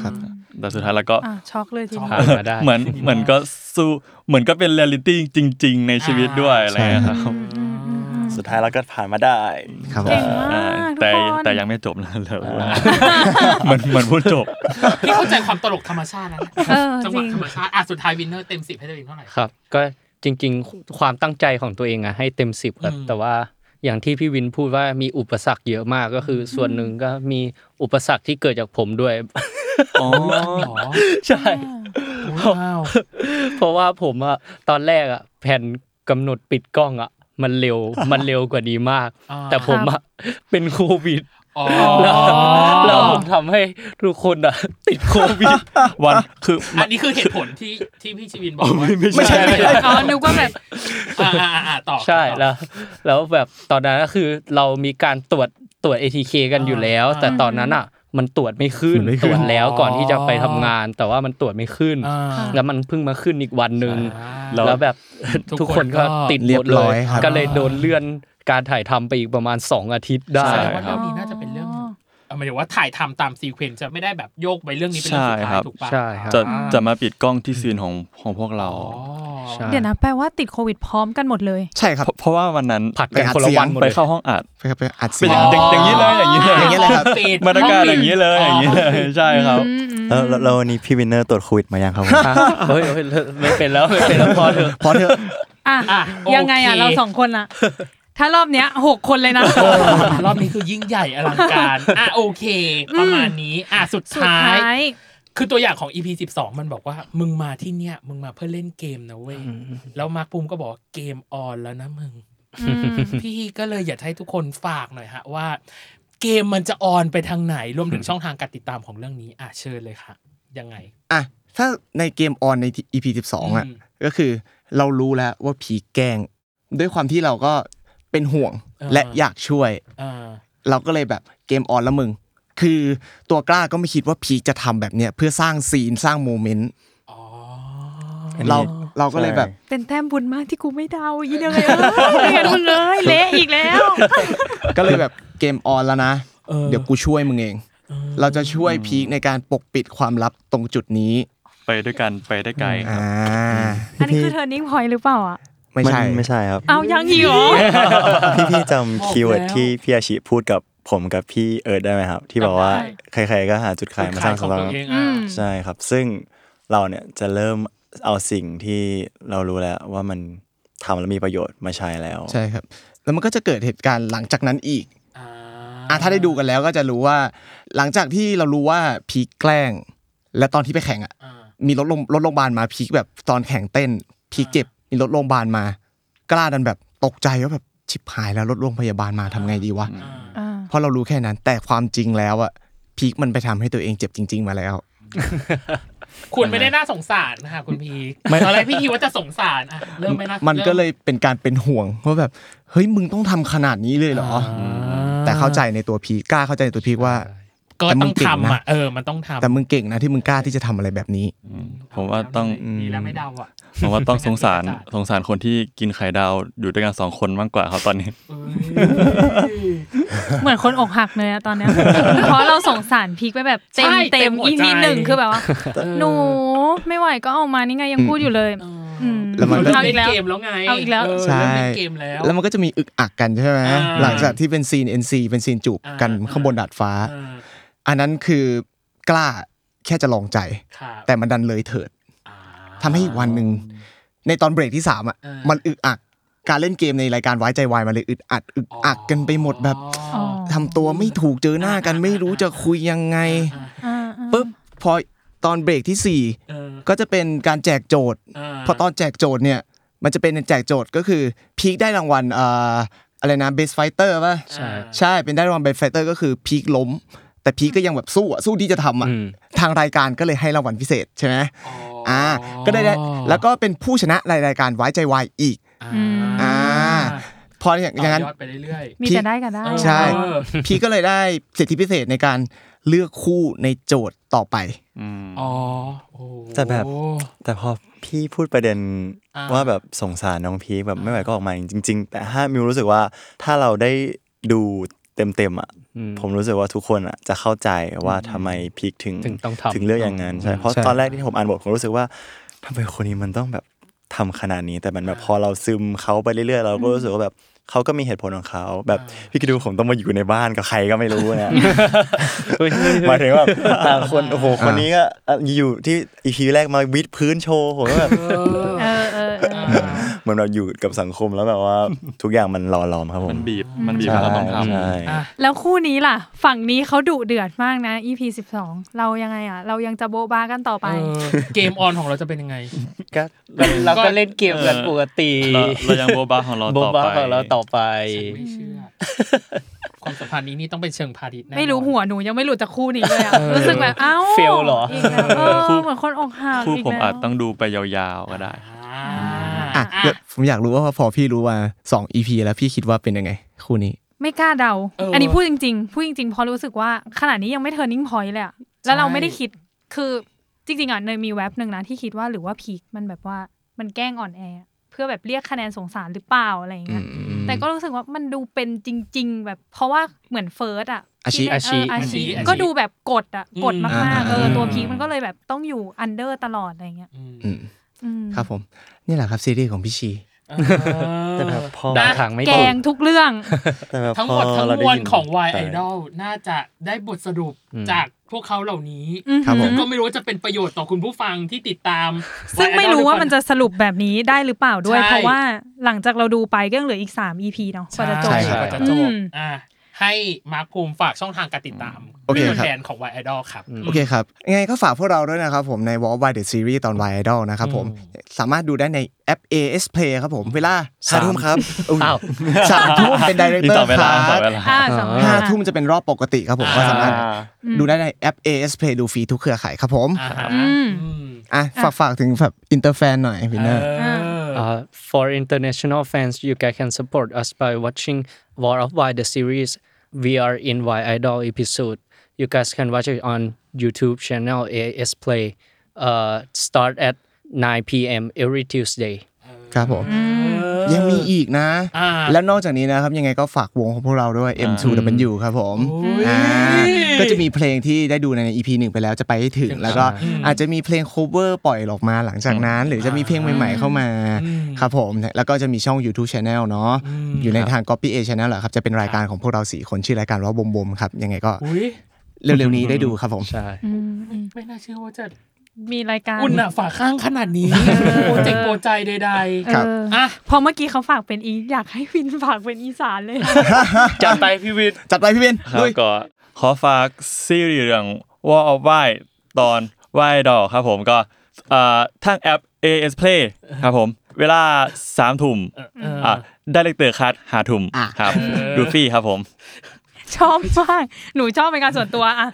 S5: ครับ
S8: แต่สุดท้ายแล้วก็
S3: อ่ะช็อกเลยที
S4: ช็อก
S3: เดียว
S7: ผ่านมาได้
S8: เหมือนเหมือนก็สู้เหมือนก็เป็นเรียลลิตี้จริง ๆ ในชีวิตด้วยอะไรอย่างเงี้ยครับ
S6: สุดท้ายเราก็ผ่านมาได้
S5: ครับผม
S3: เก่งมาก
S8: อ่า
S3: ทุก
S8: แต่
S3: คน
S8: แต่ยังไม่จบนะเลยเห มือนเหมือนพูดจบ
S4: พี่เข้าใจความตลกธรรมชาตินะ
S3: เออ
S4: จังหวะ
S3: จริง
S4: ธรรมชาติอ่ะสุดท้ายวินเนอร์เต็มสิบให้ตัวเองเท่าไหร่
S7: ครับก็จริงๆความตั้งใจของตัวเองอะให้เต็มสิบครับ
S4: อืม
S7: แต่ว่าอย่างที่พี่วินพูดว่ามีอุปสรรคเยอะมากก็คือส่วนหนึ่งก็มีอุปสรรคที่เกิดจากผมด้วย
S8: อ๋อ
S4: หรอ
S7: ใช่
S4: ว้าว
S7: เพราะว่าผมอะตอนแรกอะแผนกำหนดปิดกล้องอะมันเร็ วมันเร็วกว่านี้มาก
S4: อ่า
S7: แต่ผมอะเป็นโควิด
S4: อ๋อ
S7: แล้ว แล้วผมทำให้ทุกคนอะติดโควิ ด
S8: วันคือมั
S4: อั
S8: น
S4: นนี้คือเหตุผลที่ที่พี่ชีวินบอกว่า
S8: ไม่ใช่
S3: อ๋อนึกว่าแบบ
S4: อ่าอ่าอ่าต่อ
S7: ใช่
S4: ต่อ
S7: แล้วแล้วแบบตอนนั้นก็คือเรามีการตรวจตรวจ ATK กันอยู่แล้ว
S4: อ่า
S7: แต่ตอนนั้นอ่ะ มันตรวจไม่ขึ้น
S5: มันไม่ขึ้น
S7: ตรวจแล้วก่อนที่จะไป
S4: อ๋อ
S7: ทำงาน แต่ว่ามันตรวจไม่ขึ้น
S4: อ่า
S7: แล้วมันเพิ่งมาขึ้นอีกวันหนึ่ง
S4: อ่า
S7: แล้วแบบ
S4: ทุก
S7: ทุกคน
S4: คนก็
S7: ก็ติดห
S5: เรี
S7: ม
S5: ย
S7: ด
S5: บ
S7: เล
S5: ร้อย
S7: ย
S5: ครับ
S7: ก็เลยโดนเลื่อนการถ่ายทำไปอีกประมาณ 2 อาทิตย์ได้
S8: ใช่
S4: แสดงว่าเรื่องนี้น่าจะเป็นเรื่องเอาหมายถึงว่าถ่ายทำตามซีเควนซ์จะไม่ได้แบบโยกไปเรื่องนี้เป็นเรื่องสุด
S8: ใช่
S4: ท้า
S8: ค
S4: ย
S8: รับ
S4: ถูกปะ
S7: ใช่ครับ
S8: จะจะมาปิดกล้องที่ซีนของของพวกเรา
S4: อ๋อ
S7: ใช่
S3: เดี๋ยวนะแปลว่าติดโควิดพร้อมกันหมดเลย
S5: ใช่ครับ
S8: เพราะเพราะว่าวันนั้น
S7: ผัดกันคนละวันหมด
S8: ไป
S7: เลย
S8: เข้าห้องอัด
S5: ไปครับไปอัดเสี
S8: เป็
S5: ย
S8: น
S5: ง
S8: อย่างอย่างนี้เลยอย่างนี้เลย
S5: อย่างนี้เลยครับ
S4: ปิด
S8: บรรยากาศอย่างนี้เลยอย่างนี้เลยใช่ครับ
S6: แล้วแล้วแล้ววันนี้พี่วินเนอร์ตรวจโควิดมายังครับผม
S7: อ่ะเฮ้ยเฮ้ยไม่เป็นแล้วไม่เป็นแล้วพอเถอะ
S5: พอเถอะ
S3: อ่ะ
S4: อ่ะโ
S3: ยังไงอ่ะ เราสองคนอ่ะ ถ้ารอบเนี้ยหกคนเลยนะ
S4: รอบนี้คือยิ่งใหญ่อลังการอ่ะโอเค ประมาณนี้อ่ะสุด
S3: สุด
S4: ท้าย
S3: ท้าย
S4: คือตัวอย่างของ EP 12 มันบอกว่า มึงมาที่เนี่ย มึงมาเพื่อเล่นเกมนะเว้ย แล้วมาร์คภูมิก็บอกว่าเกมออนแล้วนะมึง พี่ก็เลยอยากให้ทุกคนฝากหน่อยฮะว่า เกมมันจะออนไปทางไหนรวมถึงช่องทางการติดตามของเรื่องนี้อ่ะเชิญเลยค่ะ ยังไง
S5: อ่ะถ้าในเกมออนใน EP 12อ่ะ
S4: อืม
S5: ก็คือเรารู้แล้วว่าผีแกล้ง ด้วยความที่เราก็เป็นห่วงและอยากช่วย
S4: อ่า
S5: เราก็เลยแบบเกมออนแล้วมึง คือตัวกล้าก็ไม่คิดว่าพีคจะทำแบบเนี้ยเพื่อสร้างซีนสร้างโมเมนต์
S4: อ๋อ
S5: เราเรา ก็เลยแบบ
S3: เป็นแต้มบุญมากที่กูไม่เดาอีเดียวเลยเอ้ยเรียนมึงเลยเละอีกแล้ว
S5: ก็เลยแบบเกมออนแล้วนะ เดี๋ยวกูช่วยมึงเอง เราจะช่วยพีคในการปกปิดความลับตรงจุดนี้
S8: ไปด้วยกันไปได้ไกลค
S5: อ่า
S8: รับ
S3: อันนี้คือเทอร์นิ่งพอยหรือเปล่าอ่ะ
S5: ไม่ใช่
S6: นไม่ใช่ครับ
S3: เอายังอีกเหรอ
S6: พี่พี่จำคีย์เวิร์ด
S4: บอกแล้ว
S6: ที่พี่อาชิพูดกับผมกับพี่เอิร์ดได้ไหมครับ ที่บอกว่า
S3: จ
S6: ใครๆก็หาจุดขายมาสร้างสำหรับ
S4: จุดขยของตัวเอง
S3: อื
S4: อ่ะ
S3: ม
S6: ใช่ครับ ซึ่งเราเนี่ยจะเริ่มเอาสิ่งที่เรารู้แล้วว่ามันทำแล้วมีประโยชน์มาใช้แล้ว
S5: ใช่ครับ แล้วมันก็จะเกิดเหตุการณ์หลังจากนั้นอีก
S4: อ่า
S5: อ่ะถ้าได้ดูกันแล้วก็จะรู้ว่า หลังจากที่เรารู้ว่าพีคแกล้ง และตอนที่ไปแข่งอ่ะ
S4: อ่า
S5: มีรถโรงรถโรงพยาบาลมาพีคแบบตอนแข่งเต้น พีคเจ็บมีรถโรงพยาบาลมา กล้าดันแบบตกใจว่าแบบชิบหายแล้วรถโรงพยาบาลมาทำไงดีวะ
S3: อ่า
S5: เพราะเรารู้แค่นั้นแต่ความจริงแล้วอะพีคมันไปทำให้ตัวเองเจ็บจริง ๆ มาแล้ว
S4: คุณไม่ได้น่าสงสารนะคะคุณพี
S5: ไม่
S4: อะไรพี่คิดว่าจะสงสารอ่ะเริ่มไม่น่า
S5: มั
S4: มัน
S5: ก็เลยเป็นการเป็นห่วงว่าแบบเฮ้ยมึงต้องทำขนาดนี้เลยเหรออแต่เข้าใจในตัวพีคกล้าเข้าใจในตัวพีคว่า
S4: ก็
S5: แต่มึ
S4: ต้อง
S5: งเก่งนะ
S4: ทำอ่ะเออมันต้องทำ
S5: แต่มึงเก่งนะที่มึงกล้าที่จะทำอะไรแบบนี้
S8: ผมว่าต้อง
S4: ดีแล้วไม่เดาอ่ะ
S8: ผมว่าต้องสงสารสงสารคนที่กินไข่ดาวอยู่ด้วยกันสองคนมากกว่าครับตอนนี้
S3: เหมือนคนอกหักเลยอะตอนเนี้ยเพราะเราสงสารพีคไปแบบเต็ม
S4: ใช่เต็
S3: เต็
S4: ม
S3: ม
S4: หัว
S3: อี
S4: ใจ
S3: พีหนึ่งคือแบบว่า หนูไม่ไหวก็เอามานี่ไงยังพูดอยู่เลยม
S5: แล้วมันก็
S4: เล่นเกมแล้วไง
S3: เอาอีกแล้ว
S4: เริ่มเล่นเกมแล้ว
S5: แล้วมันก็จะมีอึกอักกันใช่ไหม
S4: อ่า
S5: หลังจากที่เป็นซีน NC เป็นซีนจูบกัน
S4: อ่า
S5: ข้างบนดาดฟ้า
S4: อ่า
S5: อันนั้นคือกล้าแค่จะลองใจ
S4: ครับ
S5: แต่มันดันเลยเถิด
S4: อ่า
S5: ทำให้อีกวันหนึ่งในตอนเบรกที่สามอ่ะ
S4: เออ
S5: มันอึกอัก การเล่นเกมในรายการไว้ใจวายมันเลยอึดอัดอึกอักกันไปหมดแบบ
S3: อ๋อ
S5: ทำตัวไม่ถูกเจอหน้ากันไม่รู้จะคุยยังไง
S3: อ่าอ่า
S5: ปุ๊บพอตอนเบรกที่สี่
S4: เออ
S5: ก็จะเป็นการแจกโจทย์
S4: า
S5: พอตอนแจกโจทย์เนี่ย มันจะเป็นแจกโจทย์ก็คือพีคได้รางวัลเอ่ออะไรนะเบสไฟเตอร์ป่ะ
S7: ใช่
S5: ใช่เป็นได้รางวัลเบสไฟเตอร์ก็คือพีคล้ม แต่พีคก็ยังแบบสู้อะสู้ที่จะทำอ่ะ
S7: อืม
S5: ทางรายการก็เลยให้รางวัลพิเศษใช่ไหมอ่าก็ได้ได้แล้วก็เป็นผู้ชนะในรายการไว้ใจวายอีก
S4: อืม
S5: อ่า พออย่างอย่างนั้น
S4: ต่ดไปเรื่อย
S3: มีแต่ได้กับได้
S4: ๆ
S5: ใช่
S4: เออ
S5: พีคก็เลยได้สิทธิพิเศษในการเลือกคู่ในโจทย์ต่อไป
S8: อืม
S4: อ๋อโอ้
S6: แต่แบบ แต่พอพี่พูดประเด็นว่าแบบสงสารน้องพีคแบบไม่ไหวก็ออกมาจริง ๆ แต่ถ้ามิวรู้สึกว่าถ้าเราได้ดูเต็มๆอ่ะผมรู้สึกว่าทุกคนอ่ะจะเข้าใจว่าทำไมพีคถึง
S7: ถึงต้องทำ
S6: ถึงเลือกอย่างนั้นใช่เพราะ
S5: ใช่
S6: ตอนแรกที่ผมอ่านบทผมรู้สึกว่าทำไมคนนี้มันต้องแบบทำขนาดนี้ แต่มันแบบพอเราซึมเขาไปเรื่อยๆ เราก็รู้สึกว่าแบบเขาก็มีเหตุผลของเขาแบบพี่คิดดูผมต้องมาอยู่ในบ้านกับใครก็ไม่รู้เนี่ย หมายถึงว่าต่างคนโอ้โหคนนี้ก็อยู่ที่อีพีแรกมาวิดพื้นโชว์ผมก็แบบ
S3: เออเออเออ
S6: เหมือนเราอยู่กับสังคมแล้วแบบ ว่า ทุกอย่างมันหล่อหลอมครับผ
S8: มั
S6: ม
S8: นบีบมันบีบให้เราต้องทำ
S6: ใช่
S4: อ่ะ
S3: แล้วคู่นี้ล่ะ ฝั่งนี้เขาดุเดือดมากนะ EP 12 เรายังไงอ่ะ เรายังจะโบ๊ะบ้ากันต่อไป
S4: เออเกมออนของเราจะเป็นยังไง
S7: ก็เราก็เล่นเกมกัน
S8: เออ
S7: ปกติ
S8: เราเรายังโบบาของเรา
S7: โบ
S8: ต่อไป
S7: บ้าของเราต่อไป
S4: ฉันไม่เชื่อ ความสัมพันธ์นี้นี่ต้องเป็นเชิงพาณิชย์แน่นอน
S3: ไม่รู้หัวหนูยังไม่หลุดจากคู่นี้เลยอ่ะ
S4: เออ
S3: รู้สึกแบบ เอ้า
S7: Fail เหรอ
S3: กแล้วเอ
S8: คู่
S3: อเหมือนคนอกหัก
S8: คู่
S3: อีก
S8: ผม
S3: แล้ว
S8: อาจต้องดูไปยาวๆก็ได้
S4: อ่า
S5: อ่ะเดี๋ยวผมอยากรู้ว่าพอพี่รู้ว่าสอง EP แล้วพี่คิดว่าเป็นยังไง คู่นี้
S3: ไม่กล้าเดา อันนี้พูดจริงๆ พูดจริงๆเพราะรู้สึกว่าขนาดนี้ยังไม่ turning point เลยอ่ะ แล้วเราไม่ได้คิด คือจริงๆอ่ะเนยมีแว็บหนึ่งนะที่คิดว่าหรือว่าพีคมันแบบว่ามันแกล้งอ่อนแอ เพื่อแบบเรียกคะแนนสงสารหรือเปล่าอะไรอย่างเงี้ย แต่ก็รู้สึกว่ามันดูเป็นจริง ๆ แบบเพราะว่าเหมือนเฟิร์สอ่ะ
S5: อาชิ
S3: ที่เ
S5: อาชิ
S3: เอาชิ
S4: อาชิ
S3: ก็ดูแบบกดอ่ะ
S4: อืม
S3: กดมากๆเออ
S4: อ่า
S3: ตัวพีคมันก็เลยแบบต้องอยู่อันเดอร์ตลอดอะไรเงี้ย
S4: อืม
S5: อืม
S3: อืม
S5: ครับผม นี่แหละครับซีรีส์ของพี่ชี
S4: เออ
S7: แต่แบบพอมาทางไม่
S3: แก
S7: ถู
S3: งทุกเรื่อง
S6: แต่แบบ
S4: ทั้ง
S6: พ
S4: หม
S6: อ
S4: ดทั้ง
S6: เรา
S4: ม
S6: ได้
S4: วล
S6: ยิน
S4: ของวายไอ
S6: ใช่
S4: ดอลน่าจะได้บทสรุปจากพวกเขาเหล่านี้
S5: ครับผม
S4: ก็ไม่รู้ว่าจะเป็นประโยชน์ต่อคุณผู้ฟังที่ติดตาม
S3: ซึ่ง
S4: Y
S3: ไม่
S4: Idol
S3: รู้ว่ามันจะ
S4: ทุกค
S3: สรุปแบบนี้ได้หรือเปล่าด้วย
S4: ใช่
S3: เพราะว่าหลังจากเราดูไปก็ยังเหลืออีก 3 EP เนาะกว่าจะจบ
S4: ใช่
S5: ใช่
S4: กว่าจะจ
S3: อื
S4: บ
S3: ม
S4: อ่ะให้มาร์คภูมิฝากช่องทางการติดตาม
S5: โอเค
S4: ป็นตัว
S5: ครับ
S4: แทนของวายไอดอลครับ
S5: โอเคครับ ยังไงก็ฝากพวกเราด้วยนะครับผมใน w a l by the Series ตอน Y Idol นะครับผม สามารถดูได้ในแอป AS Play ครับผม เวลา
S6: ห้าทุ่มครับ
S5: อุ๊ยสามทุ่มเป็นไดเรค
S8: มี
S5: เตอ
S8: ต่อ
S5: ร์
S8: เวลา
S5: ค
S8: ต่อ
S5: รับ
S8: เวลา
S3: อ่าสอง
S5: ห้า
S3: ห้า
S5: ทุ่มจะเป็นรอบปกติครับผมก็สามารถ
S8: อ่า
S5: ดูได้ในแอป AS Play ดูฟรีทุกเครือข่ายครับผม
S4: อ่าฮะ
S3: อืม
S4: อืม
S5: อ่ะฝากฝากถึงแบบอินเตอร์แฟนหน่อยวินเนอร์
S4: เออ
S7: อ่า Uh, for international fans you guys can support us by watching War of Y the series we are in Y Idol episode you guys can watch it on YouTube channel AS Play uh, start at 9 p.m. every Tuesday
S5: ครับผม ยังมีอีกนะ
S4: อ่า
S5: แล้วนอกจากนี้นะครับ ยังไงก็ฝากวงของพวกเราด้วย M2W ครับผมอ่าก็จะมีเพลงที่ได้ดูใน EP หนึ่งไปแล้วจะไปให้ถึง แล้วก็อาจจะมีเพลง cover ปล่อยออกมาหลังจากนั้น หรือจะมีเพลงใหม่ๆเข้ามาครับผม แล้วก็จะมีช่อง YouTube Channel เนาะอยู่ในทาง Copy A Channel แหละครับ จะเป็นรายการของพวกเราสี่คนชื่อรายการว่าบมบมครับยังไงก็
S4: อุ้ย
S5: เร็วๆนี้ได้ดูครับผม
S7: ใช่
S4: ไม่น่าเชื่อว่าจะ
S3: มีรายการ
S4: อุ่นอ่ะฝาข้างขนาดนี้โปรเจกต์โปรใจใด
S5: ครับ
S3: เออ
S4: ๆอ่ะ
S3: พอเมื่อกี้เขาฝากเป็นอีอยากให้วินฝากเป็นอีสานเลย
S7: จัดไปพี่วิน
S5: จัดไปพี่เบน
S8: ครับ
S5: ลุย
S8: ก็ขอฝากซีรีส์เรื่อง Wall of w h i ตอน w h i ดอกครับผมก็เอ่อทางแอป AS Play ครับผม เวลาสามทุ่มอ่ะได้เลกเตอร์คัดหาทุ่ม
S5: อ่ะ
S8: ครับดูฟี่ครับผม
S3: ชอบมาก หนูชอบเป็นการส่วนตัวอ่ะ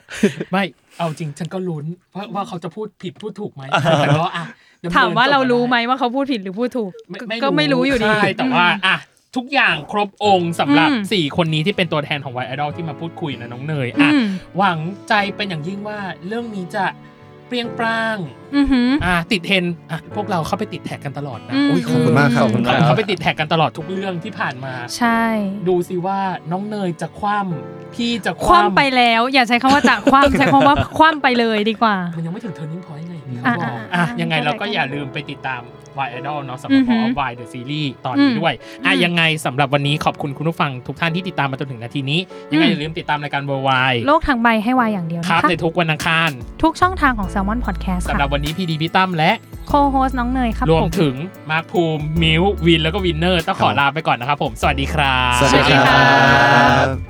S4: ไม่เอาจริงฉันก็ลุ้นว่าว่าเขาจะพูดผิดพูดถูกไหมแต่ก็อ่ะดำนิน
S3: ถามว่าเรารู้
S4: จบ
S3: ไหมว่าเขาพูดผิดหรือพูดถูก
S4: ไม่
S3: ก็ไม่รู้อยู่ดี
S4: ใช่แต่ว่าอ่ะทุกอย่างครบองค์สำหรับ
S3: อืม
S4: 4 คนนี้ที่เป็นตัวแทนของ y ว Idol ที่มาพูดคุยนะน้องเนยอ่ะ
S3: อืม
S4: หวังใจเป็นอย่างยิ่งว่าเรื่องนี้จะเปรียงปร้าง
S3: อือหือ
S4: อ่ะติดเทรนด์อ่ะพวกเราเข้าไปติดแท็กกันตลอดนะ
S3: อืม
S5: อุ้ยขอบคุณมากครับ
S4: เราเข้าไปติดแท็กกันตลอดทุกเรื่องที่ผ่านมา
S3: ใช่
S4: ดูสิว่าน้องเนยจะคว่ำพี่จะ
S3: ค
S4: ค
S3: ว่ำ
S4: ว่ำ
S3: ไปแล้ว อย่าใช้คำว่าจะคว่ำใช้ค ำว่าคว่ำไปเลยดีกว่า
S4: มันยังไม่ถึง turning point ไงที่
S3: อ่ะ
S4: เขาบอก
S3: อ่ะ
S4: อ่ะ
S3: อ่ะ
S4: ยังไง
S3: เข้าใจ
S4: เราก็อย่าลืมไปติดตาม Y Idol เนาะสำห
S3: อื
S4: รับ
S3: อหื
S4: พอ
S3: อ
S4: Y The Series ตอน
S3: อื
S4: นี้
S3: ม
S4: ด้วยอ่ะ
S3: อืม
S4: ยังไงสำหรับวันนี้ขอบคุณคุณผู้ฟังทุกท่านที่ติดตามมาจนถึงนาทีนี้ ยังไง
S3: อืม
S4: อย่าลืมติดตามรายการเวอร์ไว
S3: โลกทางใบให้วายอย่างเดียว
S4: ครั
S3: นะ
S4: บ
S3: คะ
S4: ในทุกวันอังคาร
S3: ทุกช่องทางของ s ซ l m o n Podcast
S4: สำ
S3: ค่ะ
S4: หรับวันนี้พีดีพี่ตั้มและ
S3: โคโฮสน้องเนยครับ
S4: รวม
S3: ผม
S4: ถึงมาร์คภูมิมิววินแล้วก็วินเนอร์ต้องขอลาไปก่อนนะครับผมสวัสดีครับ
S5: สวัสดีครับ
S6: ครับ